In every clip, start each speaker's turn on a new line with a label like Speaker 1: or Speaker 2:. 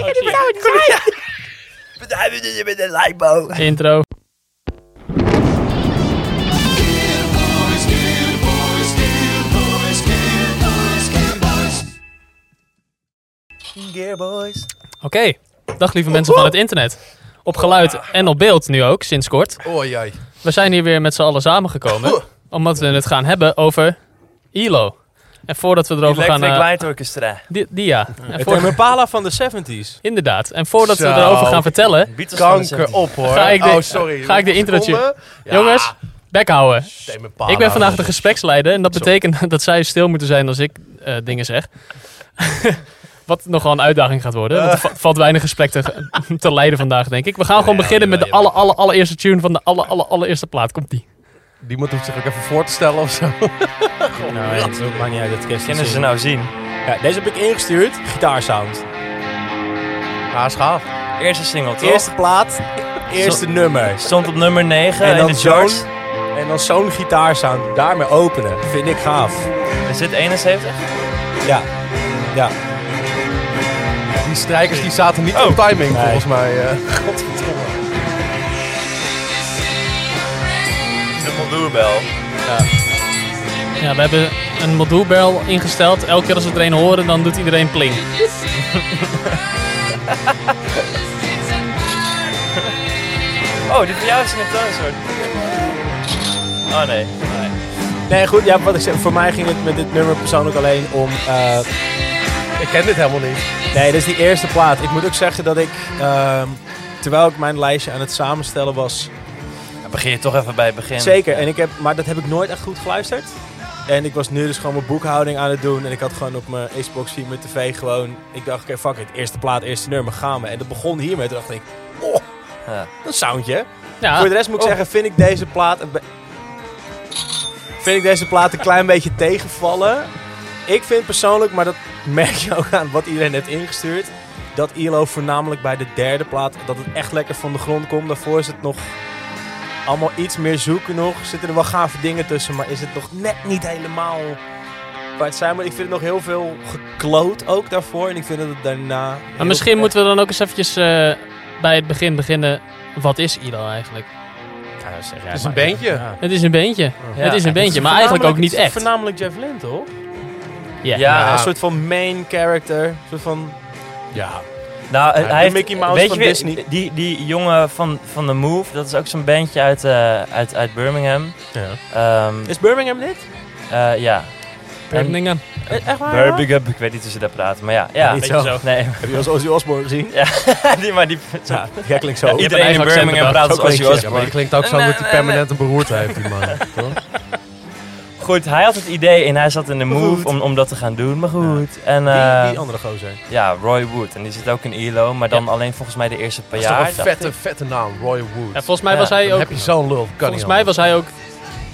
Speaker 1: Oh, zie je.
Speaker 2: Je bent een lijkbo.
Speaker 1: Intro.
Speaker 2: Gearboys.
Speaker 1: Oké. Dag lieve mensen van het internet. Op geluid en op beeld nu ook, sinds kort.
Speaker 3: Oei, oei.
Speaker 1: We zijn hier weer met z'n allen samengekomen. Omdat we het gaan hebben over ILO. En voordat we erover
Speaker 2: Electric
Speaker 1: gaan... eh,
Speaker 2: Light Orchestra.
Speaker 1: die, die ja. En
Speaker 3: Het
Speaker 1: voor-
Speaker 3: Impala van de 70s.
Speaker 1: inderdaad. En voordat we
Speaker 3: Zo.
Speaker 1: erover gaan vertellen...
Speaker 2: Beatles van de
Speaker 3: Kanker
Speaker 2: 70's.
Speaker 3: op hoor.
Speaker 1: Ga ik de-
Speaker 3: oh, sorry.
Speaker 1: ga ik de introotje- Jongens, bek houden. Ik ben vandaag de gespreksleider en dat
Speaker 3: Sorry.
Speaker 1: betekent dat zij stil moeten zijn als ik eh, dingen zeg. Wat nogal een uitdaging gaat worden. want er va- valt weinig gesprek te, te leiden vandaag, denk ik. We gaan gewoon
Speaker 3: Jawel,
Speaker 1: beginnen met de
Speaker 3: jawel,
Speaker 1: alle, alle, allereerste tune van de alle, alle, allereerste plaat. Komt die.
Speaker 3: Die moet hem zich ook even voor te stellen of zo.
Speaker 4: Nou, ja, het maakt niet uit dat kerst
Speaker 2: Kunnen ze nou zien?
Speaker 4: Ja, deze heb ik ingestuurd. Gitaarsound.
Speaker 3: Ja, schaaf.
Speaker 2: Eerste single, toch?
Speaker 4: Eerste plaat, eerste nummer.
Speaker 2: Stond op nummer 9
Speaker 4: En
Speaker 2: in
Speaker 4: dan
Speaker 2: de charts.
Speaker 4: En dan zo'n gitaarsound daarmee openen. Vind ik gaaf.
Speaker 2: Is dit 71?
Speaker 4: Ja. Ja.
Speaker 3: Die strijkers die zaten niet op timing volgens mij. eh.
Speaker 2: De Moldoerbel.
Speaker 1: Ja, we hebben een modulbel ingesteld. Elke keer als we er een horen, dan doet iedereen pling.
Speaker 2: Oh, die voor jou is in het thuis hoor. Oh nee. nee.
Speaker 4: Nee, goed. Ja, wat ik zei, voor mij ging het met dit nummer persoonlijk alleen om... eh,
Speaker 3: Ik ken dit helemaal niet.
Speaker 4: nee, dit is die eerste plaat. Ik moet ook zeggen dat ik, ehm, terwijl ik mijn lijstje aan het samenstellen was...
Speaker 2: Dan begin je toch even bij het begin.
Speaker 4: Zeker, en ik heb, maar dat heb ik nooit echt goed geluisterd. En ik was nu dus gewoon mijn boekhouding aan het doen. En ik had gewoon op mijn Xbox 4 met tv gewoon... Ik dacht, oké, fuck it. Eerste plaat, eerste nummer, gaan we. En dat begon hiermee. Toen dacht ik, oh,
Speaker 2: Ja.
Speaker 4: dat soundje.
Speaker 1: Ja,
Speaker 4: Voor de rest moet ik
Speaker 1: oh.
Speaker 4: zeggen, vind ik deze plaat... een be- Vind ik deze plaat een klein beetje tegenvallen. Ik vind persoonlijk, maar dat merk je ook aan wat iedereen heeft ingestuurd... dat ILO voornamelijk bij de derde plaat... dat het echt lekker van de grond komt. Daarvoor is het nog allemaal iets meer zoeken nog. Zitten er wel gave dingen tussen, maar is het nog net niet helemaal waar het zijn moet. Ik vind het nog heel veel gekloot ook daarvoor. En ik vind dat het daarna... heel
Speaker 1: Maar misschien
Speaker 4: erg-
Speaker 1: moeten we dan ook eens eventjes eh, bij het begin beginnen. Wat is ILO eigenlijk?
Speaker 4: Ja, zeg jij
Speaker 3: Het is een
Speaker 4: maar.
Speaker 3: beentje.
Speaker 4: Ja.
Speaker 1: Het is een beentje.
Speaker 2: Ja,
Speaker 1: het is een beentje, maar eigenlijk ook niet echt.
Speaker 4: Voornamelijk Jeff Lynne, toch?
Speaker 1: Ja.
Speaker 2: Ja,
Speaker 4: Ja, een soort van main character. Een soort van...
Speaker 3: Ja.
Speaker 2: Nou, eh,
Speaker 4: Ja,
Speaker 2: hij
Speaker 4: de
Speaker 2: heeft,
Speaker 4: Mickey Mouse
Speaker 2: weet
Speaker 4: van
Speaker 2: je, weer-
Speaker 4: Disney.
Speaker 2: Die, die jongen van, van The Move, dat is ook zo'n bandje uit, eh, uit, uit Birmingham.
Speaker 3: Ja.
Speaker 2: Ehm,
Speaker 4: Is Birmingham dit?
Speaker 2: eh, ja.
Speaker 1: Birmingham.
Speaker 4: E- Echt waar?
Speaker 2: Birmingham, ik weet niet hoe ze dat praten, maar ja. ja.
Speaker 4: Niet
Speaker 1: beetje
Speaker 4: zo.
Speaker 2: Nee,
Speaker 4: Heb je als Ozzy Osbourne gezien?
Speaker 2: die, maar die,
Speaker 4: Ja, ja klinkt zo.
Speaker 2: Ja,
Speaker 1: hebt een
Speaker 2: iedereen
Speaker 1: eigen
Speaker 2: in
Speaker 1: accent
Speaker 2: Birmingham
Speaker 1: bedacht.
Speaker 2: praat als
Speaker 4: Zo
Speaker 2: Ozzy
Speaker 3: Ja,
Speaker 4: klinkt hij,
Speaker 2: Osbourne.
Speaker 3: maar dat klinkt ook zo dat hij permanent een beroerte heeft, die man. toch?
Speaker 2: Goed, hij had het idee en hij zat in de
Speaker 4: Goed.
Speaker 2: move om, om dat te gaan doen, maar goed. En
Speaker 4: Die,
Speaker 2: eh,
Speaker 4: die andere gozer.
Speaker 2: ja, Roy Wood. En die zit ook in ILO, maar dan alleen volgens mij de eerste per
Speaker 3: Dat is toch
Speaker 2: jaar.
Speaker 3: een vette, vette naam, Roy Wood.
Speaker 1: En volgens mij
Speaker 2: Ja,
Speaker 1: was hij
Speaker 3: Dan
Speaker 1: ook
Speaker 3: heb je zo'n lul. Kan
Speaker 1: Volgens
Speaker 3: niet
Speaker 1: mij
Speaker 3: anders.
Speaker 1: was hij ook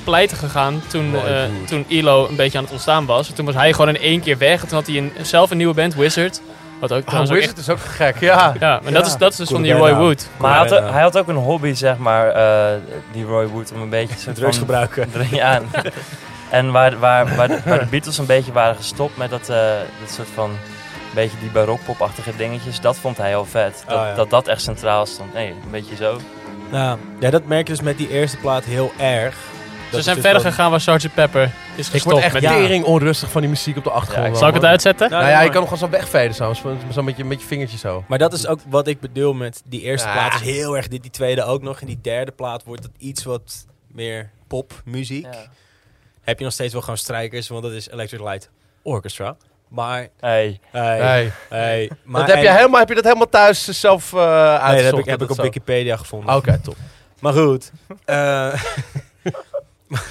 Speaker 1: pleiten gegaan toen,
Speaker 3: Mooi
Speaker 1: eh,
Speaker 3: goed.
Speaker 1: toen ILO een beetje aan het ontstaan was. Toen was hij gewoon in één keer weg. En toen had hij een, zelf een nieuwe band, Wizard. Wat ook
Speaker 3: Oh,
Speaker 1: trouwens ook
Speaker 3: Wizard is ook gek, ja.
Speaker 1: echt- Ja, maar dat
Speaker 4: Ja.
Speaker 1: is, dat is dus van die
Speaker 4: Coole
Speaker 1: Roy
Speaker 4: bijnaam.
Speaker 1: Wood.
Speaker 2: Maar hij had,
Speaker 4: Ja,
Speaker 2: ook,
Speaker 4: ja.
Speaker 2: hij had ook een hobby, zeg maar, eh, die Roy Wood, om een beetje... soort
Speaker 4: Drugs
Speaker 2: van-
Speaker 4: gebruiken.
Speaker 2: erin aan. En waar, waar, waar, de, waar de Beatles een beetje waren gestopt met dat, eh, dat soort van... Een beetje die barokpopachtige dingetjes, dat vond hij heel vet. Dat
Speaker 4: Oh, ja.
Speaker 2: dat, dat echt centraal stond. Nee, een beetje zo.
Speaker 4: Ja. ja, dat merk je dus met die eerste plaat heel erg.
Speaker 1: Ze zijn
Speaker 4: dus
Speaker 1: verder gegaan waar Sgt. Pepper is
Speaker 3: Ik word
Speaker 1: gestopt
Speaker 3: echt
Speaker 1: met
Speaker 4: ja.
Speaker 3: tering onrustig van die muziek op de achtergrond.
Speaker 2: Ja, ik
Speaker 3: man,
Speaker 1: Zal ik het
Speaker 3: hoor.
Speaker 1: uitzetten?
Speaker 4: Ja.
Speaker 3: Nou ja,
Speaker 4: doe
Speaker 3: je
Speaker 4: maar.
Speaker 3: kan hem gewoon zo wegveden, zo. Zo zo met je, met je vingertje zo.
Speaker 4: Maar dat is ook wat ik bedoel met die eerste
Speaker 3: Ah.
Speaker 4: plaat. Is heel erg dit, die tweede ook nog. En die derde plaat wordt het iets wat meer popmuziek. Heb je nog steeds wel gewoon strijkers, want dat is Electric Light Orchestra. Maar,
Speaker 2: Hey.
Speaker 4: hey,
Speaker 3: Nee.
Speaker 4: hey, maar
Speaker 3: dat heb, je
Speaker 4: en-
Speaker 3: helemaal, heb je dat helemaal thuis zelf eh
Speaker 4: Nee, dat
Speaker 3: uitgezocht?
Speaker 4: heb ik, heb
Speaker 3: dat
Speaker 4: ik op
Speaker 3: zo-
Speaker 4: Wikipedia gevonden.
Speaker 3: Oké, top.
Speaker 4: Maar goed. eh,
Speaker 3: We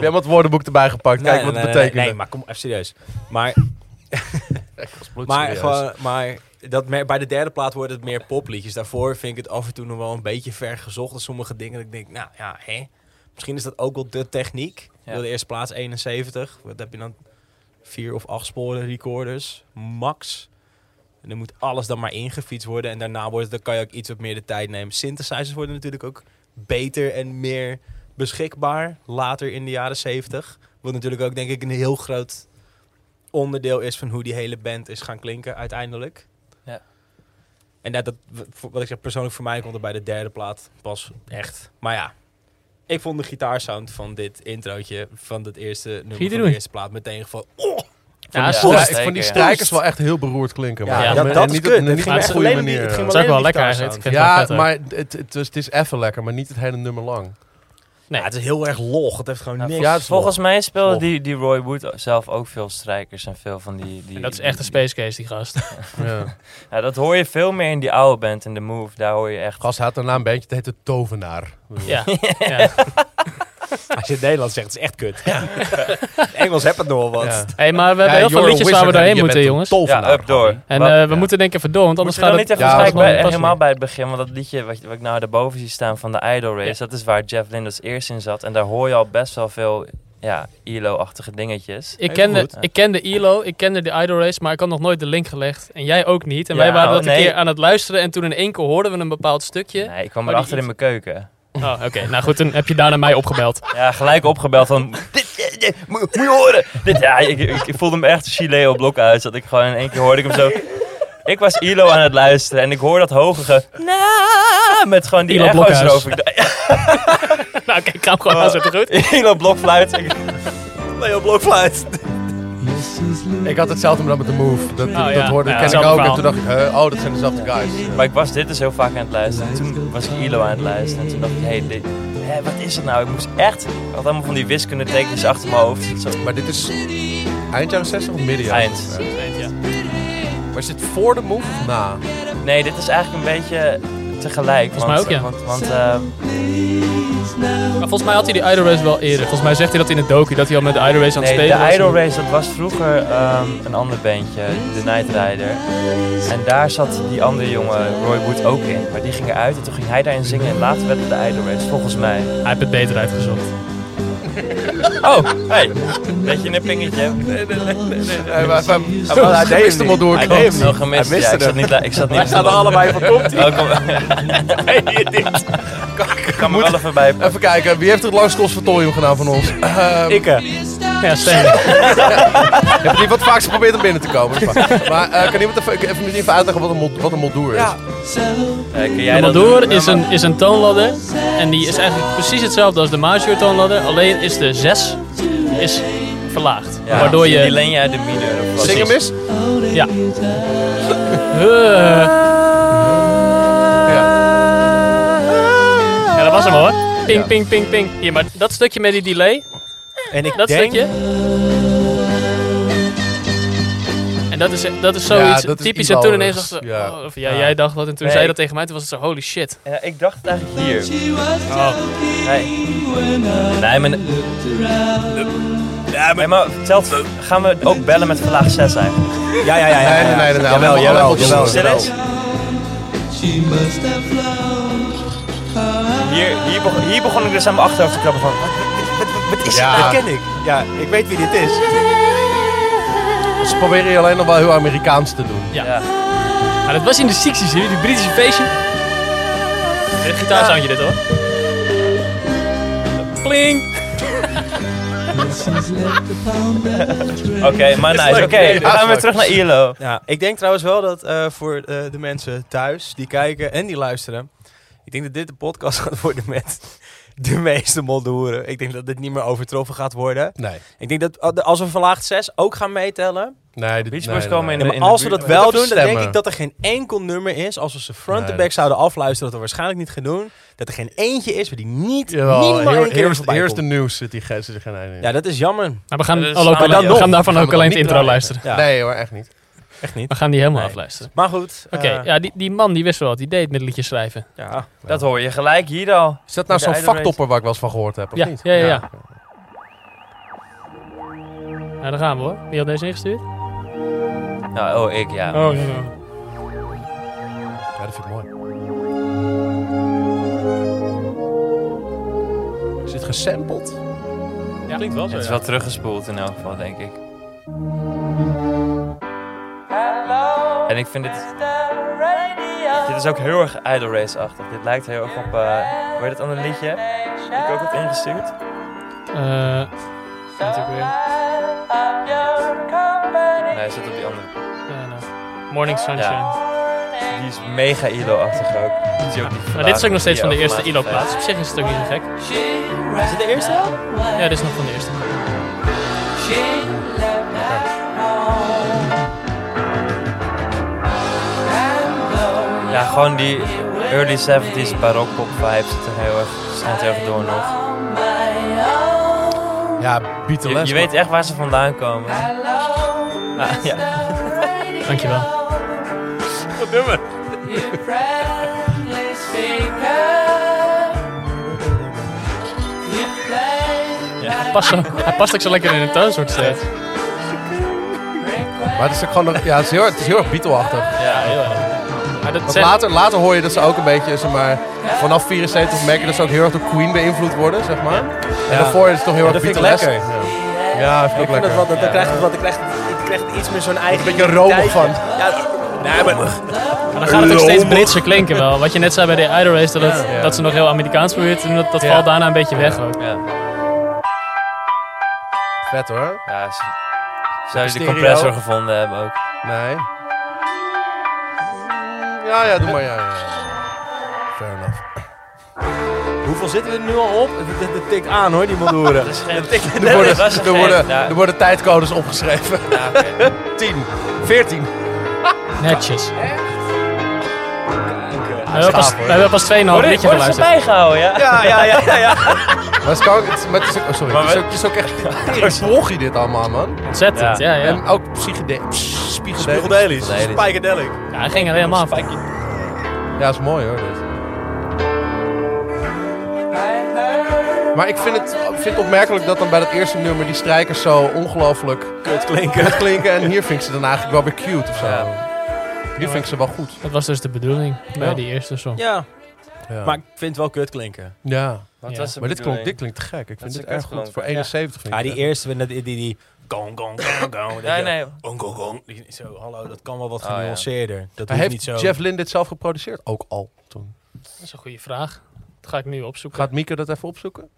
Speaker 3: hebben het woordenboek erbij gepakt.
Speaker 4: nee,
Speaker 3: Kijk wat
Speaker 4: nee,
Speaker 3: het
Speaker 4: nee,
Speaker 3: betekent.
Speaker 4: Nee, maar kom even serieus. Maar, maar, gewoon, maar dat mer- bij de derde plaat worden het meer popliedjes. Daarvoor vind ik het af en toe nog wel een beetje ver gezocht. Dat sommige dingen dat ik denk, nou ja, hè? Misschien is dat ook wel de techniek. Ik
Speaker 2: Ja.
Speaker 4: wil De eerste plaats 71. Wat heb je dan? Vier of acht sporen recorders. Max. En dan moet alles dan maar ingefietst worden. En daarna wordt, het- dan kan je ook iets wat meer de tijd nemen. Synthesizers worden natuurlijk ook beter en meer beschikbaar later in de jaren 70. Wat natuurlijk ook denk ik een heel groot onderdeel is van hoe die hele band is gaan klinken uiteindelijk.
Speaker 2: Ja.
Speaker 4: En dat, dat, voor- wat ik zeg, persoonlijk voor mij komt er bij de derde plaat pas echt. Maar ja, ik vond de gitaarsound van dit introotje, van het eerste nummer
Speaker 1: Giet
Speaker 4: van
Speaker 1: doen.
Speaker 4: de eerste plaat, meteen gewoon... Oh,
Speaker 1: Ja,
Speaker 2: die
Speaker 1: is-
Speaker 2: strijkers.
Speaker 1: is-
Speaker 3: ik vond die
Speaker 2: ja.
Speaker 3: strijkers wel echt heel beroerd klinken.
Speaker 4: ja,
Speaker 3: maar-
Speaker 1: ja,
Speaker 4: dat,
Speaker 1: maar-
Speaker 3: en
Speaker 4: dat is
Speaker 3: niet op-
Speaker 4: kut.
Speaker 3: en
Speaker 4: Het
Speaker 3: Niet
Speaker 4: ging
Speaker 3: op een
Speaker 1: maar-
Speaker 3: goede
Speaker 4: alleen om die- het
Speaker 3: manier.
Speaker 4: ging
Speaker 1: Dat is ook
Speaker 4: alleen
Speaker 1: wel
Speaker 4: om
Speaker 1: lekker
Speaker 4: die
Speaker 1: eigenlijk. Ik
Speaker 4: gitaarsound.
Speaker 1: vind het wel
Speaker 3: Ja,
Speaker 1: vet, hoor.
Speaker 3: maar het, het, is, het is even lekker, maar niet het hele nummer lang.
Speaker 1: Nee.
Speaker 4: Ja, het is heel erg log. Het heeft gewoon
Speaker 2: Nou,
Speaker 4: niks.
Speaker 3: ja, het is
Speaker 2: Volgens mij speelde
Speaker 4: Slob.
Speaker 2: die, die Roy Wood zelf ook veel strijkers en veel van die... die
Speaker 1: En dat is echt een
Speaker 2: die-
Speaker 1: space case, die gast.
Speaker 3: Ja.
Speaker 2: Ja, dat hoor je veel meer in die oude band, in The Move. Daar hoor je echt...
Speaker 3: Gast had daarna een bandje, het heette Tovenaar.
Speaker 1: Ja. ja.
Speaker 4: Als je het Nederlands zegt, het is echt kut. Engels heb het nog wel wat.
Speaker 3: Ja.
Speaker 1: Hey, maar we hebben
Speaker 3: Ja,
Speaker 1: heel
Speaker 3: you're
Speaker 1: veel
Speaker 3: a
Speaker 1: liedjes waar we
Speaker 3: wizard en
Speaker 1: doorheen
Speaker 3: je
Speaker 1: moeten,
Speaker 3: bent een
Speaker 1: jongens.
Speaker 3: tovenaar,
Speaker 2: Ja, up door.
Speaker 3: Gandhi.
Speaker 1: En
Speaker 2: Wat-
Speaker 1: eh, we
Speaker 2: ja.
Speaker 1: moeten denk ik even door, want anders
Speaker 2: Moeten we
Speaker 1: gaat
Speaker 2: dan
Speaker 1: het...
Speaker 2: niet even
Speaker 3: Ja,
Speaker 2: gelijk
Speaker 1: dat is wel
Speaker 2: bij,
Speaker 1: passend.
Speaker 2: helemaal bij het begin, want dat liedje wat, wat ik nou daarboven zie staan van de Idol Race,
Speaker 1: Ja.
Speaker 2: dat is waar Jeff Linders eerst in zat. En daar hoor je al best wel veel ja, ILO-achtige dingetjes.
Speaker 1: Ik
Speaker 3: Heel
Speaker 1: kende,
Speaker 3: goed.
Speaker 1: ik kende ILO, ik kende de Idol Race, maar ik had nog nooit de link gelegd. En jij ook niet. En
Speaker 2: Ja,
Speaker 1: wij waren
Speaker 2: oh,
Speaker 1: dat een
Speaker 2: nee.
Speaker 1: keer aan het luisteren en toen in één keer hoorden we een bepaald stukje.
Speaker 2: Nee, ik kwam
Speaker 1: Maar Oh, die
Speaker 2: erachter in mijn
Speaker 1: iets-
Speaker 2: keuken.
Speaker 1: Oh, oké. Nou goed, dan heb je daarna mij opgebeld.
Speaker 2: Ja, gelijk opgebeld van, dit, dit, dit, moet, moet je horen! Dit, ja, ik, ik, ik voelde me echt Chileo blok uit, dat ik gewoon in één keer hoorde ik hem zo... Ik was ILO aan het luisteren en ik hoor dat hogere na met gewoon die
Speaker 1: Ilo
Speaker 2: echo's
Speaker 1: Blokhuis.
Speaker 2: erover. Ik dacht,
Speaker 1: nou, kijk, ik ga hem
Speaker 2: Oh.
Speaker 1: gewoon aan zo te goed.
Speaker 2: ILO blokfluit. Ik-
Speaker 4: Leo Blokfluit.
Speaker 3: Ik had hetzelfde maar dan met de move. Dat,
Speaker 1: Oh, ja.
Speaker 3: dat hoorde
Speaker 1: Ja,
Speaker 3: ken ik
Speaker 1: hetzelfde
Speaker 3: ook.
Speaker 1: verhaal.
Speaker 3: En toen dacht ik, eh, oh, dat zijn dezelfde guys.
Speaker 2: Maar ik was dit dus heel vaak aan het luisteren. Toen was ik ILO aan het luisteren. En toen dacht ik, hey, dit, hè, wat is het nou? Ik moest echt... Ik had allemaal van die wiskundetekens achter mijn hoofd. Zo,
Speaker 3: Maar dit is eind jaren 60 of midden jaren
Speaker 2: Eind.
Speaker 3: 60?
Speaker 1: Ja.
Speaker 3: Maar is dit voor de move of na?
Speaker 2: nee, dit is eigenlijk een beetje tegelijk.
Speaker 1: Volgens mij
Speaker 2: want-
Speaker 1: ook, ja.
Speaker 2: Want, want eh,
Speaker 1: Maar volgens mij had hij die Idol Race wel eerder. Volgens mij zegt hij dat in het docu, dat hij al met de Idol Race aan het
Speaker 2: nee,
Speaker 1: spelen
Speaker 2: de
Speaker 1: was.
Speaker 2: Idol Race, dat was vroeger ehm, een ander bandje. De Night Rider. En daar zat die andere jongen, Roy Wood, ook in. Maar die ging eruit en toen ging hij daarin zingen. En later werd het de Idol Race, volgens mij.
Speaker 1: Hij heeft het beter uitgezocht.
Speaker 2: Oh, hey. Beetje een pingetje.
Speaker 3: Hij was
Speaker 4: hij deed hem
Speaker 3: gemist hem al
Speaker 4: niet.
Speaker 3: door.
Speaker 4: Hij
Speaker 3: kant.
Speaker 4: deed hem
Speaker 2: Wel gemist,
Speaker 4: Hij
Speaker 2: ja.
Speaker 4: miste
Speaker 2: Ik zat
Speaker 4: hem.
Speaker 2: niet... la- Ik zat
Speaker 4: Wij
Speaker 2: niet
Speaker 4: staan er allebei van komt
Speaker 2: Oh, kom. Ik kan me wel even bij. Eh,
Speaker 3: Even kijken, wie heeft het langst conservatorium gedaan van ons? Eh, ik
Speaker 4: Ikke.
Speaker 1: Ja, Stan.
Speaker 3: heb niet wat vaak geprobeerd om binnen te komen. dat is waar. Maar eh, kan iemand even, ik- even, even uitleggen wat een, mod, wat een moldoer is?
Speaker 4: Ja.
Speaker 1: De Maldoor is een, is een toonladder. En die is eigenlijk precies hetzelfde als de major toonladder. Alleen is de 6 is verlaagd. Waardoor
Speaker 2: Die
Speaker 1: je...
Speaker 2: leen je uit de mineur. of wat.
Speaker 3: Zing hem eens?
Speaker 1: Ja. Eh,
Speaker 3: Ja.
Speaker 1: ja, dat was hem hoor. Ping, ping, ping, ping. Hier, maar dat stukje met die delay,
Speaker 4: En ik
Speaker 1: dat
Speaker 4: denk...
Speaker 1: stukje. En dat is, dat is
Speaker 3: Ja,
Speaker 1: zoiets
Speaker 3: dat is
Speaker 1: typisch.
Speaker 3: Ivo
Speaker 1: en toen ineens
Speaker 3: dus,
Speaker 1: dacht ik,
Speaker 3: ja.
Speaker 1: oh, of ja,
Speaker 2: Ja.
Speaker 1: jij dacht dat. En toen
Speaker 2: Nee,
Speaker 1: zei je
Speaker 2: ik-
Speaker 1: dat tegen mij. Toen was het zo, holy shit.
Speaker 2: Ja, ik dacht het eigenlijk hier.
Speaker 1: Oh.
Speaker 2: Nee. Nee, maar. Nee, maar telt, gaan we ook bellen met verlaag 6 eigenlijk?
Speaker 4: Ja, ja, ja.
Speaker 3: Nee,
Speaker 4: ja, ja.
Speaker 3: nee, nee, nee, nee.
Speaker 4: Jawel,
Speaker 3: Allemaal-
Speaker 4: jawel,
Speaker 3: allemaal
Speaker 4: jawel,
Speaker 3: zin.
Speaker 4: jawel.
Speaker 2: Zin Hier, hier, begon, hier begon ik dus aan mijn achterhoofd te krabben van.
Speaker 4: Wat is
Speaker 3: Ja.
Speaker 4: dat? ken ik. Ja, ik weet wie dit is.
Speaker 3: Ze proberen je alleen nog wel heel Amerikaans te doen.
Speaker 1: Ja.
Speaker 2: Ja.
Speaker 1: Maar dat was in de 60s, jullie, die Britse feestje. Dit gitaarsoundje dit hoor. Pling!
Speaker 2: Oké, maar nice. Oké, we gaan weer terug naar ILO.
Speaker 4: Ja, ik denk trouwens wel dat eh, voor eh, de mensen thuis die kijken en die luisteren. Ik denk dat dit de podcast gaat worden met de meeste moldoeren. Ik denk dat dit niet meer overtroffen gaat worden.
Speaker 3: Nee.
Speaker 4: Ik denk dat eh, als we vandaag 6 ook gaan meetellen.
Speaker 3: Nee, dit,
Speaker 2: Beach
Speaker 3: nee,
Speaker 2: Boys
Speaker 3: nee,
Speaker 2: komen
Speaker 3: nee.
Speaker 2: in de-
Speaker 4: maar als we
Speaker 2: buurt.
Speaker 4: dat wel
Speaker 3: Even
Speaker 4: doen, dan denk
Speaker 3: stemmen.
Speaker 4: ik dat er geen enkel nummer is. Als we ze front
Speaker 3: Nee,
Speaker 4: to
Speaker 3: dat-
Speaker 4: back zouden afluisteren, dat we waarschijnlijk niet gaan doen. Dat er geen eentje is waar die niet,
Speaker 3: Jawel,
Speaker 4: niet maar
Speaker 3: hier-
Speaker 4: één keer
Speaker 3: hier is-
Speaker 4: voorbij
Speaker 3: Hier is
Speaker 4: komt.
Speaker 3: de nieuws, zit die gest. zit er geen einde in.
Speaker 4: Ja, dat is jammer.
Speaker 1: Nou, we gaan,
Speaker 2: Dus-
Speaker 1: al ook
Speaker 2: maar
Speaker 1: alleen-
Speaker 4: dan
Speaker 1: we
Speaker 4: nog,
Speaker 1: gaan daarvan
Speaker 3: gaan
Speaker 1: ook
Speaker 3: we
Speaker 1: alleen
Speaker 3: dan
Speaker 1: het
Speaker 3: niet
Speaker 1: intro
Speaker 3: draaien.
Speaker 1: luisteren.
Speaker 4: Ja,
Speaker 3: Nee hoor, echt niet.
Speaker 4: echt niet.
Speaker 1: We gaan die helemaal
Speaker 4: Nee.
Speaker 1: afluisteren.
Speaker 4: Maar goed.
Speaker 1: Oké,
Speaker 4: eh,
Speaker 1: ja, die, die man die wist wel wat hij deed met liedjes schrijven.
Speaker 4: ja.
Speaker 2: Dat hoor je gelijk hier al.
Speaker 3: Is dat nou
Speaker 2: Met de Idol
Speaker 3: zo'n
Speaker 2: Race.
Speaker 3: vaktopper waar ik wel eens van gehoord heb, of
Speaker 1: Ja,
Speaker 3: niet?
Speaker 1: ja, ja, ja. Nou, daar gaan we hoor. Wie had deze ingestuurd?
Speaker 2: Nou, oh, ik ja.
Speaker 1: Oh, ja, ja.
Speaker 3: Ja, dat vind ik mooi. Is dit gesampled?
Speaker 1: Klinkt wel zo,
Speaker 2: Het is wel teruggespoeld in elk geval, denk ik. En ik vind dit... Dit is ook heel erg Idol Race-achtig. Dit lijkt heel erg op... eh hoe heet het andere liedje? Die ik ook heb ingestuurd.
Speaker 1: Eh, wat ook weer?
Speaker 2: Nee, hij zit op die andere.
Speaker 1: Eh, nou. Morning Sunshine.
Speaker 2: Ja. Die is mega ILO-achtig ook. Dat zie je ook niet
Speaker 1: Maar dit is ook nog steeds van de
Speaker 2: die
Speaker 1: eerste
Speaker 2: overlaat.
Speaker 1: ILO-plaats. Op zich is het ook niet zo gek.
Speaker 4: Is het de eerste?
Speaker 1: Ja, dit is nog van de eerste.
Speaker 2: Ja, gewoon die early 70s barokpop vibes. Dat zijn heel erg, schijnt heel erg door nog.
Speaker 3: Ja, Beatles.
Speaker 2: Je, je weet echt waar ze vandaan komen. Ah, ja.
Speaker 1: Dankjewel.
Speaker 2: Wat nummer?
Speaker 1: Hij past, zo- hij past ook zo lekker in het toonsoort steeds.
Speaker 3: Maar het is ook gewoon nog, ja, het is heel, erg- het is heel erg Beatle-achtig.
Speaker 2: Ja, heel erg.
Speaker 1: Maar dat
Speaker 3: Want
Speaker 1: zegt-
Speaker 3: later, later hoor je dat ze ook een beetje, zeg maar, vanaf 74 merk je dat ze ook heel erg door Queen beïnvloed worden, zeg maar. En daarvoor is het toch heel erg
Speaker 4: dat vind ik
Speaker 3: Beatles.
Speaker 4: lekker.
Speaker 3: Ja, dat vind ik
Speaker 4: Ik
Speaker 3: ook
Speaker 4: vind
Speaker 3: lekker.
Speaker 4: dat wel, dat, dan krijgt het, wat, dan krijgt het, het krijgt het iets meer zo'n eigen...
Speaker 3: Een beetje romig van.
Speaker 4: Ja, nee, maar...
Speaker 1: Maar dan gaat het ook steeds Britser klinken wel. Wat je net zei bij de Idol Race, dat, het-
Speaker 2: Ja.
Speaker 1: dat ze nog heel Amerikaans probeert te doen, dat, dat
Speaker 2: Ja.
Speaker 1: valt daarna een beetje weg ook.
Speaker 2: Ja,
Speaker 3: Vet hoor.
Speaker 2: ja ze, zou je de
Speaker 3: stereo.
Speaker 2: compressor gevonden hebben ook.
Speaker 3: Nee. Ja, ja, doe maar, ja, ja. Fair enough.
Speaker 4: Hoeveel zitten we er nu al op? Het- Het het tikt aan hoor, die Moldoeren.
Speaker 2: Dat is geen...
Speaker 3: Er worden,
Speaker 2: dat is een
Speaker 3: er worden,
Speaker 2: gein. Ja.
Speaker 3: er worden tijdcodes opgeschreven.
Speaker 2: Ja, oké.
Speaker 3: 10, 14.
Speaker 1: Netjes. We hebben pas, we hebben pas 2,5
Speaker 2: Worden-
Speaker 1: liedje
Speaker 2: Worden ze
Speaker 1: geluisterd.
Speaker 2: bijgehouden, ja?
Speaker 4: Ja, ja, ja, ja. ja.
Speaker 3: Maar het is ook, het is- maar het is ook, oh, sorry,
Speaker 2: Maar
Speaker 3: het is
Speaker 2: we-
Speaker 3: ook, het is ook echt bloggy dit allemaal, man.
Speaker 1: Ontzettend, ja,
Speaker 2: Ja.
Speaker 1: ja.
Speaker 3: En ook psychedelisch. Spiegeldelisch.
Speaker 4: Spiegeldelisch. Spikerdelic.
Speaker 1: Ja, hij ging er helemaal van.
Speaker 3: Ja, is mooi hoor. Dit. Maar ik vind het, ik vind het opmerkelijk dat dan bij dat eerste nummer die strijkers zo ongelooflijk
Speaker 4: Kut klinken.
Speaker 3: kut klinken. En hier vind ik ze dan eigenlijk wel weer cute of zo.
Speaker 2: Ja.
Speaker 3: Hier vind ik ze wel goed.
Speaker 1: Dat was dus de bedoeling bij
Speaker 3: Ja.
Speaker 1: die eerste song.
Speaker 4: Ja,
Speaker 3: Ja.
Speaker 4: maar ik vind het wel kut klinken.
Speaker 3: ja.
Speaker 2: Wat
Speaker 1: Ja.
Speaker 2: was de
Speaker 3: maar dit
Speaker 2: bedoeling?
Speaker 3: klinkt, dit klinkt te gek. Ik vind
Speaker 2: is
Speaker 3: dit
Speaker 2: een
Speaker 3: erg goed.
Speaker 2: kutklank.
Speaker 3: Voor
Speaker 2: Ja.
Speaker 3: 71 vind ik
Speaker 4: Ja, die
Speaker 3: dat.
Speaker 4: eerste, die, die, die, die gong, gong, gong, gong.
Speaker 2: Nee, nee.
Speaker 4: Gong, gong, gong. Die- Zo, hallo, dat kan wel wat
Speaker 2: Oh, ja.
Speaker 4: genuanceerder. Dat
Speaker 3: Maar
Speaker 4: hoeft niet
Speaker 3: heeft
Speaker 4: zo.
Speaker 3: Jeff Lynn dit zelf geproduceerd? Ook al toen.
Speaker 1: Dat is een goede vraag. Dat ga ik nu opzoeken.
Speaker 3: Gaat Mieke dat even opzoeken?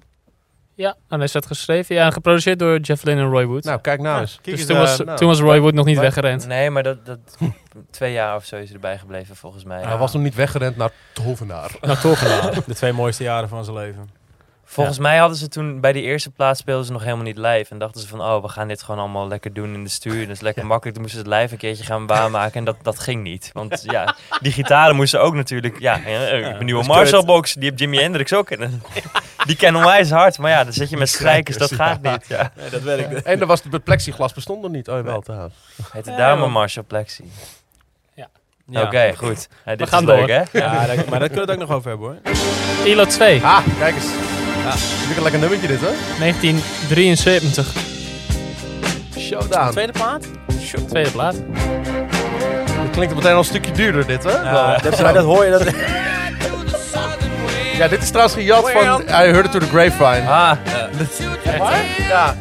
Speaker 1: Ja, en hij is dat geschreven. Ja, en geproduceerd door Jeff Lynne en Roy Wood.
Speaker 3: Nou, kijk nou eens.
Speaker 1: dus
Speaker 4: eens,
Speaker 1: toen,
Speaker 4: eh,
Speaker 1: was,
Speaker 3: nou.
Speaker 1: toen was Roy Wood nog niet
Speaker 3: Wat?
Speaker 1: weggerend.
Speaker 2: Nee, maar dat, dat twee jaar of zo is erbij gebleven volgens mij.
Speaker 3: Hij was nog niet weggerend naar Tovenaar.
Speaker 4: Nou, toch De twee mooiste jaren van zijn leven.
Speaker 2: Volgens mij hadden ze toen bij die eerste plaats speelden ze nog helemaal niet live. En dachten ze van, oh, we gaan dit gewoon allemaal lekker doen in de stuur. Dat is lekker makkelijk. Toen moesten ze het live een keertje gaan waarmaken. En dat, dat ging niet. Want ja, die gitaren moesten ook natuurlijk... Ja, eh, ik heb een nieuwe
Speaker 4: dat is
Speaker 2: Marshall box. Die heeft Jimi Hendrix ook. En, die kennen onwijs hard. Maar ja, dan zit je met strijkers. Dat
Speaker 3: strijkers,
Speaker 2: gaat niet. Ja.
Speaker 4: Nee, dat dus. werkt.
Speaker 3: En er was het plexiglas bestond er niet. Oh, wel trouwens.
Speaker 2: Heet het daarom een Marshall Plexi?
Speaker 1: Ja.
Speaker 2: Oké, goed. Ja, dit
Speaker 1: gaan
Speaker 2: is leuk,
Speaker 1: door.
Speaker 2: hè?
Speaker 4: Ja, dat- maar daar kunnen we het ook nog over hebben hoor.
Speaker 1: ILO 2,
Speaker 3: Ah, kijk eens. Ja, vind ik een lekker nummertje dit, hoor.
Speaker 1: 1973.
Speaker 3: Showdown.
Speaker 4: Tweede plaat?
Speaker 1: Tweede plaat.
Speaker 3: Het klinkt meteen al een stukje duurder, dit, hè?
Speaker 4: Ja, dat, maar dat hoor je. Dat,
Speaker 3: Ja, dit is trouwens gejat van... I heard it through the grapevine.
Speaker 2: Ah,
Speaker 3: Ja.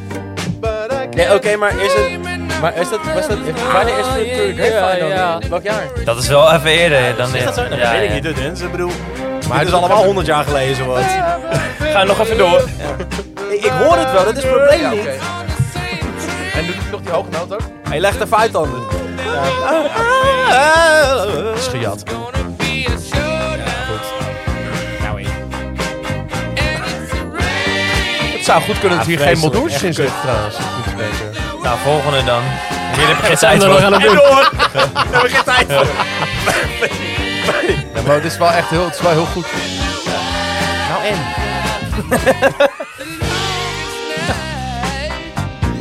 Speaker 4: nee, oké, maar is het. Maar is dat. Was dat wanneer is het Through the Grapevine dan? Welk jaar?
Speaker 2: dat is wel even eerder dan dit.
Speaker 4: Dat
Speaker 2: Ja,
Speaker 4: weet ik
Speaker 2: ja.
Speaker 4: niet, Dutens. Ik bedoel, maar
Speaker 3: dit
Speaker 4: het is allemaal 100 jaar geleden zo wat.
Speaker 2: Ga nog even door.
Speaker 4: Ik, ik hoor het wel, dat is het probleem
Speaker 3: Ja,
Speaker 4: niet.
Speaker 3: oké. En doet hij nog die hoge noot ook?
Speaker 4: Hij legt even uit dan.
Speaker 3: is gejat. Het zou goed kunnen dat hier geen
Speaker 4: vreselijk.
Speaker 3: moldoertjes in zitten, trouwens. Dat moet ik denken.
Speaker 2: Nou, volgende dan. Hier heb ik geen
Speaker 1: Zijn
Speaker 2: tijd
Speaker 1: we nog aan
Speaker 2: voor.
Speaker 1: het doen?
Speaker 3: Ja, maar dit is wel echt heel, het is wel heel goed.
Speaker 4: Nou en?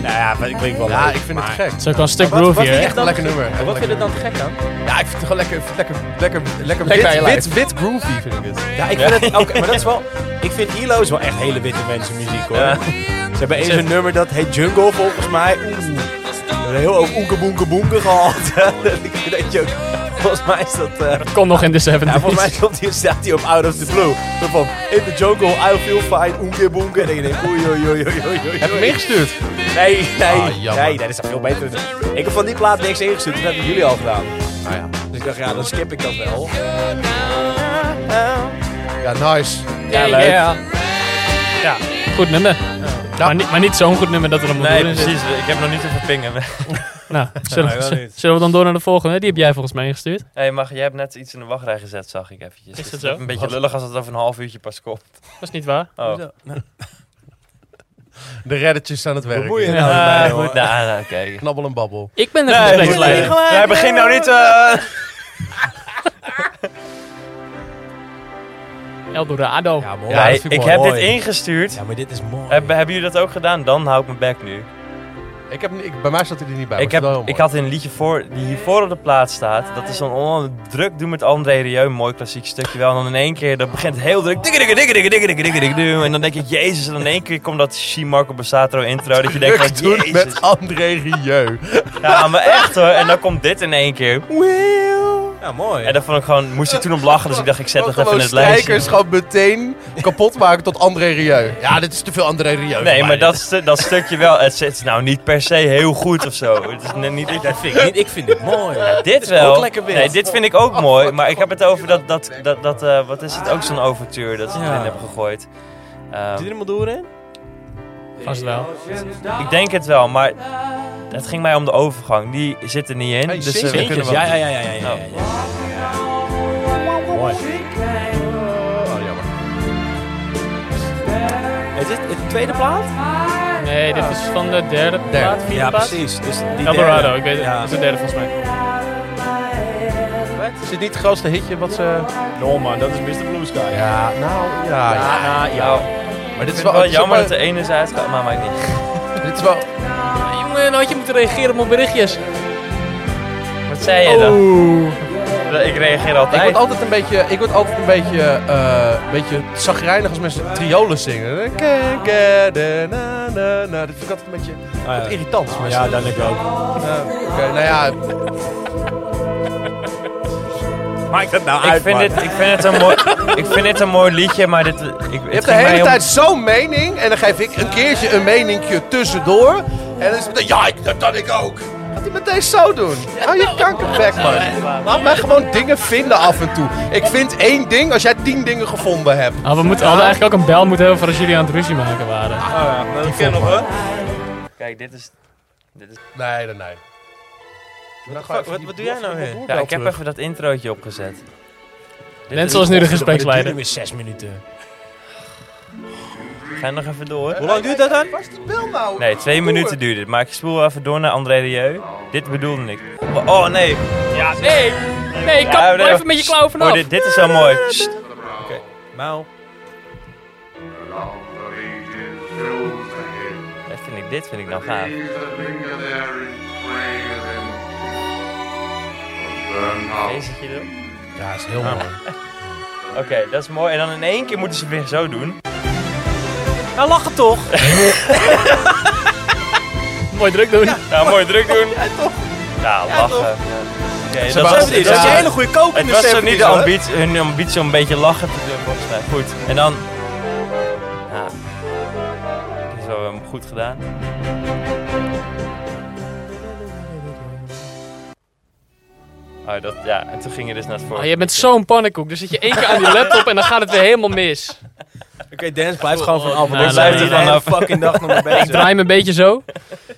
Speaker 4: Nou ja, maar ik klink wel
Speaker 3: Ja,
Speaker 4: leuk,
Speaker 3: ik vind
Speaker 4: maar-
Speaker 3: het gek.
Speaker 1: Het is ook wel een stuk
Speaker 4: Wat- wat vind
Speaker 1: groovier,
Speaker 4: je
Speaker 1: hè?
Speaker 4: echt dan-
Speaker 3: Lekker nummer.
Speaker 4: Wat vind je er dan gek aan?
Speaker 3: Ja, ik vind het gewoon lekker, lekker, lekker, lekker,
Speaker 4: Lekker aan je
Speaker 3: wit,
Speaker 4: lijf.
Speaker 3: wit, wit groovy vind ik het.
Speaker 4: Ja, ik vind het... Oké, maar dat is wel... Ik vind ILO is wel echt hele witte mensen muziek, hoor.
Speaker 2: Ja.
Speaker 4: Ze hebben eens een nummer dat heet Jungle, volgens mij. Oeh. Ze hebben Heel ook oenke boenke boenke gehad. Ik vind dat je ook- Volgens mij is dat... eh,
Speaker 1: Komt nog in de 70s.
Speaker 4: Ja, volgens mij komt die, staat hij op Out of the Blue. Zo van, in the jungle, I feel fine, oenke boenke. En dan denk ik, oei, oei, oei, oei, oei, oei.
Speaker 3: Heb je hem ingestuurd?
Speaker 4: Nee, nee,
Speaker 3: Ah, jammer.
Speaker 4: nee, nee, dat is veel beter. Ik heb van die plaat niks ingestuurd, dat hebben jullie al gedaan.
Speaker 3: Nou ja.
Speaker 4: Dus ik dacht, ja, dan skip ik dat wel.
Speaker 3: Ja, nice.
Speaker 4: Ja, leuk.
Speaker 1: Ja. Ja, goed nummer. Maar, niet, maar niet zo'n goed nummer dat er een
Speaker 2: Nee,
Speaker 1: module in zit.
Speaker 2: precies. Ik heb nog niet te verpingen.
Speaker 1: Nou, zullen,
Speaker 4: Nee, wel
Speaker 1: we-
Speaker 4: niet.
Speaker 1: zullen we dan door naar de volgende? Die heb jij volgens mij ingestuurd.
Speaker 2: hey, mag, jij hebt net iets in de wachtrij gezet, zag ik eventjes.
Speaker 1: Is
Speaker 2: Dus
Speaker 1: dat zo?
Speaker 2: Een beetje lullig als het over een half uurtje pas komt.
Speaker 1: Dat is niet waar.
Speaker 2: Oh.
Speaker 4: Zo.
Speaker 3: De reddetjes aan het werk.
Speaker 4: Bemoei je
Speaker 3: hier.
Speaker 4: nou
Speaker 2: Ah,
Speaker 4: erbij,
Speaker 2: goed,
Speaker 4: hoor.
Speaker 2: nou, nou, kijk.
Speaker 3: Knabbel en babbel.
Speaker 1: Ik ben de
Speaker 2: Nee,
Speaker 1: gespreksleider.
Speaker 2: goed, nee, begin nou niet... eh,
Speaker 1: Eldorado.
Speaker 3: Ja, mooi.
Speaker 2: Ja, Eh,
Speaker 3: dat
Speaker 2: ik
Speaker 3: vind ik
Speaker 2: ik
Speaker 3: mooi.
Speaker 2: heb dit
Speaker 4: Mooi.
Speaker 2: ingestuurd.
Speaker 4: Ja, maar dit is mooi.
Speaker 2: Hebben, hebben jullie dat ook gedaan? Dan hou ik mijn bek nu.
Speaker 3: Ik heb, niet- ik, bij mij staat hij er niet bij.
Speaker 2: Ik, heb, ik had een liedje voor, die hiervoor op de plaats staat. Dat is zo'n onnodig druk doen met André Rieu. een Mooi klassiek stukje wel. En dan in één keer, dat begint het heel druk. Dikke, dikke, dikke, dikke, dikke, dikke, dikke, dikke, dikke. En dan denk je, jezus. En in één keer komt dat She Marco Bassato intro. Dat je denkt
Speaker 3: Druk
Speaker 2: van,
Speaker 3: doen
Speaker 2: jezus.
Speaker 3: met André Rieu.
Speaker 2: Ja, maar echt hoor. En dan komt dit in één keer.
Speaker 4: Ja, mooi.
Speaker 2: En dan vond ik gewoon, moest ik toen om lachen. Dus ik dacht, ik zet
Speaker 3: Gewoon
Speaker 2: dat even in het
Speaker 3: strijkers
Speaker 2: lijstje.
Speaker 3: gewoon meteen kapot maken tot André Rieu. Ja, dit is te veel André Rieu. voor
Speaker 2: Nee,
Speaker 3: mij.
Speaker 2: maar dat, stu- dat stukje wel. Het is nou niet per se heel goed of zo. Het is net niet dat je
Speaker 4: vind ik niet. Ik vind dit mooi.
Speaker 2: Dit
Speaker 4: is
Speaker 2: wel.
Speaker 4: ook lekker wild.
Speaker 2: nee, dit vind ik ook mooi. Maar ik heb het over dat, dat, dat, dat eh, wat is het, ook zo'n overture dat ze
Speaker 4: Ja.
Speaker 2: erin hebben gegooid. Ehm,
Speaker 4: Zit er helemaal door in?
Speaker 1: Vast wel.
Speaker 2: ik denk het wel, maar het ging mij om de overgang. Die zit er niet in.
Speaker 3: Hey,
Speaker 2: dus eh,
Speaker 3: zing
Speaker 2: we
Speaker 3: eens.
Speaker 2: kunnen
Speaker 4: Ja,
Speaker 2: wel-
Speaker 4: ja, ja, ja, ja,
Speaker 2: Oh.
Speaker 4: ja, ja, ja. Mooi.
Speaker 3: Oh, jammer.
Speaker 4: Is dit de tweede plaat?
Speaker 1: Nee, dit is van de derde plaat, vierde
Speaker 4: Ja,
Speaker 1: plaat.
Speaker 4: precies. Dus die
Speaker 1: Eldorado,
Speaker 4: derde.
Speaker 1: ik weet het.
Speaker 4: Ja.
Speaker 1: Dat is de derde volgens mij.
Speaker 3: Is dit niet het grootste hitje wat ze...
Speaker 4: No man, dat is Mr. Blue Sky.
Speaker 3: Ja, nou, ja. ja.
Speaker 4: Ja,
Speaker 2: Nou,
Speaker 4: ja.
Speaker 3: Maar dit
Speaker 2: ik
Speaker 3: is
Speaker 2: vind het wel
Speaker 3: wel... dit is ook
Speaker 2: jammer dat
Speaker 3: wel-
Speaker 2: de ene is uitgehaald, maar maakt niet.
Speaker 3: Dit is wel...
Speaker 1: jongen, nou had je moeten reageren op mijn berichtjes.
Speaker 2: Wat zei je dan? Ik reageer
Speaker 3: Ik word
Speaker 2: altijd.
Speaker 3: altijd een beetje, ik word altijd een beetje, eh een beetje zagrijnig als mensen triolen zingen. Can't get enough, na, na. Dat vind ik altijd een beetje wat irritant. als mensen
Speaker 4: Oh, Ja, dat denk ik ook.
Speaker 3: dat doen. Eh, Oké, nou ja,
Speaker 4: Maakt dat nou
Speaker 2: Ik vind, dit, ik, vind het een mooi, ik vind dit een mooi liedje, maar dit, ik,
Speaker 3: Je hebt de hele tijd zo'n mening en dan geef ik een keertje een meninkje tussendoor. En dan is het meteen, ja, ik- dat kan ik ook. Gaat hij meteen zo doen? Hou je kankerbek, man. Laat mij gewoon dingen vinden af en toe. Ik vind één ding als jij tien dingen gevonden hebt.
Speaker 1: Ah, we moeten, hadden eigenlijk ook een bel moeten hebben voor als jullie aan het ruzie maken waren.
Speaker 4: Ah, dat kennen we.
Speaker 2: Kijk, dit is... Dit is
Speaker 3: Nee, nee, nee. Wat,
Speaker 4: fuck, wat- wat doe jij nou weer?
Speaker 2: ja, ik heb even dat introotje opgezet. Dit
Speaker 1: Denzel is nu de gespreksleider.
Speaker 4: weer zes minuten.
Speaker 2: Ga je nog even door?
Speaker 4: Hoe lang duurt dat dan?
Speaker 3: Waar is de bel nou?
Speaker 2: Nee, twee minuten duurde het. Maar ik spoel wel even door naar André Rieu. Dit bedoelde ik. Oh nee. Ja, nee.
Speaker 1: Nee, ik
Speaker 2: Ja,
Speaker 1: kan
Speaker 2: nee,
Speaker 1: er even met je klauw vanaf.
Speaker 2: Oh, dit, dit is wel mooi. Sst.
Speaker 4: Nou,
Speaker 2: Dit vind ik, dit vind ik nou gaaf. Deze zit je er.
Speaker 3: Ja, is heel mooi.
Speaker 2: Oké, dat is mooi. En dan in één keer moeten ze weer zo doen.
Speaker 4: nou lachen toch?
Speaker 1: Mooi druk doen.
Speaker 2: Nou, mooi druk doen. Ja, toch? Ja, lachen. Oké,
Speaker 3: Ze
Speaker 2: dat
Speaker 3: waren
Speaker 2: was
Speaker 4: Dat
Speaker 3: goed in
Speaker 2: het.
Speaker 4: is dat is een
Speaker 3: Ja.
Speaker 4: hele goede koop in
Speaker 2: Het
Speaker 4: de
Speaker 2: was zo
Speaker 4: 70's,
Speaker 2: niet de
Speaker 4: hoor.
Speaker 2: ambitie, hun ambitie om een beetje lachen te doen, volgens mij. Goed. En dan... Ja. Dit is wel eh, goed gedaan. Oh, dat, ja, en toen ging je dus naar het voor.
Speaker 1: Ah, je bent zo'n pannenkoek. Dus zit je één keer aan die laptop en dan gaat het weer helemaal mis.
Speaker 4: Oké, Dennis blijft gewoon van af.
Speaker 1: Nou,
Speaker 4: Want ik
Speaker 1: laat
Speaker 4: blijf
Speaker 1: het
Speaker 4: er de
Speaker 2: dan
Speaker 4: hele
Speaker 2: af.
Speaker 4: fucking dag nog mee
Speaker 1: Ik
Speaker 4: bezig.
Speaker 1: draai me een beetje zo.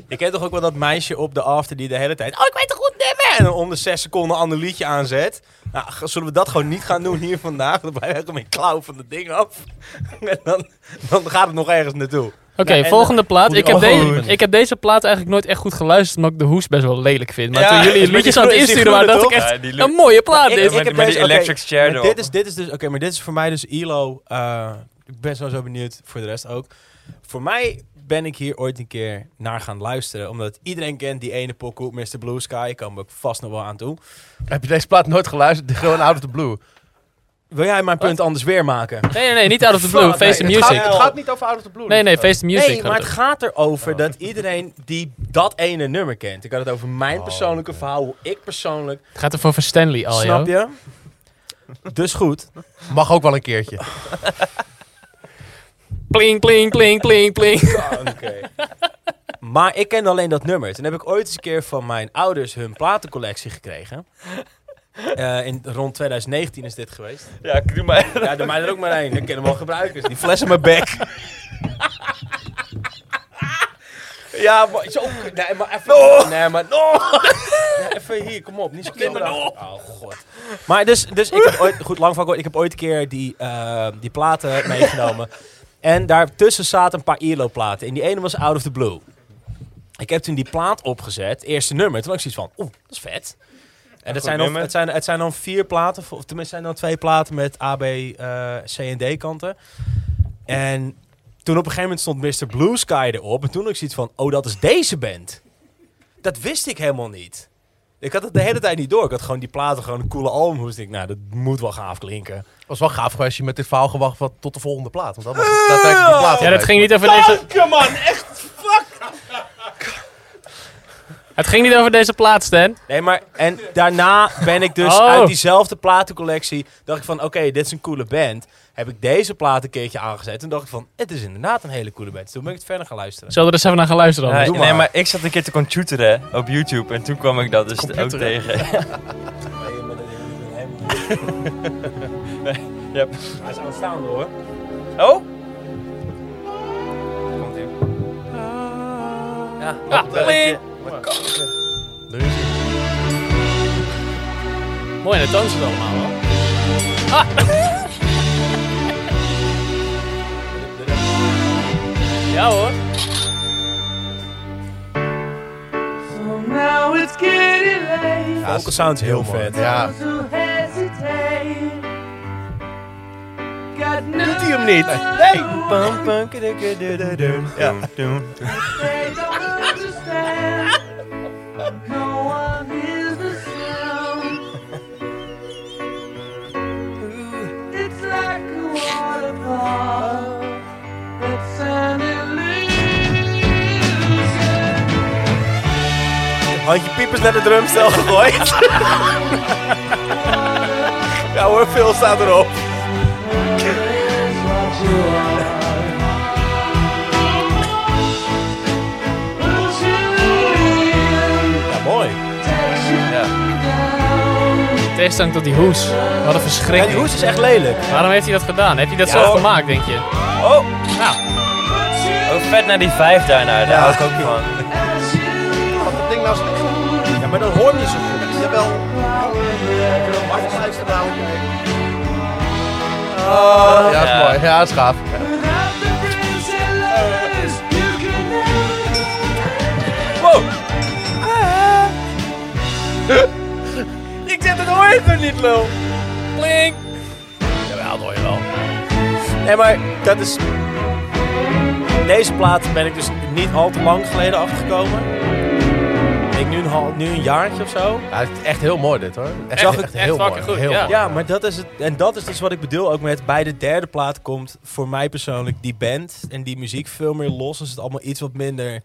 Speaker 4: Je kent toch ook wel dat meisje op de after die de hele tijd... Oh, ik weet het goed, nee, man! En om de zes seconden een ander liedje aanzet. Nou, g- zullen we dat gewoon niet gaan doen hier vandaag? Dan blijf ik mijn klauw van de ding af. En dan, dan gaat het nog ergens naartoe.
Speaker 1: Oké,
Speaker 4: en-
Speaker 1: volgende plaat.
Speaker 3: Moet ik
Speaker 1: Ik heb,
Speaker 3: ook
Speaker 1: deze,
Speaker 3: doen.
Speaker 1: ik heb deze plaat eigenlijk nooit echt goed geluisterd, omdat ik de hoes best wel lelijk vind. Maar
Speaker 4: Ja,
Speaker 1: toen
Speaker 4: is
Speaker 1: jullie
Speaker 4: met die
Speaker 1: liedjes aan het
Speaker 4: groene- is die
Speaker 1: insturen waren, dacht
Speaker 4: groene
Speaker 1: ik echt,
Speaker 2: Ja, die
Speaker 1: een mooie plaat
Speaker 4: Ik-
Speaker 1: dit.
Speaker 4: ik
Speaker 2: met, met
Speaker 4: heb
Speaker 2: die
Speaker 4: deze- oké,
Speaker 2: electric chair
Speaker 4: Maar
Speaker 2: erop.
Speaker 4: dit is, dit is dus, oké, maar dit is voor mij dus ILO. eh, ik ben sowieso benieuwd voor de rest ook. Voor mij ben ik hier ooit een keer naar gaan luisteren. Omdat iedereen kent die ene pokoe, Mr. Blue Sky. Komen we ook vast nog wel aan toe.
Speaker 3: Heb je deze plaat nooit geluisterd? Gewoon out of the blue.
Speaker 4: Wil jij mijn punt anders weer maken?
Speaker 1: Nee, nee, nee, niet Out of the Blue.
Speaker 4: Fuck, nee,
Speaker 1: Face the
Speaker 3: het
Speaker 1: Music.
Speaker 3: Gaat, het gaat niet over out of the blue.
Speaker 1: Nee, nee, Face the Music.
Speaker 4: Nee,
Speaker 1: gaat
Speaker 4: maar
Speaker 1: het
Speaker 4: het gaat erover dat iedereen die dat ene nummer kent. Ik had het over mijn persoonlijke verhaal, hoe ik persoonlijk.
Speaker 1: Het gaat er voor Van Stanley al,
Speaker 4: snap
Speaker 1: joh.
Speaker 4: je? Dus goed.
Speaker 3: Mag ook wel een keertje.
Speaker 1: Pling, pling, pling, pling, pling.
Speaker 4: Maar ik ken alleen dat nummer. Toen heb ik ooit eens een keer van mijn ouders hun platencollectie gekregen. Eh, in, rond 2019 is dit geweest.
Speaker 2: Ja, ik doe maar.
Speaker 4: Ja, doe mij er ook maar één. Dan kunnen we wel gebruikers. Die flessen mijn bek. Ja, maar zo. Nee, maar even. Nee, maar. Nee, even hier, kom op. Niet zo maar Oh, god. Maar dus, dus ik heb ooit. Goed, lang van kort. Ik heb ooit een keer die, eh, die platen meegenomen. En daartussen zaten een paar ILO-platen. En die ene was Out of the Blue. Ik heb toen die plaat opgezet, eerste nummer. Toen had ik zoiets van, oeh, dat is vet. En dat zijn dan,
Speaker 2: nummer.
Speaker 4: het, zijn, het zijn dan vier platen, of tenminste zijn dan twee platen met A, B, eh, C en D kanten. En toen op een gegeven moment stond Mr. Blue Sky erop. En toen had ik zoiets van, oh, dat is deze band. Dat wist ik helemaal niet. Ik had het de hele tijd niet door. Ik had gewoon die platen, gewoon een coole album. Dus ik dacht, nou, dat moet wel gaaf klinken.
Speaker 5: was wel gaaf als je met dit verhaal gewacht had tot de volgende plaat. Want dat was daadwerkelijk die plaat.
Speaker 1: Ja, dat ging niet over deze,
Speaker 4: Kanker, man! Echt fuck!
Speaker 1: het ging niet over deze plaat, Stan.
Speaker 4: Nee, maar en daarna ben ik dus
Speaker 1: Oh.
Speaker 4: uit diezelfde platencollectie. Dacht ik van, oké, dit is een coole band. Heb ik deze plaat een keertje aangezet. Toen dacht ik van, het is inderdaad een hele coole band. Dus Toen ben ik het verder gaan luisteren.
Speaker 1: Zullen we er eens even naar gaan luisteren?
Speaker 2: Nee,
Speaker 1: anders?
Speaker 4: doe
Speaker 2: nee,
Speaker 4: maar.
Speaker 2: maar ik zat een keer te computeren op YouTube en toen kwam ik dat dus ook tegen. Ja.
Speaker 4: Hij is aanstaande hoor.
Speaker 2: Oh!
Speaker 1: Ah, bling. Mooi, en dat toont ze het allemaal hoor. Ah. Ja hoor.
Speaker 6: Now it's getting late.
Speaker 4: Vocal sounds heel vet.
Speaker 5: Ja,
Speaker 6: To hesitate. Got
Speaker 3: Doet hij hem niet? Nee!
Speaker 2: Ja.
Speaker 6: They don't understand. No one hears the sound. It's like a waterfall. That's an illusion.
Speaker 4: Had je piepers naar de drumstel gegooid? ja hoor, veel staat erop.
Speaker 6: Is what you are. Pulls you in.
Speaker 4: Ja, mooi.
Speaker 6: Takes
Speaker 2: Ja.
Speaker 6: you down.
Speaker 1: Tegenstelling tot die hoes. Wat een
Speaker 4: En die
Speaker 1: verschrikking.
Speaker 4: hoes is echt lelijk.
Speaker 1: Waarom heeft hij dat gedaan? Heeft hij dat
Speaker 2: Ja.
Speaker 1: zelf gemaakt, denk je?
Speaker 2: Oh! Ook vet naar die vijf daarna, daar hou ik ook van.
Speaker 3: Wat dat ding nou stinkt.
Speaker 4: Ja, maar dat hoor je zo goed.
Speaker 3: Jawel. Afsluiten nou.
Speaker 5: ja, dat is
Speaker 2: Ja.
Speaker 5: mooi. Ja, dat is gaaf.
Speaker 6: Without the friends and lovers, you can never
Speaker 4: Nee, maar dat is. Deze plaat ben ik dus niet al te lang geleden afgekomen. Ik denk nu een, hal- nu een jaartje of zo.
Speaker 5: Ja, het is echt heel mooi dit hoor. Echt,
Speaker 1: Echt- echt fucking goed, ja.
Speaker 2: Oh,
Speaker 4: Ja, maar dat is het. En dat is dus wat ik bedoel ook met bij de derde plaat komt voor mij persoonlijk die band en die muziek veel meer los. Dus het allemaal iets wat minder.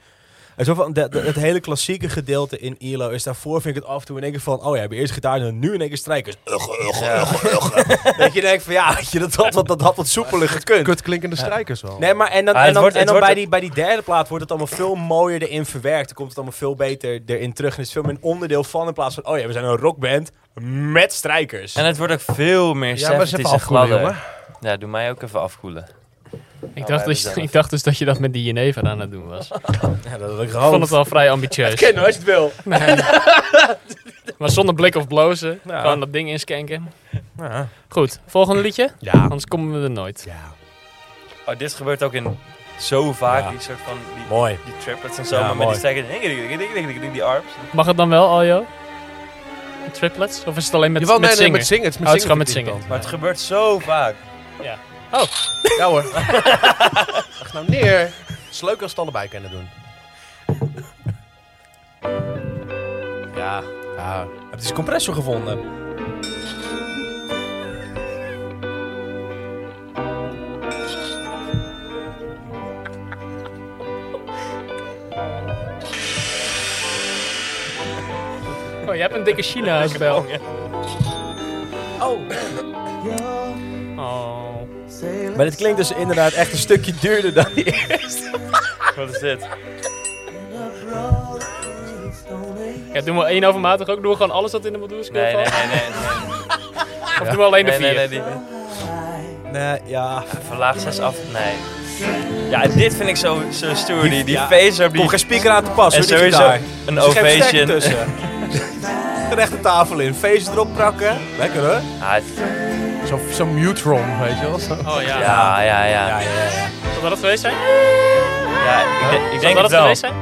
Speaker 4: En zo van, de- de- het hele klassieke gedeelte in ILO is daarvoor vind ik het af en toe in één keer van, oh ja, heb je eerst gitaar en dan nu in één keer strijkers. Ugge, ugge, ugge, ugge. Dat je denkt van, ja, weet je, dat had wat, dat had wat soepeler gekund.
Speaker 5: Kut klinkende strijkers wel.
Speaker 4: Nee, maar en dan,
Speaker 2: Ah,
Speaker 4: en
Speaker 2: het
Speaker 4: dan,
Speaker 2: wordt-
Speaker 4: en
Speaker 2: het
Speaker 4: dan
Speaker 2: wordt-
Speaker 4: bij, die, bij die derde plaat wordt het allemaal veel mooier erin verwerkt. Dan komt het allemaal veel beter erin terug. En het is veel meer een onderdeel van in plaats van... Oh ja, we zijn een rockband met strijkers.
Speaker 2: En het wordt ook veel meer
Speaker 5: Ja, maar eens
Speaker 2: 70's
Speaker 5: even
Speaker 2: en
Speaker 5: afkoelen,
Speaker 2: gladder.
Speaker 5: jongen.
Speaker 2: Ja, doe mij ook even afkoelen.
Speaker 1: Ik
Speaker 2: wij
Speaker 1: dacht, dus,
Speaker 2: zelf.
Speaker 1: ik dacht dus dat je dat met die Geneva aan het doen was. Ik
Speaker 4: ja, dat had
Speaker 1: vond
Speaker 4: ik gehoopt.
Speaker 1: het wel vrij ambitieus.
Speaker 4: Ken als je het wil.
Speaker 1: Maar zonder blik of blozen.
Speaker 4: Ja.
Speaker 1: Gewoon dat ding inskanken.
Speaker 4: Ja.
Speaker 1: Goed, volgende liedje.
Speaker 5: Ja.
Speaker 1: Anders komen we er nooit.
Speaker 2: Oh, dit gebeurt ook in zo vaak,
Speaker 4: Ja.
Speaker 2: die soort van... Die,
Speaker 4: Mooi.
Speaker 2: die triplets en zo,
Speaker 4: Ja,
Speaker 2: maar met die
Speaker 4: mooi.
Speaker 2: strijkers... ding, ding, ding, ding, ding, ding, Die arms.
Speaker 1: Mag het dan wel, Aljo? Met Triplets? Of is het alleen met,
Speaker 5: Jawel,
Speaker 1: met
Speaker 5: nee, nee,
Speaker 1: zingen?
Speaker 5: met zingen. Het is met
Speaker 1: Oh, het is
Speaker 5: zingen.
Speaker 1: gewoon met
Speaker 5: vind ik
Speaker 1: zingen.
Speaker 2: Maar het gebeurt zo vaak.
Speaker 5: dan. Ja hoor. Leg nou neer. Het is leuk als het allebei kunnen doen.
Speaker 4: Ja.
Speaker 5: Ja.
Speaker 4: Heb je eens compressor gevonden?
Speaker 1: Oh, je hebt een dikke China-spel. Oh.
Speaker 4: Maar dit klinkt dus inderdaad echt een stukje duurder dan die
Speaker 2: Wat is dit?
Speaker 1: Ja, doen we één overmatig ook? Doen we gewoon alles wat in de Maduro
Speaker 2: Nee, nee,
Speaker 1: valt?
Speaker 2: nee, nee. nee.
Speaker 1: Of doen we alleen de
Speaker 2: Nee,
Speaker 1: vier?
Speaker 2: nee, nee, die-
Speaker 4: Nee, ja.
Speaker 2: Verlaag 6 af. Nee. Ja, en dit vind ik zo, zo stoer. Die, die phaser, die...
Speaker 4: Komt geen speaker aan te pas,
Speaker 2: en
Speaker 4: hoor, die
Speaker 2: sowieso
Speaker 4: gitaar.
Speaker 2: een
Speaker 4: Er zit geen
Speaker 2: ovation.
Speaker 4: bestek tussen. Rechte tafel in, feest erop prakken. Lekker hoor.
Speaker 2: Ah, het-
Speaker 3: Zo'n zo Mutron, weet je wel. Zo.
Speaker 1: Oh ja.
Speaker 2: ja, ja,
Speaker 4: Ja,
Speaker 2: ja.
Speaker 4: ja, ja.
Speaker 1: Zal dat het geweest zijn?
Speaker 2: ja ik, de- ik
Speaker 1: Zal
Speaker 2: denk
Speaker 1: dat
Speaker 2: het
Speaker 1: het
Speaker 2: wel.
Speaker 1: geweest zijn?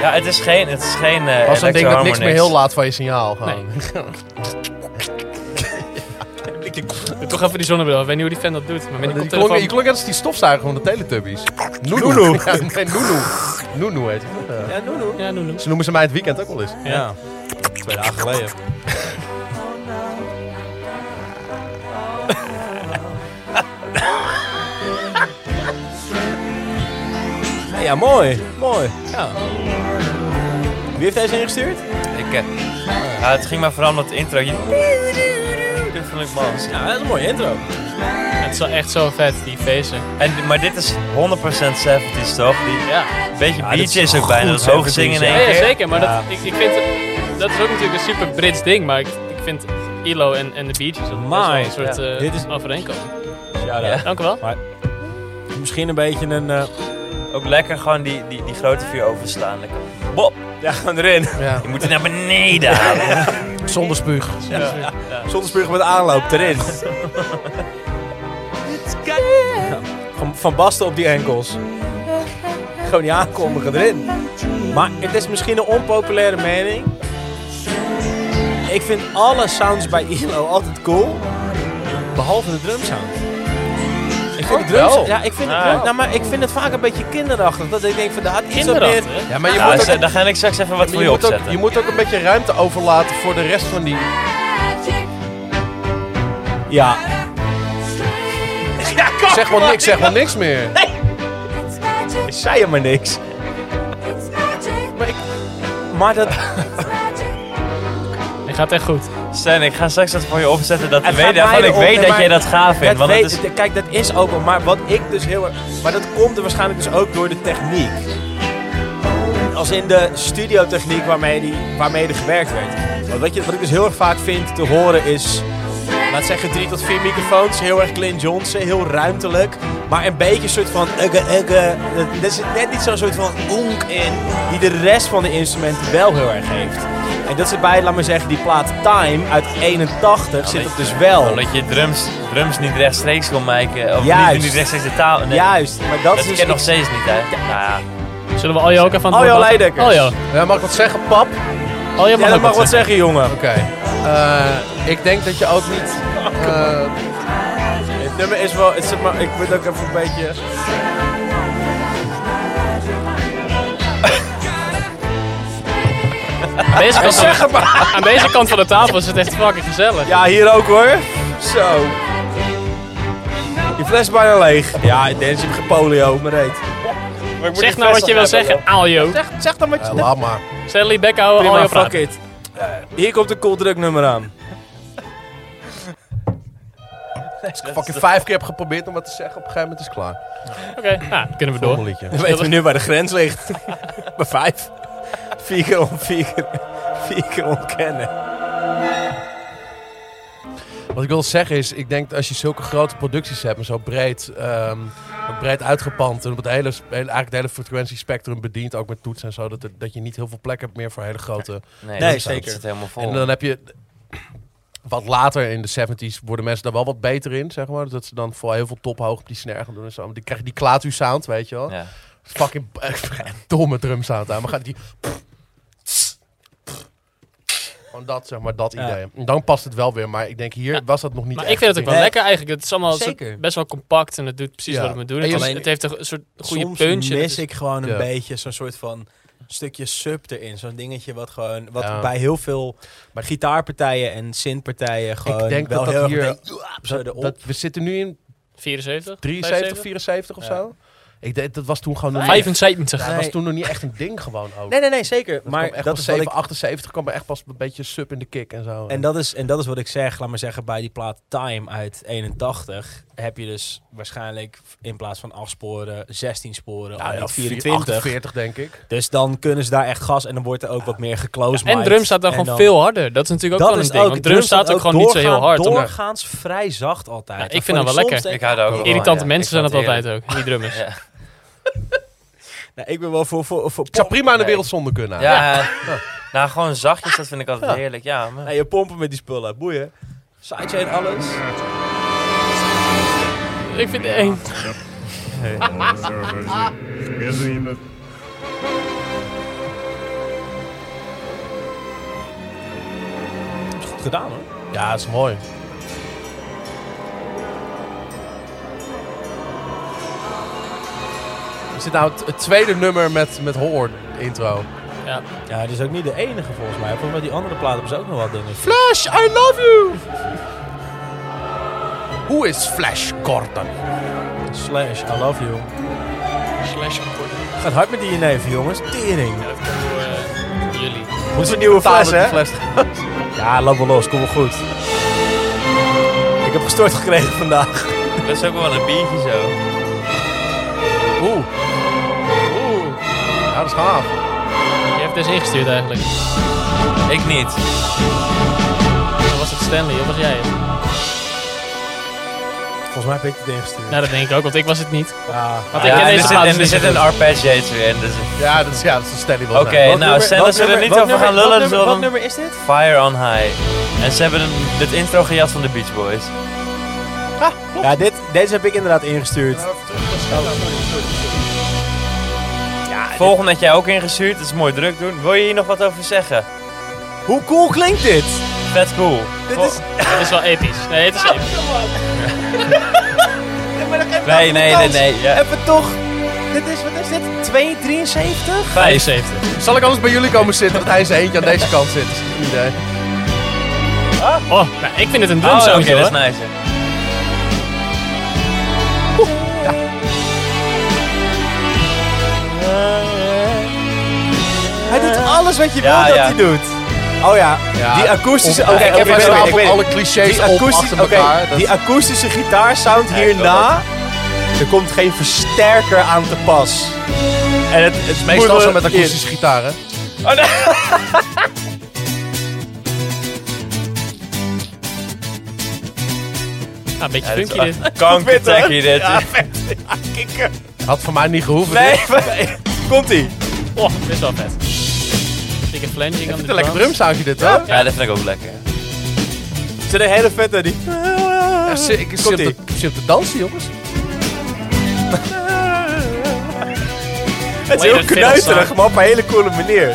Speaker 2: Ja, het is geen... Het is geen eh,
Speaker 3: Als zo'n ding dat
Speaker 2: electroharmonix.
Speaker 3: niks meer heel laat van je signaal gaat.
Speaker 1: Nee. Doe toch even die zonnebril. Ik weet niet hoe die fan dat doet. Maar met die
Speaker 3: Je klonk,
Speaker 1: koptelefoon...
Speaker 3: je klonk net als die stofzuiger van de Teletubbies. Noenu. Ja, nee, Noenu. Noenu heet hij. Ja.
Speaker 4: Ja, noe, noe.
Speaker 1: Ja, noem noem.
Speaker 3: Ze noemen ze mij het weekend ook wel eens.
Speaker 4: Ja. Twee dagen geleden. Ja, ja, mooi. Mooi. Ja. Wie heeft deze ingestuurd?
Speaker 2: Ik, eh, ja, het ging maar vooral om dat intro. Dit vond ik man.
Speaker 4: Ja, dat is een mooie intro.
Speaker 1: Het is wel echt zo vet, die feesten.
Speaker 2: En, maar dit is 100% 70s, toch? Die,
Speaker 1: Ja.
Speaker 2: beetje
Speaker 4: dit
Speaker 2: beatjes
Speaker 4: is
Speaker 2: ook
Speaker 4: goed,
Speaker 2: bijna. Dat hoog
Speaker 4: 70s,
Speaker 2: zingen in
Speaker 4: ja.
Speaker 2: één
Speaker 1: Ja,
Speaker 2: keer.
Speaker 1: ja, zeker. Maar
Speaker 4: Ja.
Speaker 1: dat, ik, ik vind... Dat is ook natuurlijk een super Brits ding. Maar ik, ik vind ILO en, en de Beatles... Dat is wel
Speaker 4: Amai.
Speaker 1: een soort
Speaker 2: Ja.
Speaker 1: eh,
Speaker 4: Dit is-
Speaker 1: overeenkomen.
Speaker 4: Ja,
Speaker 2: Ja.
Speaker 1: Dank u wel.
Speaker 4: Misschien een beetje een... eh
Speaker 2: Ook lekker gewoon die, die, die grote vier overslaan. Lekker. Bob,
Speaker 4: ja, gewoon erin.
Speaker 3: Ja.
Speaker 2: je moet die naar beneden halen.
Speaker 3: Zonder spuug.
Speaker 4: Zondersburg met aanloop, erin. Van, van Basten op die enkels. Gewoon niet aankondigen, erin. Maar het is misschien een onpopulaire mening. Ik vind alle sounds bij ILO altijd cool. Behalve de drumsound. Ik vind de drums,
Speaker 3: wel?
Speaker 4: ja, ik vind, het,
Speaker 2: Ah.
Speaker 4: wel- nou, maar ik vind het vaak een beetje kinderachtig. Dat ik denk van, daar had iets wat meer...
Speaker 1: Kinderachtig, hè?
Speaker 3: Ja, maar je
Speaker 2: Ja,
Speaker 3: moet ook...
Speaker 2: Nou, ze- daar ga ik straks even wat
Speaker 3: maar
Speaker 2: voor
Speaker 3: Je
Speaker 2: je
Speaker 3: moet, ook,
Speaker 2: opzetten.
Speaker 3: je moet ook een beetje ruimte overlaten voor de rest van die...
Speaker 4: Ja,
Speaker 3: Zeg wel niks, zeg wel niks meer.
Speaker 4: ik zei er maar niks. Maar dat...
Speaker 1: Het gaat echt goed.
Speaker 2: Stijn, ik ga straks dat voor je opzetten. Dat
Speaker 4: Het
Speaker 2: weet,
Speaker 4: gaat mij
Speaker 2: waarvan ik
Speaker 4: erom,
Speaker 2: weet dat
Speaker 4: maar
Speaker 2: jij dat gaaf vindt.
Speaker 4: Dat
Speaker 2: want het
Speaker 4: weet,
Speaker 2: is,
Speaker 4: d- Kijk, dat is ook wel. Maar wat ik dus heel erg. Maar dat komt er waarschijnlijk dus ook door de techniek. Als in de studiotechniek waarmee, die, waarmee er gewerkt werd. Want wat, je, wat ik dus heel erg vaak vind te horen is. Laat zeggen drie tot vier microfoons, heel erg Clint Johnson, heel ruimtelijk. Maar een beetje een soort van eh, ugge ugge. Dat- Er zit net niet zo'n soort van onk in die de rest van de instrumenten wel heel erg heeft. En dat zit bij, laat maar zeggen, die plaat Time uit 81
Speaker 2: dat-
Speaker 4: zit dat dus wel.
Speaker 2: omdat je drums, drums niet rechtstreeks kon maken. Of
Speaker 4: Juist.
Speaker 2: niet, niet rechtstreeks de taal. Nee,
Speaker 4: Juist, maar dat,
Speaker 2: dat
Speaker 4: is
Speaker 2: ken
Speaker 4: dus...
Speaker 2: ik nog steeds niet, hè? Nou ja.
Speaker 1: Zullen we Aljo ook even aan het
Speaker 4: Aljo
Speaker 1: woord laten?
Speaker 4: Leidekkers.
Speaker 1: Aljo.
Speaker 3: Ja, mag ik wat zeggen, pap?
Speaker 1: Aljo
Speaker 4: Ja,
Speaker 1: mag
Speaker 4: dat
Speaker 1: ook
Speaker 4: mag wat
Speaker 1: wat
Speaker 4: zeggen, jongen.
Speaker 3: Oké. Eh, ik denk dat je ook niet... eh,
Speaker 4: Het nummer is wel... Het is maar, ik moet ook even een beetje...
Speaker 1: Aan deze, kant van, aan deze kant van de tafel is het echt fucking gezellig.
Speaker 4: Ja, hier ook hoor. Zo. Die fles is bijna leeg. Ja, Dennis, je hebt geen polio op mijn reet.
Speaker 1: zeg nou wat je wil zeggen, Aljo.
Speaker 4: Zeg, zeg dan wat je...
Speaker 3: eh, laat maar.
Speaker 1: Stel die bek houden, Aljo
Speaker 4: Prima, Oh, fuck
Speaker 1: praat.
Speaker 4: it. Eh, hier komt een cool druk nummer aan.
Speaker 3: Als ik fucking vijf keer heb geprobeerd om wat te zeggen, op een gegeven moment is het klaar.
Speaker 1: Oké, nou, dan kunnen we door.
Speaker 3: Volgende liedje.
Speaker 4: Dan weten we nu waar de grens ligt. Bij vijf. Vier keer om, vier keer... Vier keer ontkennen.
Speaker 3: Wat ik wil zeggen is, ik denk dat als je zulke grote producties hebt, maar zo breed, ehm, ook breed uitgepand en op het hele, hele- eigenlijk het hele frequentiespectrum bedient, ook met toetsen en zo, dat, er- dat je niet heel veel plek hebt meer voor hele grote.
Speaker 2: Nee,
Speaker 4: Nee,
Speaker 2: dat
Speaker 4: zeker.
Speaker 2: zit helemaal vol.
Speaker 3: En dan heb je wat later in de 70s worden mensen daar wel wat beter in, zeg maar. Dat ze dan voor heel veel tophoog op die snare gaan doen en zo. Maar die krijg je die klatu sound, weet je wel.
Speaker 2: Ja.
Speaker 3: Fucking eh, domme drum sound aan. Maar gaat die. Gewoon dat, zeg maar, dat
Speaker 4: Ja.
Speaker 3: idee. En dan past het wel weer, maar ik denk hier was dat nog niet.
Speaker 1: Maar
Speaker 3: echt
Speaker 1: ik vind het ook wel
Speaker 4: Nee.
Speaker 1: lekker eigenlijk. Het is allemaal zo-
Speaker 4: Zeker.
Speaker 1: best wel compact en het doet precies
Speaker 3: Ja.
Speaker 1: wat het moet doen.
Speaker 3: En
Speaker 1: Het,
Speaker 3: je-
Speaker 1: is-
Speaker 4: alleen-
Speaker 1: het heeft een soort goede
Speaker 4: Soms
Speaker 1: punch.
Speaker 4: mis
Speaker 1: Het is-
Speaker 4: ik gewoon een
Speaker 3: Ja.
Speaker 4: beetje zo'n soort van stukje sub erin. Zo'n dingetje wat gewoon wat
Speaker 3: Ja.
Speaker 4: bij heel veel maar gitaarpartijen en synthpartijen gewoon
Speaker 3: denk
Speaker 4: wel
Speaker 3: dat dat
Speaker 4: heel erg uh,
Speaker 3: hier-
Speaker 4: meteen, "Uah", zo erop.
Speaker 3: Dat, we zitten nu in
Speaker 1: 74?
Speaker 3: 73, 74 of
Speaker 4: Ja.
Speaker 3: zo. Ik deed, dat was toen gewoon nog niet,
Speaker 1: 75.
Speaker 3: dat was toen nog niet echt een ding gewoon ook.
Speaker 4: Nee, nee, nee, zeker.
Speaker 3: Dat kwam
Speaker 4: maar
Speaker 3: echt
Speaker 4: dat
Speaker 3: pas
Speaker 4: is wat
Speaker 3: 7,
Speaker 4: ik,
Speaker 3: 78 kwam er echt pas een beetje sub in de kick en zo.
Speaker 4: en, dat is, en dat is wat ik zeg, laat maar zeggen, bij die plaat Time uit 81 heb je dus waarschijnlijk in plaats van 8 sporen, 16 sporen,
Speaker 3: Nou
Speaker 4: of
Speaker 3: ja,
Speaker 4: niet
Speaker 3: 24.
Speaker 4: 24.
Speaker 3: 48 denk ik.
Speaker 4: Dus dan kunnen ze daar echt gas en dan wordt er ook wat meer geclosed.
Speaker 1: En drum staat dan gewoon veel harder. Dat is natuurlijk ook
Speaker 4: Dat
Speaker 1: wel
Speaker 4: is
Speaker 1: een ding.
Speaker 4: ook,
Speaker 1: want drum staat ook gewoon niet zo heel hard. hoor.
Speaker 4: Doorgaans vrij zacht altijd.
Speaker 1: Ja, ik
Speaker 4: Dat
Speaker 1: vind
Speaker 4: vond
Speaker 1: dat wel
Speaker 4: soms
Speaker 1: lekker.
Speaker 4: denk-
Speaker 2: Ik hou daar ook wel van,
Speaker 1: Irritante
Speaker 2: ja.
Speaker 1: mensen zijn
Speaker 2: Ik
Speaker 1: dat
Speaker 2: vind
Speaker 1: altijd ook, die drummers.
Speaker 2: heerlijk.
Speaker 4: Nou, ik ben wel voor... voor, voor
Speaker 3: Ik zou prima aan de
Speaker 2: Nee.
Speaker 3: wereld zonder kunnen.
Speaker 2: Ja, eh, nou gewoon zachtjes, dat vind ik altijd heerlijk. Ja, maar...
Speaker 4: Nou, je pompen met die spullen, boeien. Sidechain alles.
Speaker 1: Ik vind één.
Speaker 4: Goed gedaan hoor.
Speaker 3: Ja, dat is mooi. Is dit nou het, het tweede nummer met, met horror intro?
Speaker 1: Ja.
Speaker 4: Ja, dit is ook niet de enige volgens mij. Volgens mij die andere platen hebben ze ook nog wat dingen.
Speaker 3: Flash, I love you! Hoe is Flash Gordon?
Speaker 4: Slash, I love you. Gaat hard met die neven jongens. Tering.
Speaker 1: Jullie.
Speaker 4: Moeten we een nieuwe fles hè?
Speaker 3: Flash.
Speaker 4: Ja, loop wel los. Kom wel goed. Ik heb gestort gekregen vandaag.
Speaker 2: Dat is ook wel een biertje zo.
Speaker 3: Oeh. Oeh. Ja, dat is gaaf.
Speaker 1: Je hebt deze ingestuurd eigenlijk.
Speaker 2: Ik niet.
Speaker 1: Dan was het Stanley, of was jij het?
Speaker 4: Volgens mij heb ik het ingestuurd.
Speaker 1: Nou, dat denk ik ook, want ik was het niet.
Speaker 4: Ja.
Speaker 1: Want ik
Speaker 2: Ja, en
Speaker 1: ken
Speaker 2: er
Speaker 1: deze
Speaker 2: zit,
Speaker 1: plaat
Speaker 2: en er
Speaker 1: dus
Speaker 2: zit
Speaker 1: niet.
Speaker 2: een arpeggiator in. Dus...
Speaker 3: Ja, dat is, ja, dat is een steady wel.
Speaker 2: Oké, nou, stel dat ze er niet over gaan lullen,
Speaker 4: Wat
Speaker 2: zullen
Speaker 4: nummer,
Speaker 2: we
Speaker 4: wat
Speaker 2: hem-
Speaker 4: nummer is dit?
Speaker 2: Fire on High. En ze hebben een, het intro gejat van de Beach Boys.
Speaker 4: Ja, dit, deze heb ik inderdaad ingestuurd.
Speaker 2: Volgende had jij ook ingestuurd, dat is mooi druk doen. Wil je hier nog wat over zeggen?
Speaker 4: Hoe cool klinkt dit?
Speaker 2: Vet cool.
Speaker 4: Dit is...
Speaker 1: Het is wel episch. Nee, het is episch.
Speaker 2: Nee, nee, nee, nee. Ja.
Speaker 4: Even toch... Dit is, wat is dit? 273?
Speaker 1: 75.
Speaker 3: Zal ik anders bij jullie komen zitten, dat hij zijn eentje aan deze kant zit? Dat is een idee.
Speaker 1: Oh, nou, ik vind het een drum
Speaker 2: Oh, oké,
Speaker 1: soundje
Speaker 2: dat is
Speaker 1: hoor.
Speaker 2: nice.
Speaker 4: Hij doet alles wat je
Speaker 2: Ja,
Speaker 4: wil dat
Speaker 2: ja.
Speaker 4: hij doet. Oh ja, die akoestische... Oh,
Speaker 3: Oké,
Speaker 4: Oké,
Speaker 3: eh, ik heb
Speaker 4: oké,
Speaker 3: even
Speaker 4: wacht,
Speaker 3: al
Speaker 4: wacht, wacht.
Speaker 3: alle clichés
Speaker 4: Die,
Speaker 3: op
Speaker 4: akoesti-
Speaker 3: achter
Speaker 4: oké,
Speaker 3: elkaar. dat
Speaker 4: die akoestische gitaarsound hierna... Er komt geen versterker aan te pas. En het, het is
Speaker 3: is meestal zo met akoestische gitaren.
Speaker 2: Oh, nee.
Speaker 1: Ah, een beetje
Speaker 2: Ja, dit
Speaker 1: funky
Speaker 2: is
Speaker 1: dit.
Speaker 2: echt kankertrekkie dit.
Speaker 4: kikker.
Speaker 3: Had voor mij niet gehoeven.
Speaker 4: Nee, komt-ie.
Speaker 1: Oh, dit is wel vet. Dikke flanging aan de
Speaker 3: Een lekker
Speaker 1: drums.
Speaker 3: drumsoundje dit, hoor.
Speaker 2: Ja, dat vind ik ook lekker.
Speaker 4: Het is een hele vette die...
Speaker 3: Ja, zi- ik zit op,
Speaker 4: Komt-ie.
Speaker 3: de, ik zit op te dansen, jongens.
Speaker 4: Het is
Speaker 1: Later
Speaker 4: heel kneuterig,
Speaker 1: fiddles,
Speaker 4: maar op een hele coole manier.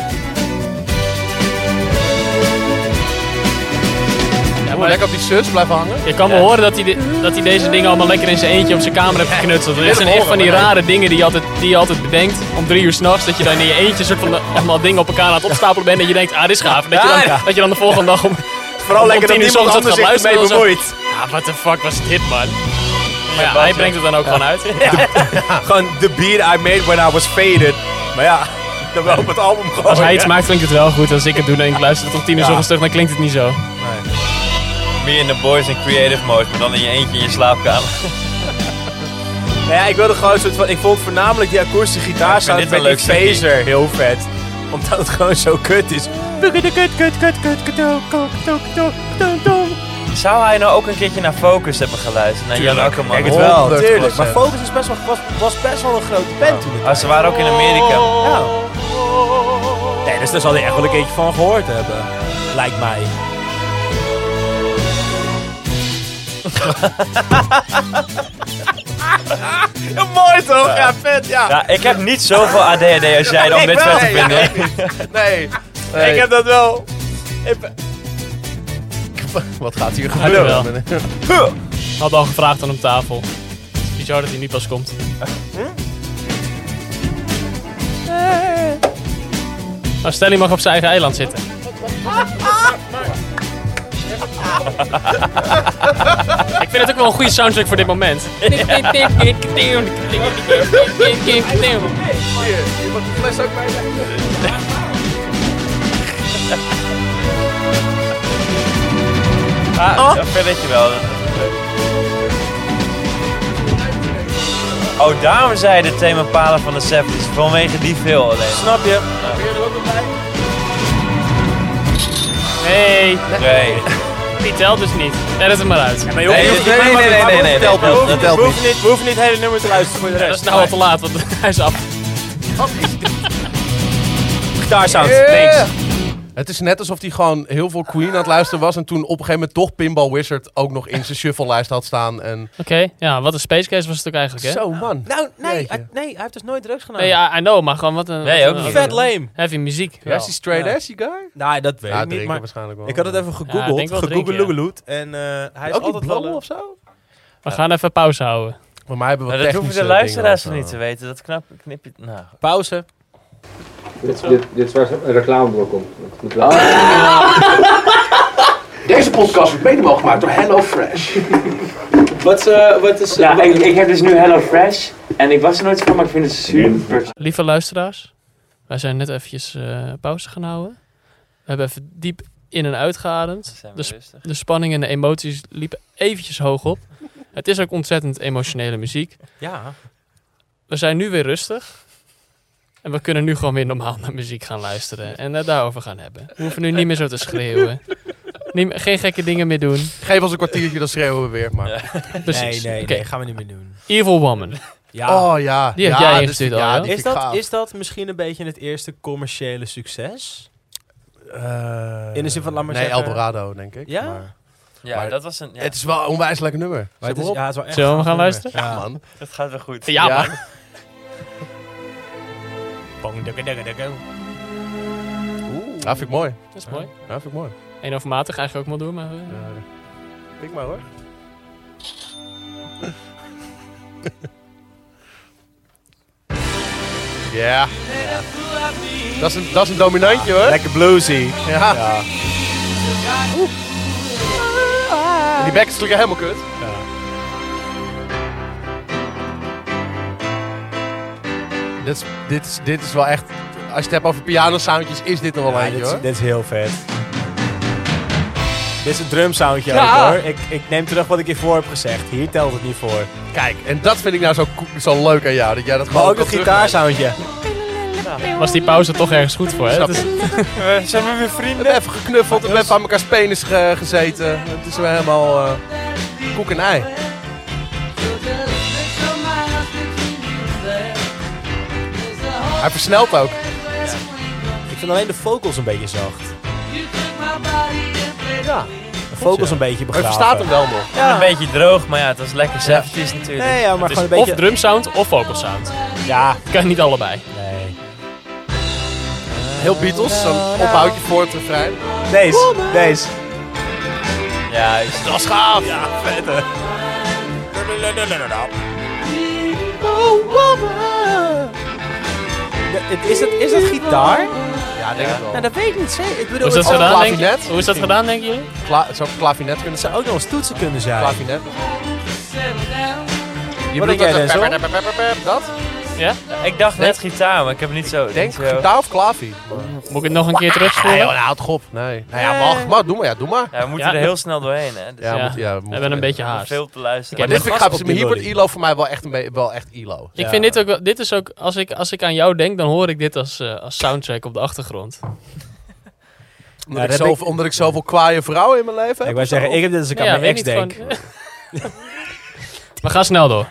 Speaker 3: Moet lekker op die zus blijven hangen.
Speaker 1: Je kan me horen dat hij, de- dat hij deze dingen allemaal lekker in zijn eentje op zijn kamer heeft geknutseld. Dit zijn echt van die rare dingen die je altijd, die je altijd bedenkt. Om drie uur s'nachts, dat je dan in je eentje soort van allemaal dingen op elkaar aan het opstapelen bent. En je denkt, ah, dit is gaaf. En dat, je dan,
Speaker 4: Ja, ja.
Speaker 1: dat je dan de volgende dag om...
Speaker 4: Vooral
Speaker 1: Om
Speaker 4: lekker dat
Speaker 1: tien uur
Speaker 4: niemand
Speaker 1: ochtends
Speaker 4: anders
Speaker 1: gaan
Speaker 4: zich ermee
Speaker 1: luisteren
Speaker 4: bemoeit.
Speaker 1: Ah, what the fuck was dit, man? Maar ja, hij brengt het dan ook gewoon uit.
Speaker 4: Gewoon the beer I made when I was faded. Maar ja, dan wel op het album gewoon.
Speaker 1: Als hij iets
Speaker 4: hè?
Speaker 1: maakt, klinkt het wel goed. Als ik het doe en ik luister tot tien uur
Speaker 4: Oh, Ja.
Speaker 1: ochtends terug, dan klinkt het niet zo.
Speaker 2: Me and the boys in creative mode, maar dan in je eentje in je slaapkamer.
Speaker 4: Nou ja, ik wilde gewoon een soort van... Ik vond voornamelijk die akoestische gitaar
Speaker 2: vind
Speaker 4: met
Speaker 2: dit wel
Speaker 4: die
Speaker 2: leuk, stukje.
Speaker 4: phaser heel vet. Omdat het gewoon zo kut is.
Speaker 2: Zou hij nou ook een keertje naar Focus hebben geluisterd? Naar Jan Akkerman?
Speaker 4: Kijk het wel,
Speaker 3: 100%.
Speaker 4: tuurlijk. Maar Focus is best wel, was, was best wel een grote band toen.
Speaker 2: Oh, ze waren ook in Amerika.
Speaker 4: Ja. Oh. Nee, dus daar zal hij echt wel een keertje van gehoord hebben. Lijkt mij. ja, mooi toch? Ja, vet, ja.
Speaker 2: Ja, ik heb niet zoveel ADHD als jij om
Speaker 4: Ik
Speaker 2: dit
Speaker 4: wel.
Speaker 2: vet te vinden.
Speaker 3: Nee.
Speaker 4: Ik heb dat wel. Ik ben-
Speaker 3: Wat gaat hier
Speaker 1: Hallo.
Speaker 3: gebeuren?
Speaker 1: Had al gevraagd aan hem tafel. Bizar dat hij nu pas komt. Nou, Stanley mag op zijn eigen eiland zitten. ik vind vind het ook wel een goede soundtrack voor dit moment.
Speaker 2: Ah, dat weet je wel. dat is leuk. Oh, daarom zei de themapalen van de 70s. Vanwege die veel alleen.
Speaker 4: Snap je?
Speaker 1: Nee,
Speaker 2: Nee.
Speaker 1: die telt dus niet. Edit het maar uit.
Speaker 4: Maar joh,
Speaker 2: Nee,
Speaker 4: je
Speaker 2: nee,
Speaker 4: hoeft-
Speaker 2: nee,
Speaker 4: maar- maar-
Speaker 2: nee, nee,
Speaker 4: maar-
Speaker 2: nee, nee,
Speaker 4: maar-
Speaker 2: nee,
Speaker 4: maar-
Speaker 2: dat-
Speaker 4: we
Speaker 2: dat
Speaker 4: hoeven
Speaker 2: telt
Speaker 4: niet- We hoeven niet het hele nummer te luisteren voor de
Speaker 1: Dat is
Speaker 4: rest.
Speaker 1: nou al te laat, want hij is af.
Speaker 4: Gitaar sound.
Speaker 3: Yeah. Het is net alsof hij gewoon heel veel Queen aan het luisteren was. En toen op een gegeven moment toch Pinball Wizard ook nog in zijn shuffle-lijst had staan. En...
Speaker 1: Oké, ja, wat een space case was het ook eigenlijk, hè?
Speaker 3: Zo, man.
Speaker 4: Nou, nee,
Speaker 3: Jeetje.
Speaker 4: hij- nee, hij heeft dus nooit drugs gedaan.
Speaker 1: Nee, ja, I know, maar gewoon wat een...
Speaker 2: Nee,
Speaker 1: wat
Speaker 2: ook
Speaker 1: een-
Speaker 2: niet.
Speaker 4: Vet lame.
Speaker 1: Heavy muziek.
Speaker 3: Ja, is die straight ass, die guy?
Speaker 4: Nee, Nou, dat weet
Speaker 3: Ja,
Speaker 4: ik niet,
Speaker 3: drinken
Speaker 4: maar
Speaker 3: waarschijnlijk wel.
Speaker 4: ik had het even
Speaker 1: Ja, ik denk wel
Speaker 4: gegoogeld, eh, ja,
Speaker 1: drinken,
Speaker 4: en eh, hij is
Speaker 3: Ook niet
Speaker 4: altijd wel...
Speaker 3: blauw
Speaker 4: een-
Speaker 3: of zo?
Speaker 1: We gaan even pauze houden.
Speaker 3: Voor mij hebben we
Speaker 2: Maar Nou, dat hoeven
Speaker 3: technische
Speaker 2: de
Speaker 3: dingen
Speaker 2: luisteraars
Speaker 3: of
Speaker 2: toch
Speaker 3: zo.
Speaker 2: niet te weten. Dat knap, knip je... Nou,
Speaker 4: Pauze.
Speaker 7: Dit, dit, dit is waar een reclameblok om. Dat moet wel.
Speaker 5: Deze podcast wordt mede mogelijk gemaakt door HelloFresh.
Speaker 8: Wat, eh, wat is... Ja, ik, ik heb dus nu HelloFresh. En ik was er nooit van, maar ik vind het super...
Speaker 1: Lieve luisteraars, wij zijn net eventjes eh, pauze gaan houden. We hebben even diep in en uit geademd.
Speaker 2: zijn we
Speaker 1: De, sp-
Speaker 2: rustig.
Speaker 1: de spanning en de emoties liepen eventjes hoog op. Het is ook ontzettend emotionele muziek.
Speaker 4: Ja.
Speaker 1: We zijn nu weer rustig. En we kunnen nu gewoon weer normaal naar muziek gaan luisteren. En het daarover gaan hebben. We hoeven nu niet meer zo te schreeuwen. Niet meer- geen gekke dingen meer doen.
Speaker 3: Geef ons een kwartiertje, dan schreeuwen we weer. Maar...
Speaker 1: Precies.
Speaker 4: Nee, nee,
Speaker 1: Oké,
Speaker 4: nee, gaan we niet meer doen.
Speaker 1: Evil Woman.
Speaker 4: Ja.
Speaker 3: Oh ja.
Speaker 1: Die heb
Speaker 3: ja,
Speaker 1: jij
Speaker 3: dit
Speaker 1: ingestuurd
Speaker 3: vind-
Speaker 1: al,
Speaker 3: ja,
Speaker 1: hè?
Speaker 3: dit
Speaker 4: is,
Speaker 3: vind ik
Speaker 4: dat,
Speaker 3: gaaf.
Speaker 4: is dat misschien een beetje het eerste commerciële succes? In de zin van, laat maar
Speaker 3: Eh, nee,
Speaker 4: zeggen-
Speaker 3: Eldorado, denk ik.
Speaker 4: Ja?
Speaker 3: Maar
Speaker 2: ja,
Speaker 3: Maar
Speaker 2: dat was een... Ja,
Speaker 3: Het is wel een onwijs lekker nummer.
Speaker 4: Maar het
Speaker 3: Zet
Speaker 4: is,
Speaker 3: hem op.
Speaker 4: ja, het is wel echt
Speaker 1: Zullen we
Speaker 4: een
Speaker 1: gaan
Speaker 4: gaaf
Speaker 1: luisteren?
Speaker 4: nummer.
Speaker 3: Ja, man.
Speaker 2: dat gaat wel goed.
Speaker 1: Ja, man.
Speaker 4: Bong, dugga, dugga, dugga.
Speaker 3: Ja, vind ik mooi.
Speaker 1: Dat is mooi.
Speaker 3: Ja, vind ik mooi.
Speaker 1: Eén overmatig eigenlijk ook wel doen, maar... eh,
Speaker 3: Pik maar hoor. Ja. Dat is een, dat is een dominantje hoor.
Speaker 4: Lekker bluesy.
Speaker 3: Ja. En Die bek is natuurlijk helemaal kut. Dit, is, dit, is, dit is wel echt... Als je het hebt over pianosoundjes, is dit nog wel
Speaker 4: Ja,
Speaker 3: eentje
Speaker 4: dit, is,
Speaker 3: hoor.
Speaker 4: dit is heel vet. Dit is een drumsoundje
Speaker 3: Ja.
Speaker 4: ook hoor. Ik, ik neem terug wat ik hiervoor heb gezegd. Hier telt het niet voor.
Speaker 3: Kijk, en dat vind ik nou zo, ko- zo leuk aan jou. Dat jij dat
Speaker 4: Maar
Speaker 3: gewoon
Speaker 4: ook
Speaker 3: kan
Speaker 4: het
Speaker 3: terugnemen.
Speaker 4: gitaarsoundje.
Speaker 1: was die pauze toch ergens goed voor, hè?
Speaker 3: Snap
Speaker 1: Het is-
Speaker 2: We zijn we weer vrienden?
Speaker 3: We hebben even geknuffeld, we hebben even aan elkaars penis ge- gezeten. Het is weer helemaal eh, koek en ei. Hij versnelt ook.
Speaker 4: Ik vind alleen de vocals een beetje zacht. Ja, de vocals een beetje
Speaker 3: Hij
Speaker 4: begraven.
Speaker 3: verstaat hem wel nog.
Speaker 2: Een beetje droog, maar ja, het was lekker 70s natuurlijk.
Speaker 4: Nee, ja, maar
Speaker 1: Het is
Speaker 4: gewoon een beetje...
Speaker 1: of drumsound of vocal sound.
Speaker 4: Ja,
Speaker 1: Kan niet allebei.
Speaker 4: nee.
Speaker 3: Heel Beatles,
Speaker 4: Oh,
Speaker 3: zo'n ophoutje voor het refrein.
Speaker 4: Deze, deze.
Speaker 2: Ja, is
Speaker 3: Dat is gaaf. Ja,
Speaker 4: Is dat, is dat gitaar?
Speaker 3: denk ik wel.
Speaker 4: Nou, dat weet ik niet zeker. Ik
Speaker 1: Hoe
Speaker 4: bedoel,
Speaker 1: is
Speaker 4: het
Speaker 1: dat
Speaker 4: zou,
Speaker 1: gedaan, denk
Speaker 3: klavinet.
Speaker 1: je? Hoe is dat gedaan, denk je?
Speaker 3: Kla zou ik klavinet kunnen
Speaker 4: het
Speaker 3: zijn?
Speaker 4: zou ook nog eens toetsen kunnen zijn.
Speaker 3: Klavinet. Je bedoelt
Speaker 4: Wat denk jij,
Speaker 3: dat-
Speaker 4: Denzel?
Speaker 3: pep, pep, pep, pep, pep, Dat?
Speaker 2: Ik dacht net gitaar, maar ik heb het niet zo.
Speaker 3: Ik denk
Speaker 2: niet zo-
Speaker 3: gitaar of klavi.
Speaker 1: Moet ik het nog een keer
Speaker 3: Nee,
Speaker 1: terugvoeren?
Speaker 3: joh, nou, het gop. Nee. Nou ja, mag. Maar doe maar, ja, doe maar.
Speaker 2: Ja, we moeten
Speaker 1: Ja.
Speaker 2: er heel snel doorheen, hè. Dus
Speaker 3: Ja,
Speaker 1: Ja,
Speaker 3: moet- ja,
Speaker 1: we
Speaker 3: moet-
Speaker 1: hebben een beetje
Speaker 2: er is
Speaker 1: haast.
Speaker 2: veel te luisteren.
Speaker 1: Ik
Speaker 3: Maar
Speaker 1: heb
Speaker 3: dit
Speaker 1: een
Speaker 3: vind ik grappig.
Speaker 4: gast op
Speaker 3: Maar
Speaker 4: die
Speaker 3: hier wordt
Speaker 4: lolly.
Speaker 3: ILO voor mij wel echt, een be- wel echt ILO.
Speaker 1: Ik vind dit ook wel, dit is ook, als ik, als ik aan jou denk, dan hoor ik dit als, eh, als soundtrack op de achtergrond.
Speaker 3: Omdat,
Speaker 4: Ja,
Speaker 3: ik,
Speaker 4: dat
Speaker 3: zoveel,
Speaker 4: heb ik-
Speaker 3: omdat ik zoveel kwaaie vrouwen in mijn leven heb.
Speaker 4: Ik wou
Speaker 3: of zo.
Speaker 4: zeggen, ik heb dit als ik
Speaker 1: Ja,
Speaker 4: aan mijn ex
Speaker 1: weet
Speaker 4: denk.
Speaker 1: niet, We gaan snel door.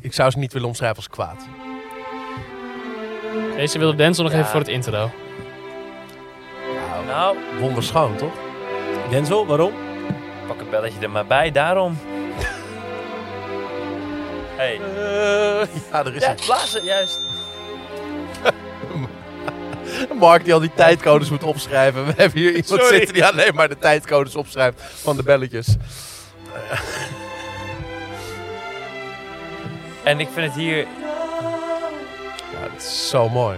Speaker 3: Ik zou ze niet willen omschrijven als kwaad.
Speaker 1: Deze wilde Denzel nog
Speaker 2: Ja.
Speaker 1: even voor het intro.
Speaker 2: Nou,
Speaker 3: Wonderschoon, toch?
Speaker 4: Denzel, waarom?
Speaker 2: pak een belletje er maar bij, daarom. Hey.
Speaker 3: ja, er is
Speaker 2: Ja, blazen, juist.
Speaker 3: een Mark die al die tijdcodes moet opschrijven. We hebben hier iemand
Speaker 2: Sorry.
Speaker 3: zitten die alleen maar de tijdcodes opschrijft van de belletjes.
Speaker 2: En ik vind het hier.
Speaker 3: Ja, dat is zo mooi.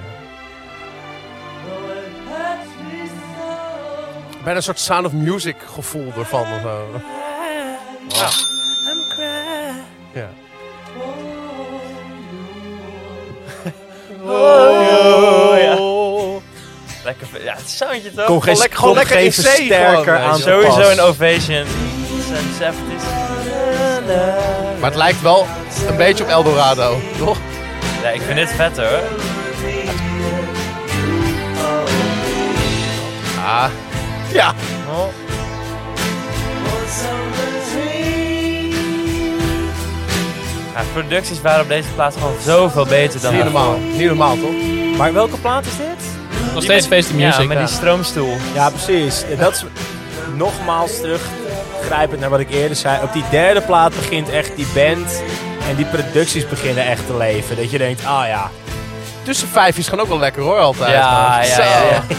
Speaker 3: Bijna een soort Sound of Music gevoel ervan of zo.
Speaker 2: Oh. Lekker, ja, het soundje toch?
Speaker 4: Kom geen,
Speaker 3: Gewoon lekker- gewoon
Speaker 4: kom
Speaker 3: lekker
Speaker 4: geen
Speaker 3: in C
Speaker 4: versterker
Speaker 3: gewoon,
Speaker 4: aan te
Speaker 2: Sowieso
Speaker 4: pas.
Speaker 2: een ovation. Zijn safeties.
Speaker 3: Maar het lijkt wel een beetje op Eldorado, toch?
Speaker 2: Ja, ik vind dit vet hoor.
Speaker 3: Ah. Ja.
Speaker 2: Oh. Ja, producties waren op deze plaats gewoon zoveel beter dan
Speaker 3: Niet normaal.
Speaker 2: daarvoor.
Speaker 3: Niet normaal, toch?
Speaker 4: Maar welke plaat is dit?
Speaker 1: Nog steeds feest in
Speaker 2: Ja,
Speaker 1: music.
Speaker 2: met die stroomstoel.
Speaker 4: Ja, precies. Ja, Dat is nogmaals teruggrijpend naar wat ik eerder zei. Op die derde plaat begint echt die band en die producties beginnen echt te leven. Dat je denkt, ah ja.
Speaker 3: Tussen vijfjes gaan ook wel lekker hoor, altijd.
Speaker 2: Ja, ja,
Speaker 3: Zo.
Speaker 2: ja. ja. Ik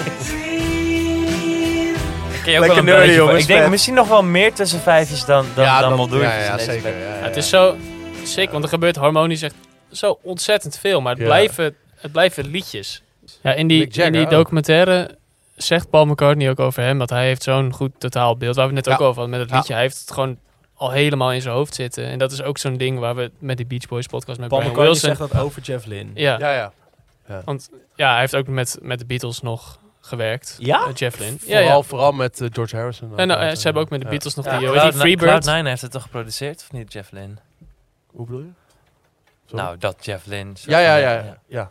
Speaker 2: ken je ook wel
Speaker 4: Lekker
Speaker 2: een
Speaker 4: nerdy,
Speaker 2: beetje van.
Speaker 4: jongens,
Speaker 2: Ik denk
Speaker 4: vet.
Speaker 2: misschien nog wel meer tussen vijfjes dan, dan,
Speaker 3: Ja,
Speaker 2: dan
Speaker 3: dat-
Speaker 2: Moldoortjes
Speaker 3: ja, ja,
Speaker 2: in deze
Speaker 3: zeker.
Speaker 2: band.
Speaker 3: ja, ja,
Speaker 1: Het
Speaker 3: ja.
Speaker 1: is zo sick, want er gebeurt harmonisch echt zo ontzettend veel. Maar het,
Speaker 3: Ja.
Speaker 1: blijven, het blijven liedjes. Ja, in die,
Speaker 3: Mick Jagger
Speaker 1: in die
Speaker 3: ook.
Speaker 1: documentaire zegt Paul McCartney ook over hem... dat hij heeft zo'n goed totaalbeeld. Waar we het net ook
Speaker 3: Ja.
Speaker 1: over hadden met het
Speaker 3: Ja.
Speaker 1: liedje. Hij heeft het gewoon al helemaal in zijn hoofd zitten. En dat is ook zo'n ding waar we met die Beach Boys podcast met
Speaker 4: Paul
Speaker 1: Brian
Speaker 4: McCartney
Speaker 1: Wilson...
Speaker 4: zegt dat over Jeff Lynne.
Speaker 1: Ja, ja.
Speaker 3: Ja, ja.
Speaker 1: hij heeft ook met, met de Beatles nog gewerkt.
Speaker 4: Ja?
Speaker 1: Eh, Jeff Lynne. Ja,
Speaker 3: Vooral,
Speaker 1: ja.
Speaker 3: vooral met eh, George Harrison.
Speaker 1: En, nou, eh,
Speaker 3: altijd,
Speaker 1: ze
Speaker 3: eh.
Speaker 1: hebben ook met de
Speaker 3: Ja.
Speaker 1: Beatles nog
Speaker 2: Ja,
Speaker 1: die... hoe heet die? Freebird.
Speaker 2: Cloud9 heeft het toch geproduceerd, of niet, Jeff Lynne?
Speaker 3: Hoe bedoel je? Sorry?
Speaker 2: Nou, dat Jeff Lynne. soort
Speaker 3: Ja, ja,
Speaker 2: van,
Speaker 3: ja. ja. ja.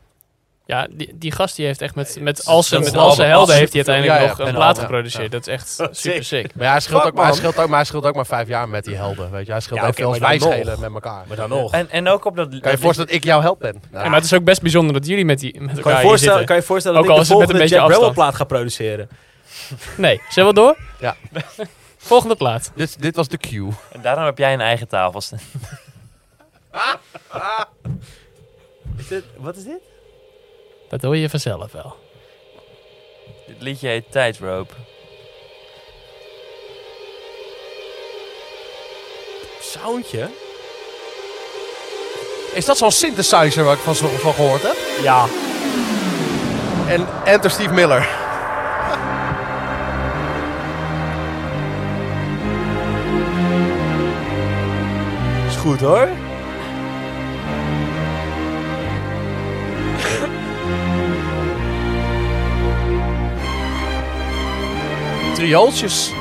Speaker 1: Ja, die, die gast die heeft echt met, met
Speaker 2: een
Speaker 1: al zijn met al zijn
Speaker 2: album.
Speaker 1: helden heeft hij
Speaker 2: Ja,
Speaker 1: uiteindelijk
Speaker 3: ja,
Speaker 1: nog
Speaker 3: een
Speaker 1: een plaat
Speaker 3: album.
Speaker 1: geproduceerd. Dat is echt super sick.
Speaker 3: Maar ja, hij scheelt,
Speaker 4: Fuck,
Speaker 3: ook, maar hij,
Speaker 4: man.
Speaker 3: scheelt ook, maar hij scheelt ook maar vijf jaar met die helden. Weet je? Hij scheelt
Speaker 4: Ja,
Speaker 3: ook
Speaker 4: oké,
Speaker 3: veel als
Speaker 4: maar
Speaker 3: wij
Speaker 4: dan nog.
Speaker 3: schelen met elkaar.
Speaker 4: Maar dan nog.
Speaker 2: En, en ook op dat...
Speaker 3: Kan je je voorstellen dat ik jouw held ben? Ah,
Speaker 1: En, maar het is ook best bijzonder dat jullie met, die, met
Speaker 4: Kan je
Speaker 1: elkaar hier
Speaker 4: voorstellen,
Speaker 1: zitten.
Speaker 4: kan je voorstellen
Speaker 1: Ook
Speaker 4: dat
Speaker 1: al
Speaker 4: ik de
Speaker 1: is het met een
Speaker 4: volgende
Speaker 1: beetje
Speaker 4: Jack Brabble
Speaker 1: afstand.
Speaker 4: plaat ga produceren?
Speaker 1: Nee, zullen we door?
Speaker 3: Ja.
Speaker 1: Volgende plaat.
Speaker 3: dit, dit was de cue.
Speaker 2: En daarom heb jij een eigen tafel. Stan.
Speaker 4: wat is dit?
Speaker 1: Dat hoor je vanzelf wel.
Speaker 2: Dit liedje heet Tightrope.
Speaker 4: Soundje?
Speaker 3: Is dat zo'n synthesizer waar ik van, zo- van gehoord heb?
Speaker 4: Ja.
Speaker 3: En enter Steve Miller.
Speaker 4: Is goed hoor.
Speaker 3: Triooltjes.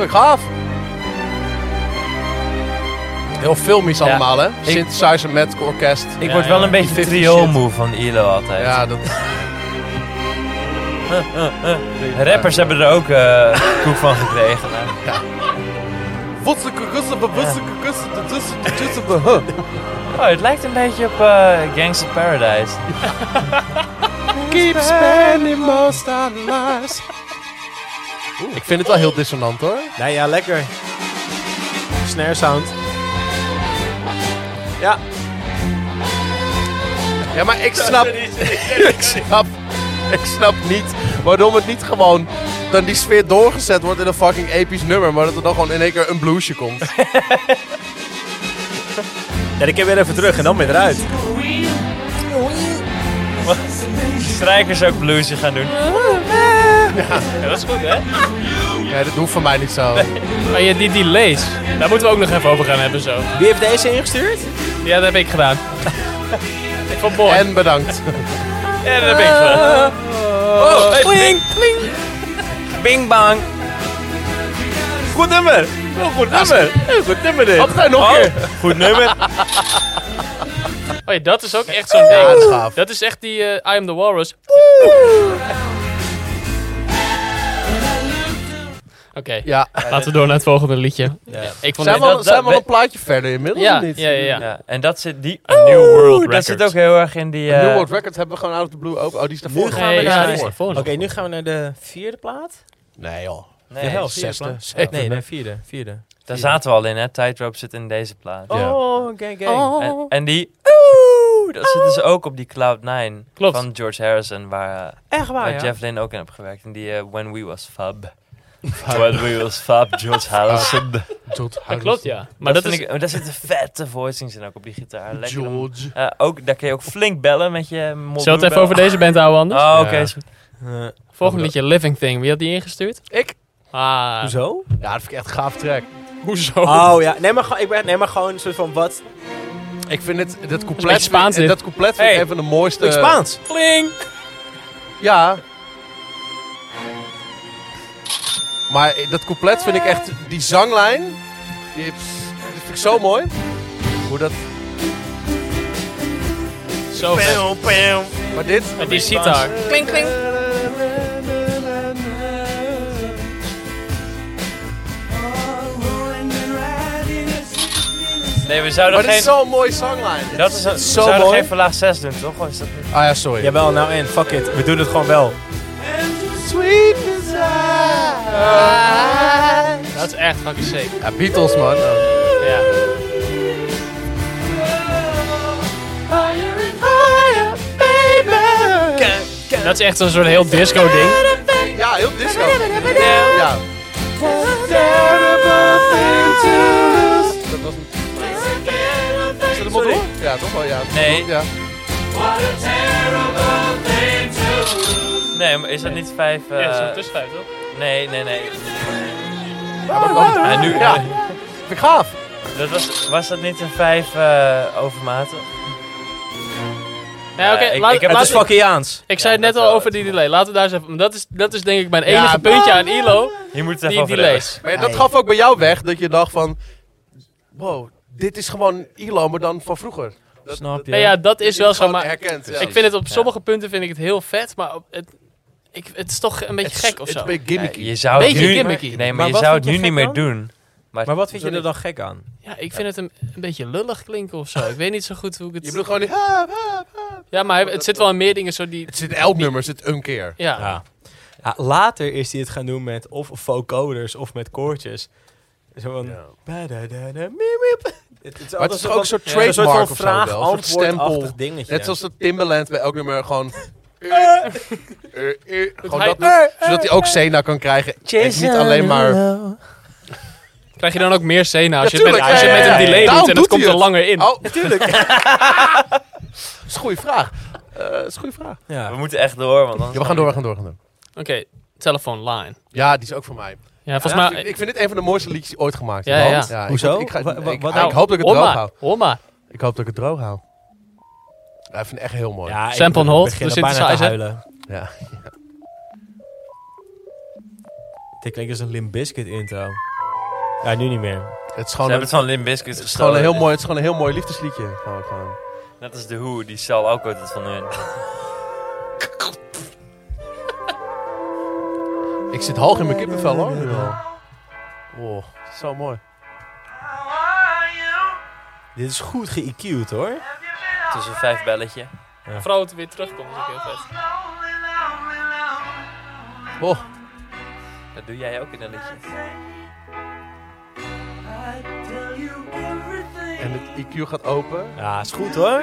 Speaker 3: Ik gaaf. Heel filmisch allemaal, hè? Synthesizer met orkest.
Speaker 2: Ik word wel een beetje
Speaker 3: 50
Speaker 2: trioolmoe van ILO altijd.
Speaker 3: Ja, dat...
Speaker 2: Rappers hebben er ook eh koek van gekregen. Nou,
Speaker 3: Wotselijke kussen, wotselijke kussen, de tussen, de tussen, de huh.
Speaker 2: Oh, het lijkt een beetje op eh Gangster Paradise.
Speaker 3: Keep spending most our lives. Ik vind het wel heel dissonant hoor.
Speaker 4: Nou ja, lekker. Snare sound. Ja,
Speaker 3: Ja, maar ik snap. ik snap. Ik snap niet waarom het niet gewoon. dan die sfeer doorgezet wordt in een fucking episch nummer. Maar dat er dan gewoon in één keer een bluesje komt.
Speaker 4: ja ik heb weer even terug en dan weer eruit.
Speaker 2: Strijkers ook bluesje gaan doen.
Speaker 3: Nee, dat hoeft van mij niet zo.
Speaker 1: Maar je, die delays, daar moeten we ook nog even over gaan hebben zo.
Speaker 4: Wie heeft deze ingestuurd?
Speaker 1: Ja, dat heb ik gedaan. ik vond het mooi.
Speaker 3: En bedankt.
Speaker 1: Ja, dat heb ik gedaan.
Speaker 2: Oh, hey, bing, bing. Bing bang.
Speaker 4: Goed nummer!
Speaker 3: Goed nummer. Goed nummer dit. Wat ga je nog
Speaker 2: Oh,
Speaker 3: keer?
Speaker 2: goed nummer.
Speaker 1: Oh ja, dat is ook echt zo'n
Speaker 3: Ja, dat is
Speaker 1: ding.
Speaker 3: gaaf.
Speaker 1: Dat is echt die eh, I Am The Walrus. Oké,
Speaker 3: Ja.
Speaker 1: laten we door naar het volgende liedje. Ik vond het
Speaker 3: Zijn we, al,
Speaker 2: dat-
Speaker 3: zijn we al
Speaker 2: dat-
Speaker 3: een plaatje verder inmiddels?
Speaker 1: ja,
Speaker 3: of niet?
Speaker 1: ja, ja, ja.
Speaker 2: Ja, en dat zit die A New World Record. Dat zit ook heel erg in die... eh,
Speaker 3: New World Records hebben we gewoon out of the blue ook. Oh, die is daarvoor.
Speaker 4: gaan we
Speaker 1: Nee,
Speaker 4: naar
Speaker 1: ja,
Speaker 4: de
Speaker 1: die is
Speaker 4: voor.
Speaker 1: daarvoor
Speaker 4: Oké,
Speaker 1: nog.
Speaker 4: nu gaan we naar de vierde plaat.
Speaker 3: Nee joh.
Speaker 2: nee,
Speaker 4: de helft.
Speaker 3: zesde,
Speaker 4: Vierde plaat?
Speaker 3: zevende.
Speaker 4: Nee, nee, vierde. vierde.
Speaker 2: Daar zaten we al in, hè. Tightrope zit in deze plaat.
Speaker 3: Ja.
Speaker 4: Oh, oké, oké.
Speaker 2: En, en die... Oeh, dat zit dus ook op die Cloud 9
Speaker 1: Klopt.
Speaker 2: van George Harrison, waar, eh,
Speaker 4: Echt waar,
Speaker 2: waar
Speaker 4: Ah, ja?
Speaker 2: Jeff Lynne ook in heeft gewerkt. En die eh, When We Was Fab. When We Was Fab, George Harrison.
Speaker 3: Tot
Speaker 1: Dat klopt, ja. Maar
Speaker 2: Maar
Speaker 1: dat,
Speaker 2: dat
Speaker 1: is...
Speaker 2: vind ik, oh, daar zitten vette voicings in ook op die gitaar. Lekker om-
Speaker 3: George.
Speaker 2: Eh, ook, daar kun je ook flink bellen met je mond.
Speaker 1: Zullen we het even over deze band houden, anders?
Speaker 2: Oh, oké.
Speaker 3: Ja.
Speaker 2: is goed.
Speaker 4: Eh,
Speaker 1: Volgende liedje, Living Thing. Wie had die ingestuurd?
Speaker 3: Ik?
Speaker 1: Ah,
Speaker 4: hoezo?
Speaker 3: Ja, dat vind ik echt een gaaf track.
Speaker 1: hoezo?
Speaker 4: Ah. Oh ja, nee maar, gewoon- ik ben, nee, maar gewoon een soort van wat...
Speaker 3: Ik vind het, dat
Speaker 1: bij
Speaker 3: couplet,
Speaker 1: het Spaans
Speaker 3: vind-
Speaker 1: dit.
Speaker 3: dat couplet vind ik
Speaker 4: Hey.
Speaker 3: een van de mooiste...
Speaker 4: Spreek Spaans.
Speaker 1: Kling!
Speaker 3: Ja. Maar dat couplet vind ik echt... Die zanglijn... Die, die vind ik zo mooi. Hoe dat...
Speaker 1: Zo vet.
Speaker 3: Maar dit...
Speaker 1: Met die sitar. Kling, kling.
Speaker 2: Nee, we zouden
Speaker 3: Maar dit is
Speaker 2: geen...
Speaker 3: zo'n mooie zanglijn.
Speaker 2: Dat is een,
Speaker 3: zo
Speaker 2: we zouden
Speaker 3: mooi.
Speaker 2: geen verlaag 6 doen, toch? Of Is dat niet?
Speaker 3: Ah ja, sorry.
Speaker 4: Jawel, nou en, fuck it. We doen het gewoon wel.
Speaker 3: Sweet desire.
Speaker 1: Dat is echt fucking sick.
Speaker 3: Ja, Beatles, man. Oh.
Speaker 1: Ja. Dat is echt zo'n soort heel disco ding.
Speaker 3: Ja, heel disco. Ja. Dat was een... Is dat hem al door? Ja, toch wel, ja.
Speaker 2: Nee.
Speaker 3: Ja.
Speaker 2: Nee, maar is dat niet 5... eh
Speaker 1: Ja, zo'n tussenvijf, toch?
Speaker 2: nee, nee, nee.
Speaker 1: Ah,
Speaker 2: Ah,
Speaker 3: En nu? Oh, Ja. Vind ik gaaf.
Speaker 2: Dat was, was dat niet een 5 eh overmaten?
Speaker 1: Ja, oké.
Speaker 2: Ja, ik-
Speaker 1: laat-
Speaker 2: ik heb
Speaker 1: laat-
Speaker 2: het dus
Speaker 4: Dat is fucking Jaans.
Speaker 1: ik zei het
Speaker 2: Ja,
Speaker 1: net
Speaker 2: dat
Speaker 1: al
Speaker 2: wel.
Speaker 1: over die delay. Laten we daar eens even... Dat is, dat is denk ik mijn
Speaker 3: Ja,
Speaker 1: enige puntje aan ILO.
Speaker 2: Hier moet het even
Speaker 1: Die
Speaker 2: over
Speaker 1: delays.
Speaker 3: Maar ja, dat gaf ook bij jou weg dat je dacht van... Wow, dit is gewoon Ilo, maar dan van vroeger.
Speaker 4: Snap je?
Speaker 1: Nou ja, dat is wel zo.
Speaker 3: Gewoon
Speaker 1: Maar
Speaker 3: herkend. Ja.
Speaker 1: ik vind het op sommige punten vind ik het heel vet. Maar op- het, ik, het is toch een beetje gek of
Speaker 3: Het is
Speaker 1: zo.
Speaker 3: een beetje gimmicky.
Speaker 2: Je zou het
Speaker 1: Beetje
Speaker 2: nu,
Speaker 1: gimmicky.
Speaker 2: Nee, maar,
Speaker 4: Maar
Speaker 2: je
Speaker 4: wat
Speaker 2: zou het
Speaker 4: vind
Speaker 2: nu
Speaker 4: je
Speaker 2: niet
Speaker 4: gek
Speaker 2: meer doen.
Speaker 4: Maar wat vind je er dan gek aan?
Speaker 1: Ja, ik vind het een, een beetje lullig klinken of zo. Ik weet niet zo goed hoe ik
Speaker 3: Je
Speaker 1: het...
Speaker 3: bedoelt gewoon die... "Hup, hup, hup."
Speaker 1: Ja, maar het zit wel in meer dingen zo die...
Speaker 3: Het zit in elk nummer, zit een keer.
Speaker 1: Ja.
Speaker 4: Ja. Ja, later is hij het gaan doen met of vocoders of met koortjes. Zo van... Badadada, miep, miep. Het is altijd
Speaker 3: is
Speaker 4: zo
Speaker 3: ook
Speaker 4: van-
Speaker 3: een soort
Speaker 4: ja, zo'n soort
Speaker 3: trademark
Speaker 4: van
Speaker 3: of zo wel, een soort
Speaker 4: vraag-antwoordachtig
Speaker 3: stempel.
Speaker 4: dingetje.
Speaker 3: Net zoals dat Timbaland bij elk nummer gewoon... Eh, eh, gewoon
Speaker 1: hij- eh.
Speaker 3: dat doet, zodat hij ook Sena kan krijgen. En niet alleen maar...
Speaker 1: Krijg je dan ook meer zenuwen als,
Speaker 3: Ja,
Speaker 1: je het met,
Speaker 3: tuurlijk.
Speaker 1: als je
Speaker 3: Ja,
Speaker 1: het met
Speaker 3: ja,
Speaker 1: een
Speaker 3: ja, ja.
Speaker 1: delay doet
Speaker 3: Daarom
Speaker 1: en
Speaker 3: doet
Speaker 1: het komt
Speaker 3: hij
Speaker 1: er
Speaker 3: het.
Speaker 1: langer in?
Speaker 3: Oh, natuurlijk. dat is een goede vraag. Eh, dat is een goede vraag.
Speaker 4: Ja.
Speaker 2: We moeten echt door, want
Speaker 3: Ja,
Speaker 2: anders...
Speaker 3: we gaan door, we gaan door, we gaan door.
Speaker 1: Oké, telephone line.
Speaker 3: Ja, die is ook voor mij.
Speaker 1: Ja, volgens
Speaker 3: Ja,
Speaker 1: mij...
Speaker 3: ik, ik vind dit een van de mooiste liedjes die ooit gemaakt
Speaker 1: Ja,
Speaker 3: zijn.
Speaker 1: ja.
Speaker 3: Want, ik-
Speaker 4: Hoezo?
Speaker 3: Ik, ga-
Speaker 4: Wa- wa-
Speaker 3: ik-
Speaker 4: wat
Speaker 3: ah,
Speaker 4: nou?
Speaker 3: ik hoop dat ik het droog hou.
Speaker 1: Homma, Homma.
Speaker 3: Ik hoop dat ik het droog hou. Ja, ik vind het echt heel mooi.
Speaker 4: Ja, ik
Speaker 1: Sample on hold,
Speaker 4: begin
Speaker 1: de
Speaker 4: al bijna te
Speaker 1: synthesizer.
Speaker 4: huilen.
Speaker 3: Ja.
Speaker 4: Dit klinkt als een Limp Bizkit intro. Ja, nu niet meer.
Speaker 3: Het is
Speaker 2: Ze
Speaker 3: gewoon een,
Speaker 2: hebben het van Limp Bizkit
Speaker 3: het is
Speaker 2: gestolen.
Speaker 3: gewoon een heel mooi, het is gewoon een heel mooi liefdesliedje. Gewoon, gewoon.
Speaker 2: Net als de Who, die zal ook altijd van hun.
Speaker 3: Ik zit hoog in mijn kippenvel hoor. nu al. Oh, zo mooi.
Speaker 4: Dit is goed geïQ'd hoor.
Speaker 2: Tussen vijf belletje.
Speaker 1: Vooral dat het weer terugkomt is ook heel vet.
Speaker 3: Oh,
Speaker 2: Dat doe jij ook in een liedje.
Speaker 3: en het IQ gaat open.
Speaker 4: Ja, is goed hoor.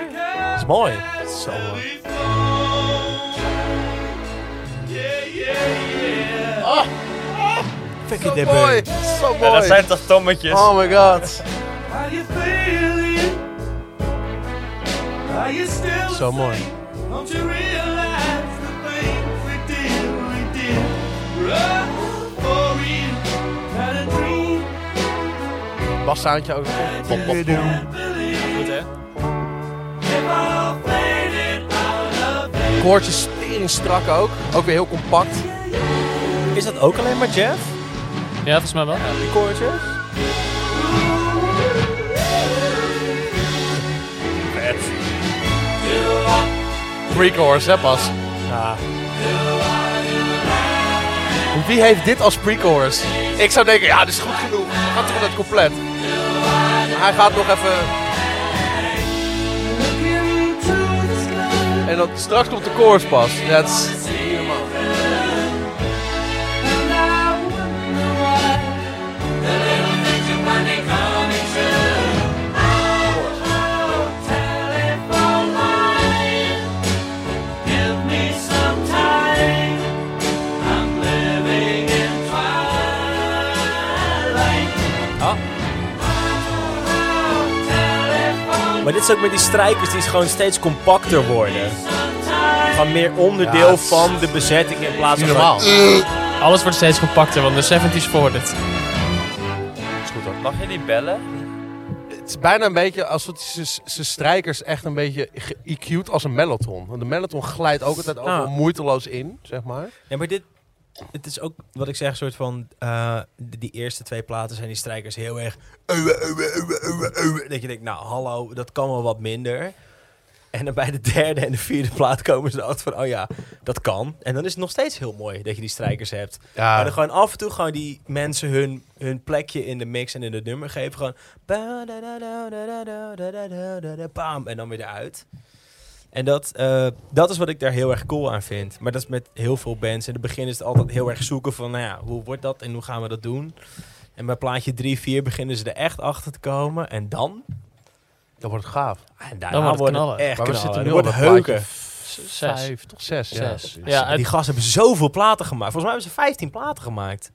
Speaker 4: Is mooi. Zo mooi. Fuck it, Debbie.
Speaker 3: Mooi, zo
Speaker 2: Ja, dat
Speaker 3: mooi.
Speaker 2: zijn toch tommetjes?
Speaker 3: Oh my god. Zo mooi. Bassaantje ook. Pop, pop, pop.
Speaker 1: Goed, hè?
Speaker 3: Koortjes tering strak ook. Ook weer heel compact.
Speaker 4: Is dat ook alleen maar Jeff?
Speaker 1: Ja, volgens mij wel.
Speaker 4: Die koortjes?
Speaker 3: Pre-chorus, hè pas.
Speaker 4: Ja.
Speaker 3: Wie heeft dit als pre-chorus? Ik zou denken, ja, dit is goed genoeg. We gaan toch het compleet. Maar hij gaat nog even... En dan, straks komt de chorus pas. Ja, het is-
Speaker 6: Oh,
Speaker 4: Maar dit is ook met die strijkers die gewoon steeds compacter worden. Van meer onderdeel van de bezetting in plaats van...
Speaker 3: normaal.
Speaker 1: Alles wordt steeds compacter, want de 70s voor dit.
Speaker 2: Mag je die bellen?
Speaker 3: Het is bijna een beetje alsof ze ze strijkers echt een beetje ge-EQ'd als een marathon. Want de marathon glijdt ook altijd overal moeiteloos in, zeg maar.
Speaker 4: Ja, maar dit... Het is ook wat ik zeg, een soort van... eh, die die eerste twee platen zijn die strijkers heel erg... "Uwe, uwe, uwe, uwe, uwe." Dat je denkt, nou hallo, dat kan wel wat minder. En dan bij de derde en de vierde plaat komen ze altijd van... Oh ja, dat kan. En dan is het nog steeds heel mooi dat je die strijkers hebt. Maar
Speaker 3: Ja,
Speaker 4: dan gewoon af en toe gewoon die mensen hun, hun plekje in de mix en in het nummer geven. Gewoon... ba- da- da- da- da- da- da- da- da- da- da- da- Bam, en dan weer eruit. En dat, eh, dat is wat ik daar heel erg cool aan vind. Maar dat is met heel veel bands. In het begin is het altijd heel erg zoeken van... Nou ja, hoe wordt dat en hoe gaan we dat doen? En bij plaatje 3, 4 beginnen ze er echt achter te komen. En dan?
Speaker 3: dat wordt gaaf.
Speaker 4: En daarna
Speaker 1: Dan wordt het
Speaker 4: wordt het
Speaker 1: knallen.
Speaker 4: echt
Speaker 3: Maar we
Speaker 4: knallen.
Speaker 3: zitten
Speaker 4: Dan
Speaker 3: nu
Speaker 4: wordt
Speaker 3: op
Speaker 4: het
Speaker 3: het plaatje
Speaker 4: heuken.
Speaker 1: Zes.
Speaker 3: Vijf, toch zes?
Speaker 1: Zes.
Speaker 3: Ja,
Speaker 1: Ja,
Speaker 4: die
Speaker 1: het-
Speaker 4: gasten hebben zoveel platen gemaakt. Volgens mij hebben ze 15 platen gemaakt.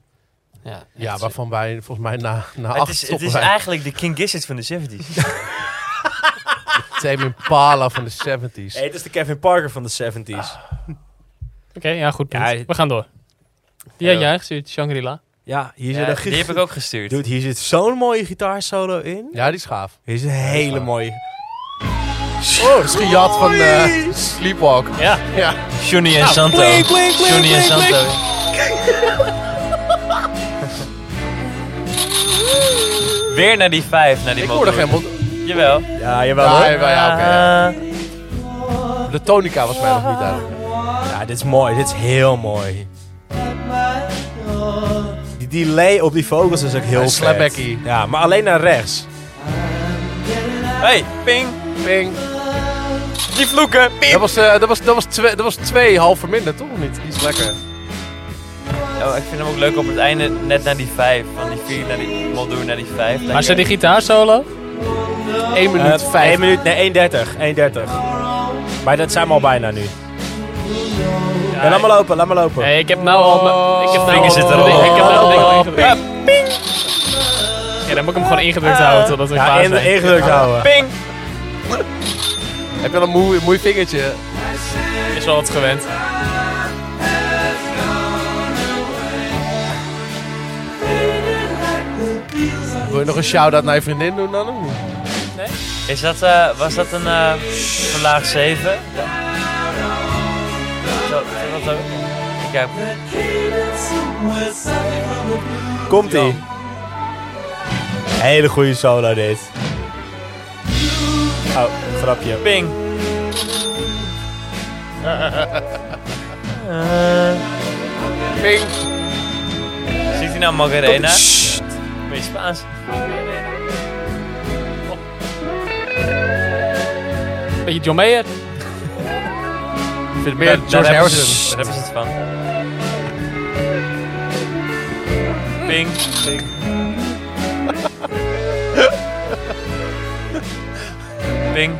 Speaker 1: ja,
Speaker 3: ja
Speaker 1: echt.
Speaker 3: waarvan wij volgens mij na, na
Speaker 2: Het
Speaker 3: acht
Speaker 2: is, het
Speaker 3: stoppen
Speaker 2: is
Speaker 3: wij
Speaker 2: eigenlijk de King Gizzard van de 70s.
Speaker 3: Tame Impala van de 70s.
Speaker 4: Nee, het is de Kevin Parker van de 70s.
Speaker 1: Oké, ja, goed. punt.
Speaker 4: Ja, het-
Speaker 1: We gaan door. Die had jij gestuurd, Shangri-La.
Speaker 4: Ja, hier
Speaker 2: Ja,
Speaker 4: zit een
Speaker 2: die heb ik ook gestuurd.
Speaker 4: Dude, hier zit zo'n mooie gitaarsolo in.
Speaker 3: Ja, die is gaaf.
Speaker 4: Hier is een hele mooie.
Speaker 3: Oh, dat is gejat van eh, Sleepwalk.
Speaker 1: Ja,
Speaker 3: Ja.
Speaker 2: Johnny
Speaker 3: Nou,
Speaker 2: en Santo. Johnny en Santo. Weer naar die vijf, naar die
Speaker 3: Ik hoorde geen
Speaker 2: motor.
Speaker 3: mond.
Speaker 2: Jawel.
Speaker 4: Ja, jawel
Speaker 3: Ja,
Speaker 4: hoor.
Speaker 3: ja, ja, oké, ja.
Speaker 2: Ah.
Speaker 3: De tonica was mij nog niet duidelijk.
Speaker 4: Ja, dit is mooi. Dit is heel mooi. Die delay op die vocals is ook heel
Speaker 3: Hij
Speaker 4: vet.
Speaker 3: slapbackie.
Speaker 4: Ja, maar alleen naar rechts.
Speaker 2: Hey, ping.
Speaker 3: Ping.
Speaker 2: Die vloeken. Ping.
Speaker 3: Dat was, eh, dat, was, dat, was twee, dat was twee half verminderd, toch? Of niet? Die is lekker.
Speaker 2: Oh, ik vind hem ook leuk op het einde, net naar die vijf. Van die vier naar die Moldoen naar die vijf.
Speaker 1: maar
Speaker 2: Lekker.
Speaker 1: zit die gitaarsolo?
Speaker 3: 1 minuut
Speaker 4: Eh,
Speaker 3: 5.
Speaker 4: één minuut, nee, 1.30. 1.30. Maar dat zijn we al bijna nu. Ja, laat maar lopen, laat maar lopen.
Speaker 1: Nee, ik heb nou al... mijn- Ik heb nou
Speaker 2: Vinger
Speaker 1: al...
Speaker 2: zit er al.
Speaker 1: Ik heb nou al...
Speaker 2: Oh,
Speaker 1: Ja, dan moet ik hem gewoon ingedrukt houden totdat we
Speaker 4: Ja,
Speaker 1: klaar
Speaker 4: in,
Speaker 1: zijn.
Speaker 4: ingedrukt houden.
Speaker 2: Ping.
Speaker 3: Heb je wel een moe, moe vingertje?
Speaker 1: Is wel wat gewend.
Speaker 3: Wil je nog een shout-out naar je vriendin doen dan? of niet?
Speaker 2: Is dat, eh, was dat een eh verlaag 7? Zo, is dat ook? Ik heb...
Speaker 4: Komt ie. Hele goede solo dit. Oh, grapje.
Speaker 2: Ping.
Speaker 3: Ping.
Speaker 2: Ziet hij nou Magarena? Met je Spaans.
Speaker 1: Beetje John Mayer.
Speaker 3: Ik vind meer
Speaker 2: Daar
Speaker 3: George
Speaker 2: hebben ze-
Speaker 3: Harrison.
Speaker 2: daar hebben ze het van. Ping. Ping. Ping.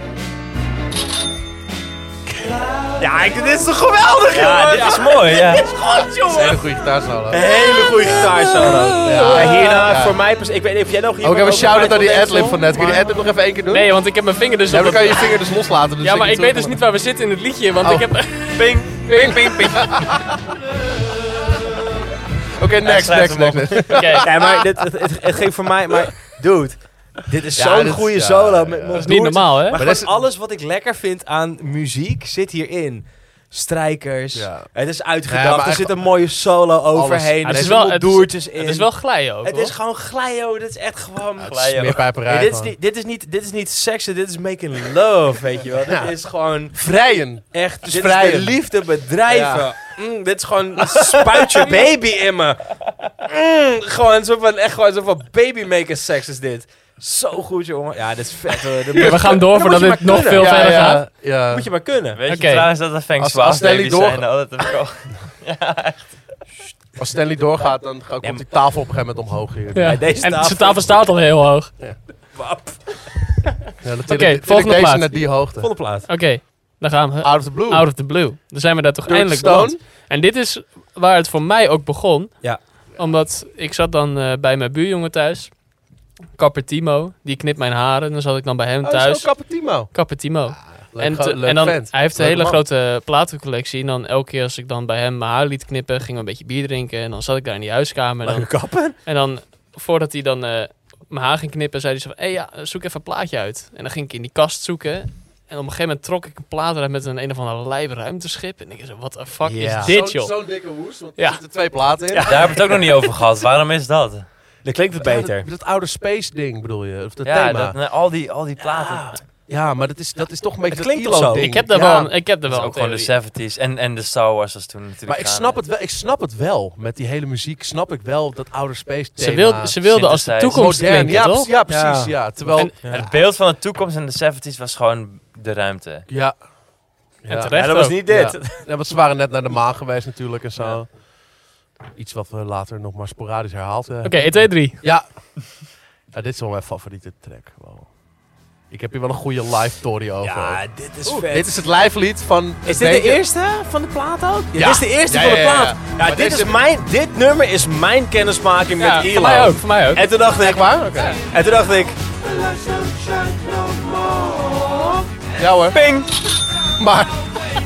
Speaker 4: Ja, ik- dit is toch geweldig,
Speaker 2: Ja,
Speaker 4: jongen?
Speaker 2: Ah, dit is mooi, ja.
Speaker 4: Goed, jongen.
Speaker 3: Hele goede gitaarsolo.
Speaker 4: Een hele goede gitaarsolo. Ja, hierna
Speaker 3: Ja.
Speaker 4: voor mij persoonlijk. Ik weet niet of jij nog
Speaker 3: Ook
Speaker 4: iemand
Speaker 3: even een
Speaker 4: over
Speaker 3: shout-out naar
Speaker 4: Michael
Speaker 3: die adlib
Speaker 4: Jackson?
Speaker 3: van net. Kun je die adlib nog even één keer doen?
Speaker 1: Nee, want ik heb mijn vinger dus...
Speaker 3: Ja,
Speaker 1: op
Speaker 3: dan
Speaker 1: het-
Speaker 3: kan je je vinger dus loslaten. Dus
Speaker 1: Ja, maar ik weet dus
Speaker 3: terug-
Speaker 1: niet waar we zitten in het liedje, want
Speaker 3: Oh.
Speaker 1: ik heb...
Speaker 2: Ping. Ping, ping, ping.
Speaker 3: Oké, next,
Speaker 2: schrijf
Speaker 3: next,
Speaker 2: hem
Speaker 3: next,
Speaker 2: op.
Speaker 3: next.
Speaker 4: Nee, maar dit, het, het, het ging voor mij, maar dude, dit is
Speaker 3: Ja,
Speaker 4: zo'n
Speaker 3: dit is-
Speaker 4: goede
Speaker 3: ja,
Speaker 4: solo.
Speaker 3: ja,
Speaker 4: Met
Speaker 3: ja.
Speaker 4: Mos
Speaker 1: Dat is niet
Speaker 4: Doert.
Speaker 1: normaal, hè?
Speaker 4: Maar,
Speaker 3: dat is-
Speaker 4: gewoon alles wat ik lekker vind aan muziek zit hierin. Strijkers,
Speaker 3: Ja.
Speaker 4: het is
Speaker 3: Nee,
Speaker 4: uitgedacht,
Speaker 3: maar
Speaker 4: er
Speaker 3: echt-
Speaker 4: zit een mooie solo overheen,
Speaker 3: Ja,
Speaker 4: er
Speaker 1: het is
Speaker 4: zitten
Speaker 1: wel- het is-
Speaker 4: doertjes in.
Speaker 1: Het is wel glijden ook,
Speaker 4: Het is
Speaker 1: hoor.
Speaker 4: gewoon glijo, dit is echt gewoon...
Speaker 2: Glijden.
Speaker 3: Meer pijperij.
Speaker 4: Nee, dit, is
Speaker 3: gewoon.
Speaker 4: niet, dit, is niet, dit is niet seksen, dit is making love, weet je wel.
Speaker 3: Ja.
Speaker 4: Dit is gewoon...
Speaker 3: Vrijen.
Speaker 4: Echt, dit is
Speaker 3: vrijen.
Speaker 4: de liefde bedrijven. Mm, dit is gewoon spuit je baby in me. Mm, gewoon zo van, echt gewoon zo van babymaker seks is dit. Zo goed, jongen. Ja, dit is vet. hoor. Dit
Speaker 1: We gaan door voordat
Speaker 4: moet je
Speaker 1: dit
Speaker 4: maar
Speaker 1: nog veel
Speaker 4: kunnen.
Speaker 3: Ja,
Speaker 1: verder gaat.
Speaker 3: ja, ja.
Speaker 4: moet je maar kunnen.
Speaker 2: Weet je
Speaker 1: Oké.
Speaker 2: trouwens dat dat Feng
Speaker 3: Als-
Speaker 2: Swaas
Speaker 3: als Nelly
Speaker 2: baby's
Speaker 3: door-
Speaker 2: zijn? Nou, dat heb ik al-
Speaker 3: Als Stanley doorgaat, dan ga- komt die tafel op een gegeven moment omhoog hier.
Speaker 1: Ja.
Speaker 4: Ja, deze
Speaker 1: en
Speaker 4: tafel-
Speaker 1: zijn tafel staat al heel hoog.
Speaker 4: Wap.
Speaker 3: Ja, dan
Speaker 1: Oké,
Speaker 3: til ik- til ik
Speaker 1: volgende
Speaker 3: deze
Speaker 1: plaat.
Speaker 3: naar die hoogte.
Speaker 4: Volle plaat.
Speaker 1: Oké, dan gaan we.
Speaker 3: Out of the blue.
Speaker 1: Out of the blue. Dan zijn we daar toch
Speaker 3: Door
Speaker 1: eindelijk
Speaker 3: Stone.
Speaker 1: beland. En dit is waar het voor mij ook begon.
Speaker 4: Ja.
Speaker 1: Omdat ik zat dan eh, bij mijn buurjongen thuis. Kapper Timo. Die knipt mijn haren. Dan zat ik dan bij hem
Speaker 3: Oh, dat is
Speaker 1: thuis.
Speaker 3: ook Kapper Timo.
Speaker 1: Kapper Timo.
Speaker 3: Leuk,
Speaker 1: en,
Speaker 3: go-
Speaker 1: te-
Speaker 3: leuk
Speaker 1: en dan,
Speaker 3: vent.
Speaker 1: hij heeft een
Speaker 3: Leuke
Speaker 1: hele
Speaker 3: man.
Speaker 1: grote platencollectie. En dan elke keer als ik dan bij hem mijn haar liet knippen, gingen we een beetje bier drinken. En dan zat ik daar in die huiskamer. En dan,
Speaker 4: Leuke kappen.
Speaker 1: en dan voordat hij dan eh, mijn haar ging knippen, zei hij zo van, hey, ja, zoek even een plaatje uit. En dan ging ik in die kast zoeken. En op een gegeven moment trok ik een plaat uit met een een of ander lijp ruimteschip. En ik zo, what the fuck
Speaker 4: Ja.
Speaker 1: is dit, joh?
Speaker 3: Zo'n dikke hoes, want
Speaker 1: Ja.
Speaker 3: er zitten twee platen in.
Speaker 2: Daar hebben we het ook nog niet over gehad. Waarom is dat?
Speaker 4: Dan klinkt het beter.
Speaker 3: Dat, dat oude space ding bedoel je, of dat
Speaker 2: Ja,
Speaker 3: thema.
Speaker 2: dat, nou, al, die, al die platen.
Speaker 3: ja, maar dat is, dat is toch een beetje
Speaker 4: Het
Speaker 3: dat
Speaker 4: klinkt toch zo?
Speaker 3: ILO-ding.
Speaker 1: Ik heb daar
Speaker 3: Ja.
Speaker 1: wel, een- ik heb daar
Speaker 2: dat is
Speaker 1: wel
Speaker 2: ook gewoon
Speaker 1: een
Speaker 2: de 70s. En, en de Star Wars was toen natuurlijk.
Speaker 3: Maar ik snap, het wel, ik snap het wel. Met die hele muziek snap ik wel dat oude space thema.
Speaker 1: Ze wilde, ze wilde als de
Speaker 2: synthesizer.
Speaker 1: toekomst
Speaker 3: modern.
Speaker 1: klinken,
Speaker 3: Ja,
Speaker 1: toch?
Speaker 3: precies, ja, precies. Ja. Terwijl,
Speaker 1: En-
Speaker 2: Het beeld van de toekomst in de 70s was gewoon de ruimte.
Speaker 3: ja.
Speaker 1: En
Speaker 3: Ja.
Speaker 1: terecht
Speaker 4: dat was
Speaker 1: ook.
Speaker 4: niet dit.
Speaker 3: Ja. Ja, want ze waren net naar de maan geweest natuurlijk en zo. Iets wat we later nog maar sporadisch herhaald hebben.
Speaker 1: Oké, 1, 2, 3.
Speaker 3: Ja. Ja, dit is wel mijn favoriete track. Wow. Ik heb hier wel een goede live story over.
Speaker 4: Ja, dit is
Speaker 3: Oeh,
Speaker 4: vet.
Speaker 3: dit is het live lied van...
Speaker 4: Is dit de eerste van de plaat ook?
Speaker 3: Ja.
Speaker 4: Ja, Dit is de eerste
Speaker 3: Ja,
Speaker 4: van de
Speaker 3: ja, ja, ja.
Speaker 4: plaat. Ja,
Speaker 3: Maar
Speaker 4: dit,
Speaker 3: deze-
Speaker 4: is mijn, dit nummer is mijn kennismaking
Speaker 1: Ja,
Speaker 4: met ILO.
Speaker 1: voor mij ook, voor mij ook.
Speaker 4: En toen dacht ik,
Speaker 3: Waar? Oké.
Speaker 4: en toen dacht ik,
Speaker 3: Ja hoor.
Speaker 4: ping,
Speaker 3: Maar...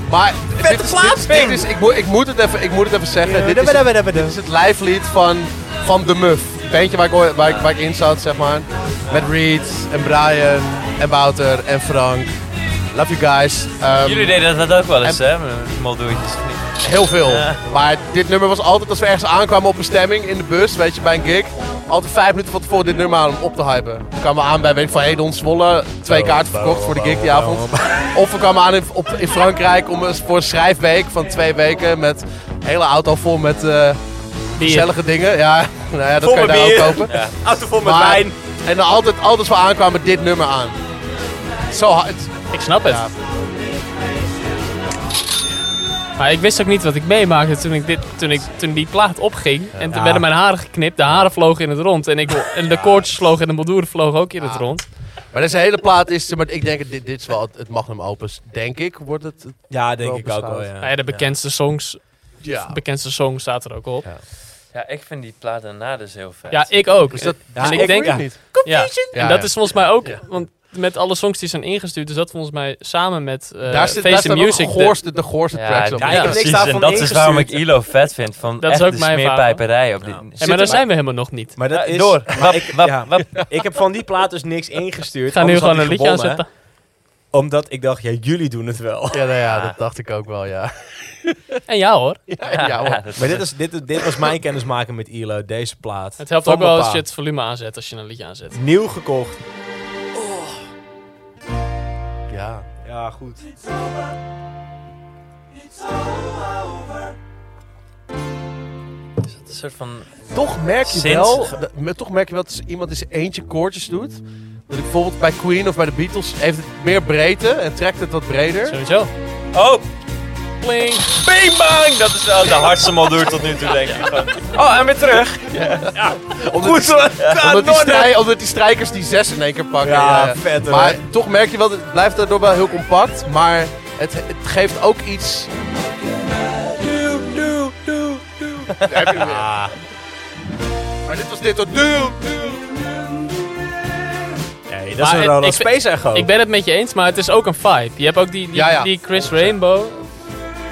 Speaker 3: Maar... Dit is,
Speaker 4: plaat,
Speaker 3: dit is- dit is- ik, moet, ik, moet het even, ik moet het even zeggen. dit, is het, dit is het live lied van, van The Muff. Het bandje waar ik, ooit- waar, ik, waar ik in zat, zeg maar. Met Reed en Brian en Wouter en Frank. Love you guys. Ehm,
Speaker 2: Jullie deden dat ook wel eens, hè? Met moldoertjes.
Speaker 3: Heel veel. Maar dit nummer was altijd als we ergens aankwamen op bestemming in de bus, weet je, bij een gig. Altijd vijf minuten van tevoren dit nummer aan om op te hypen. We kwamen aan bij, weet ik van Hedon Zwolle,
Speaker 4: Oh,
Speaker 3: twee kaarten verkocht voor de gig die avond. Of we kwamen aan in, op, in Frankrijk om, een- voor een schrijfweek van twee weken met een hele auto vol met eh, gezellige dingen. Ja, nou ja, dat
Speaker 4: Vol
Speaker 3: kan je
Speaker 4: met
Speaker 3: daar
Speaker 4: bier.
Speaker 3: ook kopen.
Speaker 4: auto vol met
Speaker 3: Maar-
Speaker 4: wijn.
Speaker 3: En dan altijd, altijd als we aankwamen dit nummer aan. Zo hard.
Speaker 1: Ik snap het.
Speaker 3: Ja.
Speaker 1: Maar ik wist ook niet wat ik meemaakte toen, ik dit, toen, ik, toen die plaat opging. En toen werden mijn haren geknipt, de haren vlogen in het rond. En, ik, en de koortjes vlogen en de moldoeren vlogen ook in het rond.
Speaker 3: Maar deze hele plaat is, maar ik denk, dit, dit is wel het, het magnum opus. Denk ik, wordt het... het-
Speaker 4: Ja, denk
Speaker 3: Wel
Speaker 4: ik ook wel,
Speaker 3: beschouwd.
Speaker 1: Nou
Speaker 4: ja.
Speaker 1: ja, de bekendste songs,
Speaker 3: ja.
Speaker 1: bekendste song staat er ook op.
Speaker 2: Ja, ik vind die platen daarna dus heel vet.
Speaker 1: Ja, ik ook.
Speaker 3: Dus dat,
Speaker 4: Ja,
Speaker 1: ik
Speaker 4: ik
Speaker 1: denk-
Speaker 4: ja.
Speaker 3: niet.
Speaker 1: Ja. En
Speaker 3: Ja,
Speaker 1: dat
Speaker 3: ja.
Speaker 1: is volgens mij ook,
Speaker 3: Ja.
Speaker 1: want met alle songs die zijn ingestuurd, is dat volgens mij samen met eh
Speaker 3: daar zit, daar
Speaker 1: Face the
Speaker 3: staan wel
Speaker 1: Music.
Speaker 3: de
Speaker 1: de-
Speaker 3: goorste, de goorste tracks op.
Speaker 4: ja,
Speaker 3: Ja.
Speaker 4: heb niks
Speaker 2: precies.
Speaker 4: daarvan
Speaker 2: en dat is waarom ik ILO vet vind. Van
Speaker 1: Dat is
Speaker 2: echt
Speaker 1: ook
Speaker 2: de
Speaker 1: mijn verhaal.
Speaker 2: smeerpijperij op die...
Speaker 1: en maar daar zijn we helemaal nog niet.
Speaker 4: Maar dat is...
Speaker 2: Door. Wap,
Speaker 4: ik-
Speaker 2: wap,
Speaker 4: ja.
Speaker 2: wap.
Speaker 4: Ik heb van die plaat dus niks ingestuurd.
Speaker 1: Ik ga nu
Speaker 4: anders had
Speaker 1: gewoon een
Speaker 4: ik
Speaker 1: liedje
Speaker 4: gewonnen,
Speaker 1: aanzetten.
Speaker 4: Omdat ik dacht, ja, jullie doen het wel.
Speaker 3: Ja, nou ja, dat dacht ik ook wel, ja.
Speaker 1: En ja hoor,
Speaker 3: Ja, ja,
Speaker 2: Ja,
Speaker 3: hoor.
Speaker 2: dat
Speaker 4: Maar
Speaker 2: is-
Speaker 4: dit, is, dit, dit was mijn kennismaking met ILO, deze plaat.
Speaker 1: het helpt
Speaker 4: Van
Speaker 1: ook wel
Speaker 4: mijn
Speaker 1: als je
Speaker 4: pa.
Speaker 1: het volume aanzet, als je een liedje aanzet.
Speaker 4: Nieuw gekocht.
Speaker 3: ja.
Speaker 4: Oh. Ja, goed.
Speaker 2: dat is een soort van...
Speaker 3: Toch merk je
Speaker 2: Sinds-
Speaker 3: wel, dat- maar toch merk je wel dat als iemand in zijn eentje koortjes doet. Dat ik bijvoorbeeld bij Queen of bij de Beatles heeft het meer breedte en trekt het wat breder.
Speaker 1: Sowieso.
Speaker 2: Oh,
Speaker 1: Pling.
Speaker 2: bing bang! Dat is wel de hardste moldoer tot nu toe, denk ik. Gewoon. Oh, en weer terug.
Speaker 4: Goed zo.
Speaker 3: Omdat die, strij, omdat die strijkers die zes in één keer pakken.
Speaker 4: Ja, vet, hoor.
Speaker 3: Maar toch merk je wel, dat het blijft daardoor wel heel compact. Maar het, het geeft ook iets... Daar heb je hem weer.
Speaker 4: ah,
Speaker 3: Maar dit was dit tot doe, doe.
Speaker 4: Nee, dat
Speaker 1: Maar
Speaker 4: is een
Speaker 1: ik-
Speaker 4: Ronald
Speaker 1: ik-
Speaker 4: Space Echo.
Speaker 1: Ik ben het met je eens, maar het is ook een vibe. Je hebt ook die, die,
Speaker 3: Ja, ja.
Speaker 1: die Chris Rainbow.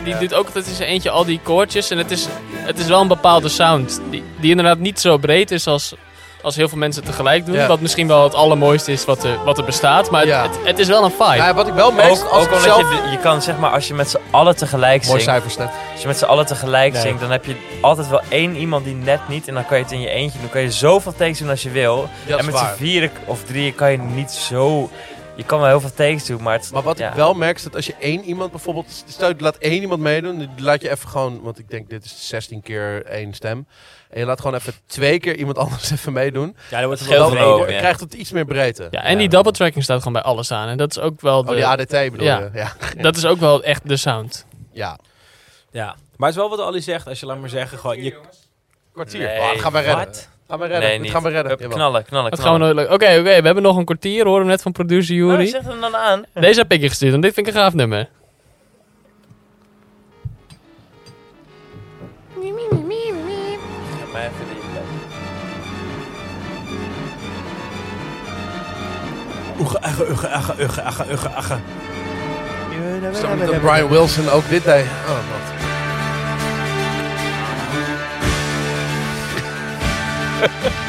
Speaker 1: Die doet ook dat is eentje al die koortjes. En het is, het is wel een bepaalde sound. Die, die inderdaad niet zo breed is als, als heel veel mensen tegelijk doen.
Speaker 3: Ja.
Speaker 1: Wat misschien wel het allermooiste is wat er, wat er bestaat. Maar het-
Speaker 3: Ja.
Speaker 1: het, het, is wel een vibe.
Speaker 3: Nou ja, wat ik wel merk,
Speaker 2: Ook,
Speaker 3: is als
Speaker 2: ook
Speaker 3: ik
Speaker 2: omdat
Speaker 3: zelf...
Speaker 2: je, de- je kan, zeg maar, als je met z'n allen tegelijk
Speaker 3: Mooi
Speaker 2: zingt...
Speaker 3: cijfers net.
Speaker 2: Als je met z'n allen tegelijk
Speaker 4: Nee.
Speaker 2: zingt, dan heb je altijd wel één iemand die net niet. En dan kan je het in je eentje doen. Dan kan je zoveel takes doen als je wil.
Speaker 3: Dat
Speaker 2: en
Speaker 3: is
Speaker 2: met z'n
Speaker 3: waar.
Speaker 2: vieren of drieën kan je niet zo... Je kan wel heel veel takes doen, maar het...
Speaker 3: Maar wat
Speaker 2: ja.
Speaker 3: ik wel merk is dat als je één iemand bijvoorbeeld... Stel, je laat één iemand meedoen, die laat je even gewoon... Want ik denk, dit is 16 keer één stem. En je laat gewoon even twee keer iemand anders even meedoen.
Speaker 4: ja, dat wordt
Speaker 2: Geel
Speaker 4: wel
Speaker 3: Dan
Speaker 2: van ogen,
Speaker 3: dan
Speaker 2: ja.
Speaker 3: krijgt het iets meer breedte.
Speaker 1: Ja, en die double tracking staat gewoon bij alles aan. En dat is ook wel, de,
Speaker 3: Oh, die ADT bedoel
Speaker 1: Ja.
Speaker 3: je? Ja.
Speaker 1: dat is ook wel echt de sound.
Speaker 3: ja.
Speaker 4: Ja. Maar het is wel wat Ali zegt, als je laat maar zeggen, gewoon... Je,
Speaker 3: Kwartier.
Speaker 2: Nee,
Speaker 3: Ah, gaan we redden.
Speaker 2: wat?
Speaker 3: Gaan we
Speaker 2: Nee,
Speaker 3: redden.
Speaker 2: niet.
Speaker 3: Dit gaan we redden.
Speaker 2: Hup,
Speaker 3: Jawel.
Speaker 2: knallen, knallen,
Speaker 1: Dat gaan we
Speaker 2: knallen.
Speaker 1: nooit leuk. Oké, oké, we hebben nog een kwartier. Horen we net van producer
Speaker 2: Nou,
Speaker 1: Jury.
Speaker 2: zeg hem dan aan.
Speaker 1: Deze heb ik gestuurd en dit vind ik een gaaf nummer.
Speaker 2: Maar even die-
Speaker 4: oege, egge, oege, egge, oege, egge, oege, egge.
Speaker 3: Stel dat Brian Wilson ook dit deed. Oh, wat.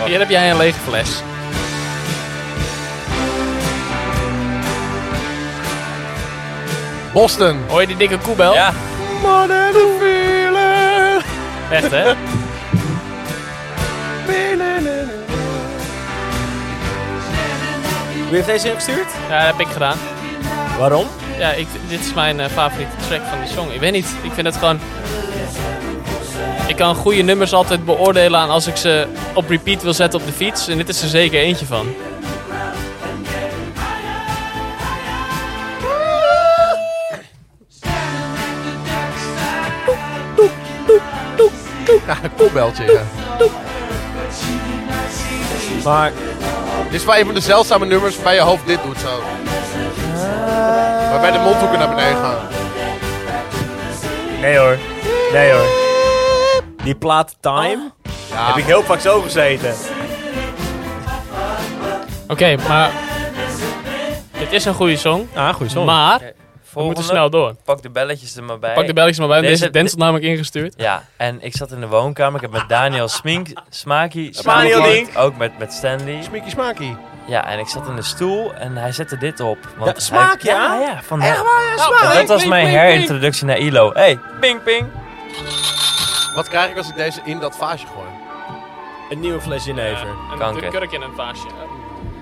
Speaker 1: Hier heb jij een lege fles.
Speaker 3: Boston.
Speaker 1: Hoor je die dikke koebel?
Speaker 2: Ja,
Speaker 1: Echt, hè?
Speaker 4: Wie heeft deze ingestuurd?
Speaker 1: Ja, dat heb ik gedaan.
Speaker 4: Waarom?
Speaker 1: Ja, ik, dit is mijn eh, favoriete track van die song. Ik weet niet, ik vind het gewoon... Ik kan goede nummers altijd beoordelen aan als ik ze op repeat wil zetten op de fiets. En dit is er zeker eentje van.
Speaker 3: Ja, een kopbeltje. ja.
Speaker 4: Maar
Speaker 3: Dit is wel een van de zeldzame nummers waarbij je hoofd dit doet zo. Waarbij de mondhoeken naar beneden gaan.
Speaker 4: Nee hoor. Nee hoor. Die plaat Time heb ik heel vaak zo gezeten.
Speaker 1: Oké, maar... Dit is een goede song,
Speaker 4: Ah, goed zo.
Speaker 1: maar we
Speaker 2: volgende.
Speaker 1: moeten snel door.
Speaker 2: Pak de belletjes er maar bij.
Speaker 1: Pak de belletjes maar bij, want deze
Speaker 2: Deze-
Speaker 1: is Denzel namelijk ingestuurd.
Speaker 2: Ja, en ik zat in de woonkamer. Ik heb met Daniel Smink, Smaki,
Speaker 4: Smaniel
Speaker 2: samengewoond,
Speaker 4: Dink.
Speaker 2: Ook met, met Stanley.
Speaker 3: Smeekie smakie.
Speaker 2: Ja, en ik zat in de stoel en hij zette dit op. Want
Speaker 4: Ja, smaak,
Speaker 2: hij-
Speaker 4: ja?
Speaker 2: Ja, ja, van Echt waar,
Speaker 1: Nou,
Speaker 2: dat was mijn herintroductie naar ILO. hey, ping ping.
Speaker 3: Wat krijg ik als ik deze in dat vaasje gooi?
Speaker 4: Een nieuwe fles jenever.
Speaker 2: Kanker.
Speaker 1: kurk in een vaasje.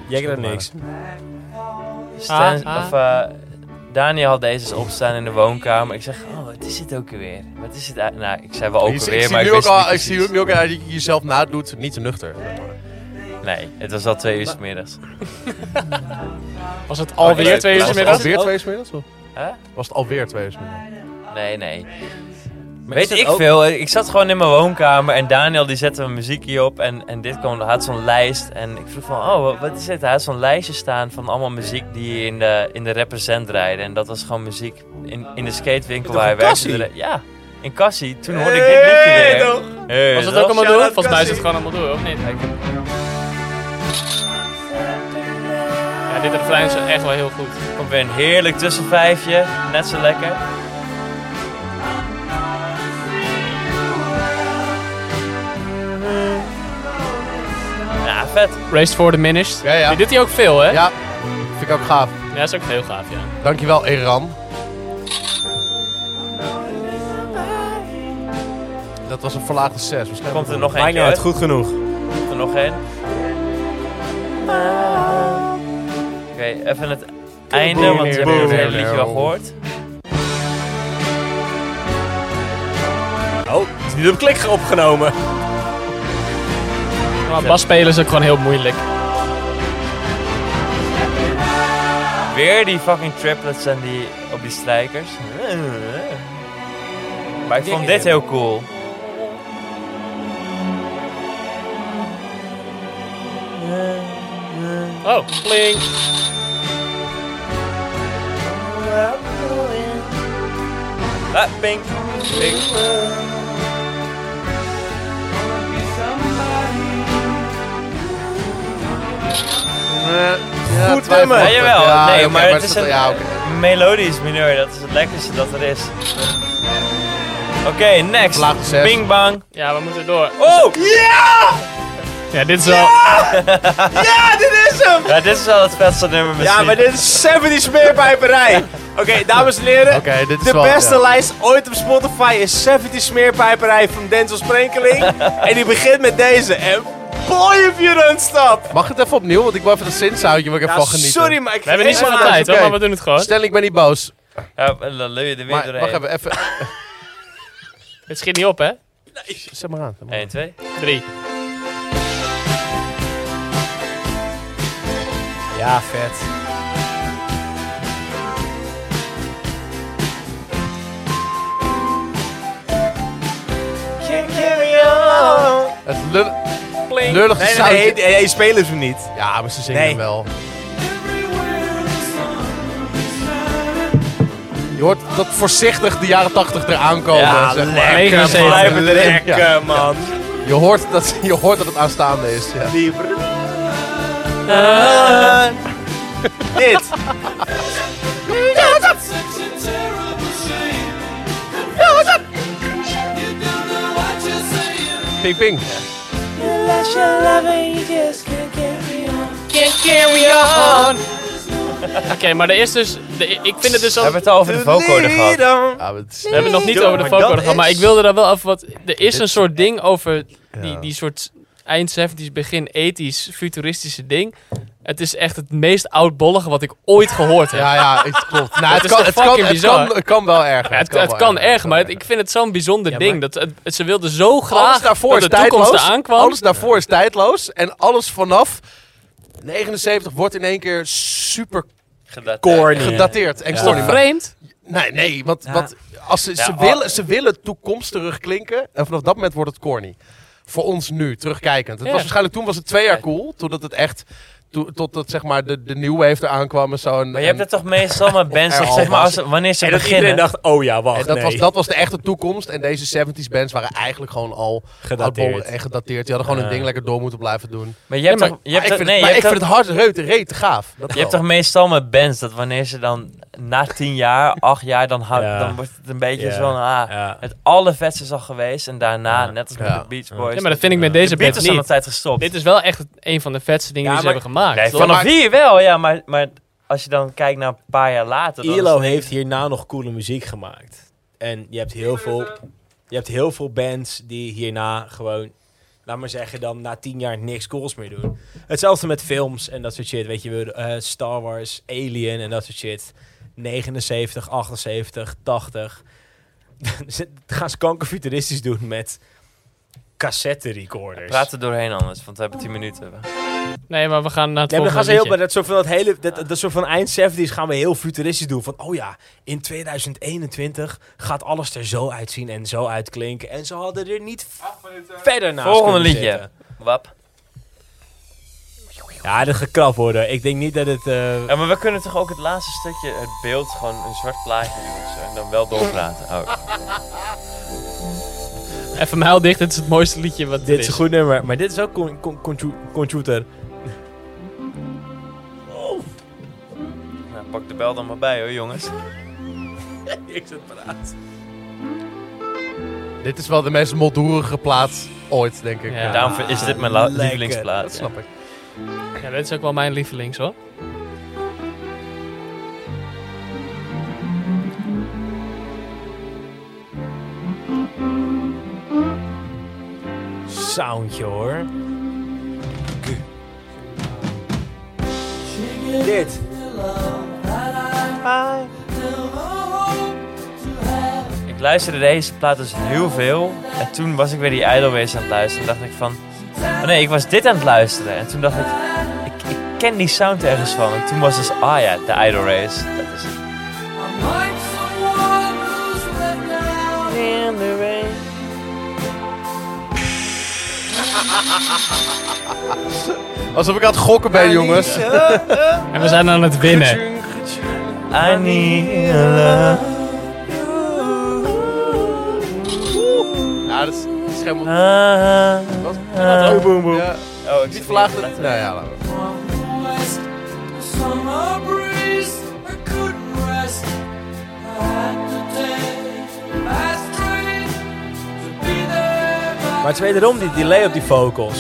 Speaker 4: Jij krijgt niks.
Speaker 2: Stan,
Speaker 1: Ah, ah.
Speaker 2: Of, eh, Daniel had deze opstaan in de woonkamer. Ik zeg, oh, wat is dit ook weer? Wat is dit? uit- Nou, ik zei wel ook
Speaker 3: Ik zie- ik
Speaker 2: weer,
Speaker 3: zie
Speaker 2: maar ik
Speaker 3: nu ook
Speaker 2: wist
Speaker 3: al-
Speaker 2: het niet
Speaker 3: Ik zie
Speaker 2: precies.
Speaker 3: nu ook al dat je jezelf nadoet, niet te nuchter.
Speaker 2: Nee, het was al twee uur 's middags.
Speaker 1: Was het alweer twee uur
Speaker 3: Was het
Speaker 1: middags?
Speaker 3: alweer twee uur 's middags? of?
Speaker 2: Hè?
Speaker 3: Was het alweer twee uur 's middags?
Speaker 2: Nee, nee.
Speaker 4: Maar is
Speaker 2: Weet
Speaker 4: dat
Speaker 2: ik
Speaker 4: ook-
Speaker 2: veel. Ik zat gewoon in mijn woonkamer en Daniel die zette mijn muziekje op. En, en dit kwam, hij had zo'n lijst. En ik vroeg van, oh, wat- wat is dit? Hij had zo'n lijstje staan van allemaal muziek die in de, in de represent rijden. En dat was gewoon muziek in, in de skatewinkel waar hij werkte. De- Ja, in Cassie. Toen hoorde ik dit liedje weer. Hey,
Speaker 1: Was het
Speaker 2: toch?
Speaker 1: ook allemaal door? Volgens mij is het gewoon allemaal door, of niet? Ja, dit refrein is echt wel heel goed.
Speaker 2: Komt weer een heerlijk tussenvijfje. Net zo lekker. Ja, vet.
Speaker 1: Race for the Minished.
Speaker 3: Ja, ja.
Speaker 1: Die doet hij ook veel, hè?
Speaker 3: Ja, vind ik ook gaaf.
Speaker 1: Ja, dat is ook heel gaaf, ja.
Speaker 3: Dankjewel, Eran. Dat was een verlaagde 6.
Speaker 2: Komt er nog
Speaker 4: Maakt
Speaker 2: eentje
Speaker 4: niet uit,
Speaker 2: uit?
Speaker 4: goed genoeg.
Speaker 2: Komt er nog één? Oké, even het einde, want je hebt het hele liedje wel gehoord.
Speaker 4: Oh, het is niet op klik opgenomen.
Speaker 1: Maar bas spelen is ook gewoon heel moeilijk.
Speaker 2: Weer die fucking triplets en die op die strijkers. Maar ik vond dit heel cool.
Speaker 1: Oh, pling.
Speaker 2: Ah, pink. Pink.
Speaker 3: Eh, Goed
Speaker 2: Ja, jawel. nee,
Speaker 3: oké,
Speaker 2: maar het is
Speaker 3: dat-
Speaker 2: een
Speaker 3: ja, oké.
Speaker 2: melodisch mineur. Dat is het lekkerste dat er is. Oké, next.
Speaker 3: Laag zes.
Speaker 2: Bing bang.
Speaker 1: Ja, we moeten door.
Speaker 2: Oh!
Speaker 1: Ja, dit is wel...
Speaker 2: Ja, dit is wel het vetste nummer misschien.
Speaker 4: Ja, maar dit is 70 smeerpijperij. Oké, dames en heren.
Speaker 3: Oké, dit is
Speaker 4: de
Speaker 3: wel,
Speaker 4: beste
Speaker 3: ja.
Speaker 4: lijst ooit op Spotify is 70 smeerpijperij van Denzel Sprenkeling. en die begint met deze. En boy if you don't stop.
Speaker 3: Mag het even opnieuw? Want ik wil even dat zinshoudje waar ik
Speaker 4: Ja,
Speaker 3: even van geniet.
Speaker 4: sorry, maar ik
Speaker 1: We hebben niet
Speaker 4: geef
Speaker 1: zoveel
Speaker 4: aan.
Speaker 1: tijd, hoor,
Speaker 3: oké.
Speaker 1: maar we doen het gewoon.
Speaker 3: Stel, ik ben niet boos.
Speaker 2: Ja, dan lul je er weer
Speaker 3: Maar wacht
Speaker 2: doorheen.
Speaker 3: even, even.
Speaker 1: Het schiet niet op, hè?
Speaker 3: Zet maar aan.
Speaker 2: 1, 2.
Speaker 1: Drie.
Speaker 4: Ja, vet.
Speaker 3: Het lul
Speaker 1: Pling.
Speaker 3: lullige
Speaker 4: Nee,
Speaker 3: soundje.
Speaker 4: nee, nee, je spelen ze niet.
Speaker 3: Ja, maar ze zingen
Speaker 4: Nee.
Speaker 3: wel. Je hoort dat voorzichtig de jaren 80 eraan komen.
Speaker 2: Ja,
Speaker 3: zeg maar.
Speaker 2: lekker.
Speaker 1: 79.
Speaker 4: Blijven lekker, man.
Speaker 3: Je, hoort dat, je hoort dat het aanstaande is. Ja.
Speaker 4: Die Dit.
Speaker 3: Ping, ping.
Speaker 1: Oké, maar er is dus... de- ik vind het dus
Speaker 2: We
Speaker 1: al...
Speaker 2: hebben het al over de vocode gehad.
Speaker 3: Ja, maar het is-
Speaker 1: We hebben het nog niet
Speaker 2: Doe,
Speaker 1: over de
Speaker 2: maar
Speaker 1: folklore
Speaker 2: dat
Speaker 1: gehad, maar
Speaker 2: is-
Speaker 1: ik wilde daar wel even wat... Er is een soort ding over die, die soort eind 70s, begin 80s futuristische ding. Het is echt het meest oudbollige wat ik ooit gehoord heb.
Speaker 3: Ja, ja, het klopt. Nou,
Speaker 1: Het
Speaker 3: het,
Speaker 1: is
Speaker 3: kan,
Speaker 1: toch
Speaker 3: het, kan,
Speaker 1: fucking
Speaker 3: het,
Speaker 1: bizar?
Speaker 3: kan, het kan wel erg.
Speaker 1: Ja, het, het kan erg, maar het- ik vind het zo'n bijzonder ding. Dat het- het- ze wilden zo graag dat de toekomst eraan kwam.
Speaker 3: Alles daarvoor is tijdloos. En alles vanaf 79 wordt in één keer super gedateerd. En
Speaker 1: is toch
Speaker 3: corny. Maar-
Speaker 1: vreemd? oh.
Speaker 3: Nee, nee, want,
Speaker 4: Ja.
Speaker 3: want als ze, ze,
Speaker 2: al-
Speaker 3: willen, ze willen toekomstig klinken. En vanaf dat moment wordt het corny. Voor ons nu, terugkijkend. Het
Speaker 1: Ja.
Speaker 3: was waarschijnlijk toen was het twee jaar cool. Totdat het echt, to- totdat zeg maar de, de new wave eraan kwam en zo. En,
Speaker 2: Maar je hebt
Speaker 3: en-
Speaker 2: dat toch meestal met bands,
Speaker 3: Er
Speaker 2: dat
Speaker 3: al
Speaker 2: zeg maar,
Speaker 3: was.
Speaker 2: als, wanneer ze
Speaker 4: En dat
Speaker 2: beginnen.
Speaker 4: iedereen dacht, oh ja, wacht,
Speaker 3: en dat,
Speaker 4: nee.
Speaker 3: was, dat was de echte toekomst. En deze 70s bands waren eigenlijk gewoon al oudbollig
Speaker 4: Gedateerd.
Speaker 3: en gedateerd. Die hadden gewoon
Speaker 2: Ja.
Speaker 3: een ding lekker door moeten blijven doen.
Speaker 2: Maar je hebt
Speaker 1: Nee,
Speaker 2: toch, je
Speaker 3: Maar
Speaker 2: hebt
Speaker 3: ik
Speaker 2: toch, nee,
Speaker 3: vind het-
Speaker 2: je
Speaker 3: maar ik
Speaker 2: hebt toch,
Speaker 3: vind het hard rete, rete gaaf. Dat
Speaker 2: je hebt
Speaker 3: wel.
Speaker 2: toch meestal met bands dat wanneer ze dan na tien jaar, acht jaar, dan, hou-
Speaker 4: Ja.
Speaker 2: dan wordt het een beetje
Speaker 4: Ja.
Speaker 2: zo'n, ah,
Speaker 4: Ja.
Speaker 2: het allervetste is al geweest en daarna,
Speaker 4: Ja.
Speaker 2: net als met
Speaker 3: Ja.
Speaker 2: de Beach Boys.
Speaker 1: Ja, maar dat vind ik met
Speaker 2: de
Speaker 1: deze band
Speaker 2: Beatles zijn
Speaker 1: niet.
Speaker 2: altijd gestopt.
Speaker 1: Dit is wel echt een van de vetste dingen
Speaker 4: Ja,
Speaker 1: die ze
Speaker 4: maar-
Speaker 1: hebben gemaakt.
Speaker 2: nee,
Speaker 1: toch?
Speaker 2: vanaf hier wel, ja, maar, maar als je dan kijkt naar een paar jaar later. dan is
Speaker 4: ILO
Speaker 2: het-
Speaker 4: heeft hierna nog coole muziek gemaakt. En je hebt heel veel, je hebt heel veel bands die hierna gewoon, laat maar zeggen, dan na tien jaar niks cools meer doen. Hetzelfde met films en dat soort shit. Weet je, we- eh, Star Wars, Alien en dat soort shit. 79, 78, 80. Ze- gaan ze kankerfuturistisch doen met cassette recorders.
Speaker 2: Praat er doorheen anders, want we hebben 10 minuten.
Speaker 1: Nee, maar we gaan naar het
Speaker 4: Nee, maar dan gaan ze
Speaker 1: volgende
Speaker 4: heel bij
Speaker 1: liedje.
Speaker 4: dat soort van dat hele dat, dat soort van eind 70s gaan we heel futuristisch doen van oh ja, in 2021 gaat alles er zo uitzien en zo uitklinken en ze hadden er niet verder naar
Speaker 2: Volgende liedje. Wap.
Speaker 4: Ja, dat gekrapt worden. Ik denk niet dat het eh,
Speaker 2: Ja, maar we kunnen toch ook het laatste stukje, het beeld, gewoon een zwart plaatje doen of zo, en dan wel doorpraten. Oh.
Speaker 1: Even mijl dicht, dit is het mooiste liedje wat er
Speaker 4: dit is een goed nummer, maar dit is ook con- con- contu- computer.
Speaker 2: Nou, pak de bel dan maar bij hoor, jongens.
Speaker 4: Ik zit praat.
Speaker 3: Dit is wel de meest moldoerige plaat ooit, denk ik.
Speaker 1: Ja.
Speaker 3: Ja.
Speaker 2: Daarom is dit mijn la-
Speaker 4: lekker.
Speaker 3: Dat
Speaker 2: lievelingsplaats.
Speaker 3: snap ik.
Speaker 1: Ja, dit is ook wel mijn lievelings hoor.
Speaker 4: Soundje hoor. Dit.
Speaker 2: Ik luisterde deze plaat dus heel veel. En toen was ik weer die Idleways aan het luisteren. En dacht ik van... Oh nee, ik was dit aan het luisteren. En toen dacht ik... Ik, ik ken die sound ergens van. En toen was dus... Ah ja, de Idle Race. Dat is het.
Speaker 3: Alsof ik aan het gokken ben, jongens.
Speaker 1: En we zijn aan het winnen.
Speaker 2: I need a love.
Speaker 3: Ja, dat is, dat is helemaal...
Speaker 2: Ah,
Speaker 3: Wat?
Speaker 2: ah.
Speaker 3: Oh, boom, boom. Ja,
Speaker 2: Oh, ik
Speaker 3: niet
Speaker 2: zit
Speaker 3: verlaagd.
Speaker 2: hier.
Speaker 3: Nou ja, laten we.
Speaker 4: Maar het is wederom die delay op die vocals.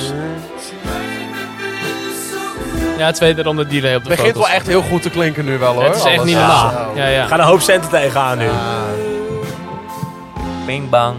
Speaker 1: Ja, het is wederom de delay op de
Speaker 3: Het begint wel
Speaker 1: vocals.
Speaker 3: echt heel goed te klinken nu wel, hoor.
Speaker 1: Het is echt
Speaker 3: Alles.
Speaker 1: niet
Speaker 3: Ja.
Speaker 1: normaal. Ja, ja.
Speaker 4: Ga een hoop centen tegenaan nu.
Speaker 2: eh, Bing bang.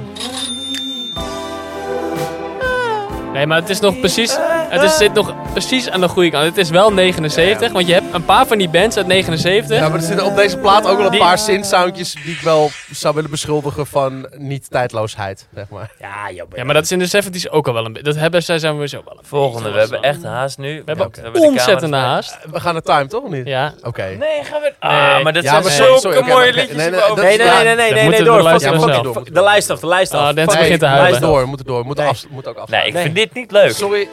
Speaker 1: Nee, maar het is nog precies. Het is, zit nog precies aan de goede kant. Het is wel 79, want je hebt een paar van die bands uit 79.
Speaker 3: Ja,
Speaker 1: Ja,
Speaker 3: maar er zitten op deze plaat ook wel een
Speaker 1: Die-
Speaker 3: paar synth-soundjes die ik wel zou willen beschuldigen van niet-tijdloosheid, zeg maar.
Speaker 4: Ja, joh.
Speaker 1: maar dat is in de 70s ook al wel een beetje. Dat hebben zij zijn we zo wel. een
Speaker 2: Volgende.
Speaker 1: beetje
Speaker 2: We hebben
Speaker 1: last
Speaker 2: echt haast nu. We
Speaker 1: hebben
Speaker 2: de
Speaker 1: van.
Speaker 2: camera
Speaker 1: Ontzettende
Speaker 2: erbij.
Speaker 1: haast.
Speaker 3: We gaan naar time, toch? of Niet?
Speaker 1: Ja.
Speaker 3: Oké.
Speaker 2: Nee, gaan we...
Speaker 1: Nee.
Speaker 2: Ah, maar dat
Speaker 3: Ja,
Speaker 2: zijn
Speaker 3: maar
Speaker 2: zulke
Speaker 3: sorry, sorry, oké,
Speaker 2: mooie
Speaker 3: oké.
Speaker 2: liedjes
Speaker 3: Nee, nee,
Speaker 2: hierover.
Speaker 3: dat-
Speaker 4: Nee, nee, nee, nee, nee,
Speaker 1: Dan
Speaker 4: nee,
Speaker 1: moeten
Speaker 4: nee
Speaker 1: we
Speaker 4: door.
Speaker 1: de lijst
Speaker 4: fuck,
Speaker 1: af
Speaker 4: fuck,
Speaker 1: zelf.
Speaker 4: fuck, De lijst af, de lijst af.
Speaker 1: Ah, dit
Speaker 4: Fuck.
Speaker 1: begint te
Speaker 3: moet
Speaker 1: huilen.
Speaker 3: door, moet door, moet,
Speaker 4: Nee.
Speaker 3: af, moet ook af.
Speaker 2: Nee, ik
Speaker 4: Nee.
Speaker 2: vind dit niet leuk.
Speaker 3: Sorry,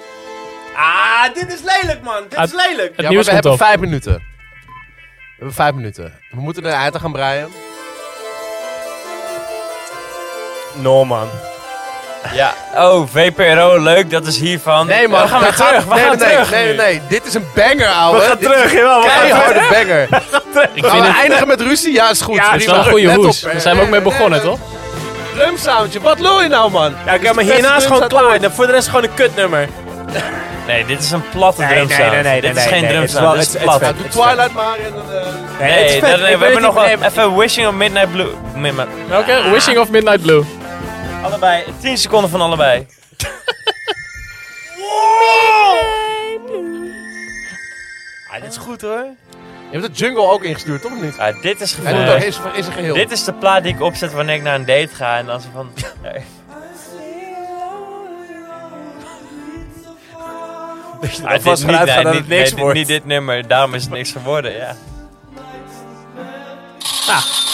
Speaker 4: Ah, dit is lelijk, man. Dit
Speaker 2: Ah,
Speaker 1: Het-
Speaker 4: is lelijk.
Speaker 1: Het
Speaker 3: ja, maar
Speaker 1: nieuws
Speaker 3: we
Speaker 1: komt
Speaker 3: hebben
Speaker 1: op.
Speaker 3: vijf minuten. We hebben vijf minuten. We moeten er een eind aan gaan breien.
Speaker 4: No, man.
Speaker 2: Ja. Oh, VPRO, leuk, dat is hiervan.
Speaker 3: man,
Speaker 2: We gaan weer terug, we
Speaker 3: nee,
Speaker 2: gaan
Speaker 3: nee,
Speaker 2: terug
Speaker 3: Nee, nee,
Speaker 2: nu.
Speaker 3: nee, dit is een banger, ouwe.
Speaker 4: We gaan
Speaker 3: Dit
Speaker 4: terug,
Speaker 3: is
Speaker 4: jawel.
Speaker 3: een
Speaker 4: We gaan terug.
Speaker 3: Keiharde banger.
Speaker 1: Ik
Speaker 3: Gaan
Speaker 1: vind
Speaker 3: we
Speaker 1: het,
Speaker 3: eindigen met ruzie? Ja, is goed.
Speaker 4: Ja,
Speaker 1: het is wel een
Speaker 3: prima.
Speaker 1: goede
Speaker 3: Let op, eh,
Speaker 1: hoes.
Speaker 3: hè.
Speaker 1: Daar zijn we ook mee begonnen, toch?
Speaker 3: Drumsoundje, wat lul je nou, man?
Speaker 4: Ja,
Speaker 3: Dit
Speaker 4: oké,
Speaker 3: is
Speaker 4: maar
Speaker 3: de beste
Speaker 4: hierna is gewoon
Speaker 3: drumsound
Speaker 4: klaar. Dan voor de rest gewoon een kutnummer.
Speaker 2: Nee, dit is een platte
Speaker 4: Nee,
Speaker 2: drum
Speaker 4: nee,
Speaker 2: sound.
Speaker 4: nee, nee,
Speaker 2: dit
Speaker 4: nee,
Speaker 2: is
Speaker 4: nee,
Speaker 2: geen
Speaker 4: nee,
Speaker 2: drum
Speaker 4: het is wel-
Speaker 2: sound, dit
Speaker 4: het
Speaker 2: is
Speaker 4: is-
Speaker 2: plat.
Speaker 4: het
Speaker 3: Ja, doe Twilight maar en dan... eh,
Speaker 4: Nee,
Speaker 2: Nee,
Speaker 4: het is
Speaker 2: dat-
Speaker 4: vet. Ik weet
Speaker 2: we hebben
Speaker 4: het
Speaker 2: nog wel
Speaker 4: niet- nee,
Speaker 2: even Wishing on Midnight Blue. Midnight,
Speaker 1: Welke? Wishing of Midnight Blue.
Speaker 2: allebei, 10 seconden van allebei. Ah, dit is goed hoor.
Speaker 5: Je hebt de jungle ook ingestuurd, toch of niet?
Speaker 2: Ah, dit is
Speaker 5: Hij
Speaker 2: gevoel.
Speaker 5: doet dat in zijn- in zijn geheel.
Speaker 2: Dit is de plaat die ik opzet wanneer ik naar een date ga en dan zo van... Ah, dit
Speaker 4: alvast vanuit
Speaker 2: nee,
Speaker 4: gaat dat
Speaker 2: niet-
Speaker 4: het niks
Speaker 2: nee, dit-
Speaker 4: wordt.
Speaker 2: Niet dit nummer, daarom is het niks geworden, ja.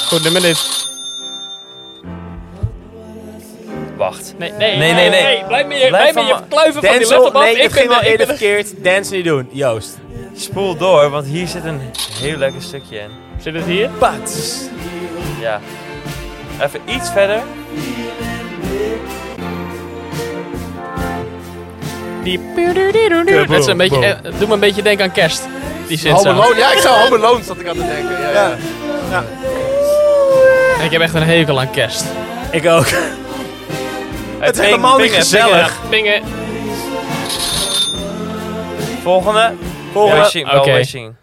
Speaker 1: Goed nummer dit.
Speaker 2: Wacht.
Speaker 1: Nee, nee,
Speaker 2: Nee, nee, nee.
Speaker 1: Blijf met
Speaker 2: Blijf
Speaker 1: je, blijf met
Speaker 2: van
Speaker 1: je
Speaker 2: me-
Speaker 1: kluiven van die
Speaker 4: Denzel,
Speaker 1: laptop af.
Speaker 4: nee,
Speaker 1: ik
Speaker 4: dat ging
Speaker 1: ben
Speaker 4: wel
Speaker 1: de- ik
Speaker 4: eerder
Speaker 1: ben de-
Speaker 4: verkeerd. Dance niet doen, Joost.
Speaker 2: Spoel door, want hier zit een heel lekker stukje in.
Speaker 1: Zit het hier?
Speaker 4: Pats.
Speaker 2: Ja. Even iets verder.
Speaker 1: Die... Dat is een beetje, eh, doe me een beetje denken aan kerst. Die zit
Speaker 5: Home
Speaker 1: zo.
Speaker 5: Alone, ja, ik zou Home Alone zat ik aan te denken. Ja, ja.
Speaker 1: Ik heb echt een hekel aan kerst.
Speaker 4: Ik ook.
Speaker 2: Het
Speaker 4: is helemaal niet gezellig.
Speaker 1: Dingen.
Speaker 2: Volgende.
Speaker 4: Volgende.
Speaker 2: Wishing, wel
Speaker 1: Oké.
Speaker 2: wishing.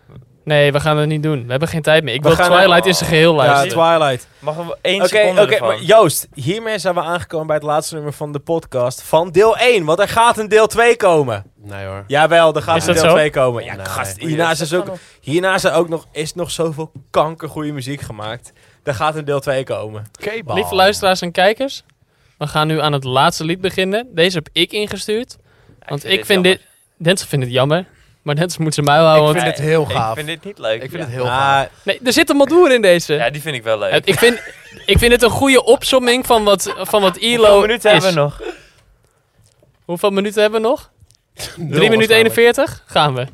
Speaker 1: Nee, we gaan het niet doen. We hebben geen tijd meer. Ik
Speaker 4: We
Speaker 1: wil
Speaker 4: gaan-
Speaker 1: Twilight in zijn geheel
Speaker 4: Ja,
Speaker 1: luisteren.
Speaker 4: Twilight.
Speaker 2: Mag we één
Speaker 4: Oké,
Speaker 2: seconde
Speaker 4: oké,
Speaker 2: ervan.
Speaker 4: maar Joost, hiermee zijn we aangekomen bij het laatste nummer van de podcast van deel 1. Want er gaat een deel 2 komen.
Speaker 5: Nee hoor.
Speaker 4: Jawel, er gaat
Speaker 1: Is
Speaker 4: een
Speaker 1: dat
Speaker 4: deel
Speaker 1: zo?
Speaker 4: 2 komen. Ja,
Speaker 5: Nee.
Speaker 4: gast, hierna is, ook, hierna is er ook nog, is nog zoveel kankergoeie muziek gemaakt. Er gaat een deel 2 komen.
Speaker 5: K-bal.
Speaker 1: Lieve luisteraars en kijkers, we gaan nu aan het laatste lied beginnen. Deze heb ik ingestuurd. Want ik vind dit. Denzel vindt het jammer. Maar Denzel moet zijn muil houden.
Speaker 5: Ik vind
Speaker 1: want-
Speaker 5: het heel gaaf.
Speaker 2: Ik vind dit niet leuk.
Speaker 5: Oh, Ik vind
Speaker 2: ja.
Speaker 5: het heel gaaf.
Speaker 4: Maar
Speaker 1: Nee, er zit een maldoer in deze.
Speaker 2: Ja, die vind ik wel leuk.
Speaker 1: Het- ik, vind, ik vind het een goede opsomming van wat, van wat ILO.
Speaker 2: Hoeveel minuten
Speaker 1: is.
Speaker 2: hebben we nog?
Speaker 1: Hoeveel minuten hebben we nog? 3
Speaker 5: waarschijnlijk.
Speaker 1: minuten 41? Gaan we.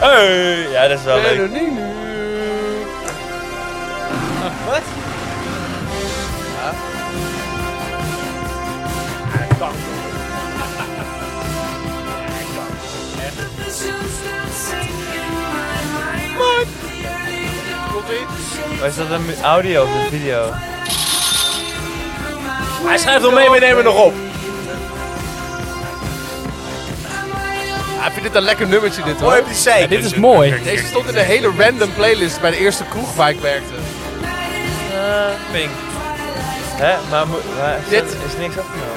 Speaker 2: Hey, ja, dat is wel leuk. Maar is dat een mu- audio of een video?
Speaker 4: hij schrijft nog mee, we nemen nog op.
Speaker 3: Ah,
Speaker 5: Ja, ik vind dit een lekker nummertje dit
Speaker 4: Mooi
Speaker 5: hoor.
Speaker 4: op die zeik.
Speaker 1: Dit is mooi.
Speaker 5: Deze stond in een hele random playlist bij de eerste kroeg waar ik werkte.
Speaker 2: Pink. Hè? Maar, moet- maar is,
Speaker 5: Eh. Dit.
Speaker 2: dat- is niks afgenomen.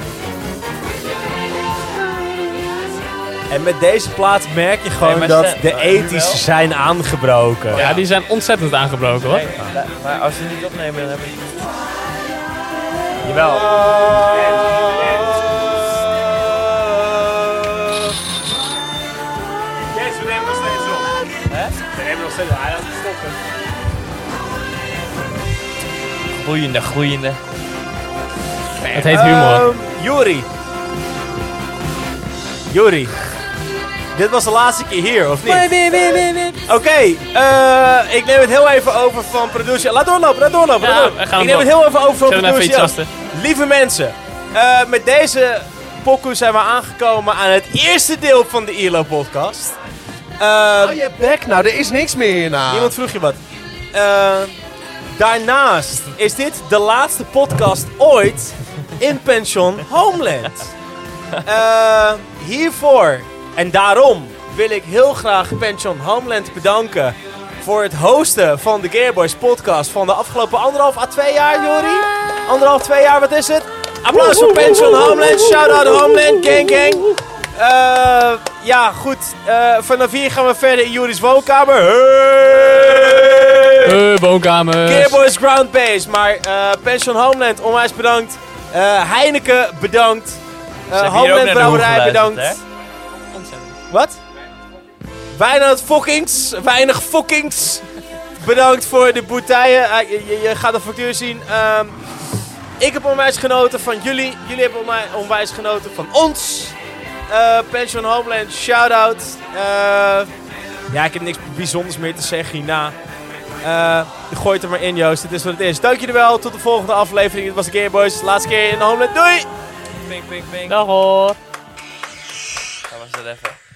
Speaker 4: En met deze plaat merk je gewoon
Speaker 2: Nee, maar
Speaker 4: dat
Speaker 2: ze-
Speaker 4: de
Speaker 2: maar nu wel.
Speaker 4: ethische zijn aangebroken.
Speaker 1: Ja, die zijn ontzettend aangebroken hoor.
Speaker 2: Nee, la- maar als we het niet opnemen, dan hebben we niet.
Speaker 4: Jawel. Yes, we nemen nog steeds op. We nemen nog steeds op. Hij laat stoppen.
Speaker 2: Groeiende, groeiende.
Speaker 1: Het heet humor.
Speaker 4: Juri. Juri. Dit was de laatste keer hier, of niet? Oké, eh, ik neem het heel even over van producer. Laat doorlopen, laat
Speaker 1: Ja,
Speaker 4: doorlopen. laat doorlopen.
Speaker 1: we gaan
Speaker 4: ik neem het
Speaker 1: door.
Speaker 4: heel even over van
Speaker 1: Zet hem even iets
Speaker 4: producer.
Speaker 1: vaster.
Speaker 4: Lieve mensen, eh, met deze pokoe zijn we aangekomen aan het eerste deel van de Ehm, ILO-podcast.
Speaker 5: Oh, je bek nou, er is niks meer hierna.
Speaker 4: Iemand vroeg je wat. Eh, daarnaast is dit de laatste podcast ooit in pension Homeland. Eh, hiervoor en daarom wil ik heel graag pension Homeland bedanken voor het hosten van de Gearboys podcast van de afgelopen anderhalf à twee jaar, Jori. Anderhalf, twee jaar, wat is het? Applaus voor pension Homeland, shout-out Homeland, gang gang. Eh, ja, goed. Eh, vanaf hier gaan we verder in Juri's woonkamer. Hey!
Speaker 1: Eh, woonkamers.
Speaker 4: Gearboys Ground Base. Maar eh, Pension Homeland, onwijs bedankt. Eh, Heineken, bedankt. Eh,
Speaker 2: hebben hier ook naar
Speaker 4: Homeland
Speaker 2: de
Speaker 4: Brouwerij,
Speaker 2: hoek geluisterd,
Speaker 4: bedankt. Wat? Weinig Fokkings. Weinig Fokkings. Bedankt voor de boetijen. Eh, je, je- je gaat de factuur zien. Ehm, ik heb onwijs genoten van jullie. Jullie hebben onwij- onwijs genoten van ons. Eh, Pension Homeland, shout-out. Eh, ja, ik heb niks bijzonders meer te zeggen hierna. Eh, je gooit er maar in, Joost. Dit is wat het is. Dank jullie wel. Tot de volgende aflevering. Dit was de Gameboys. Laatste keer in de Homeland. Doei!
Speaker 2: Pink, pink, pink.
Speaker 1: Dag hoor.
Speaker 2: Dat was het even.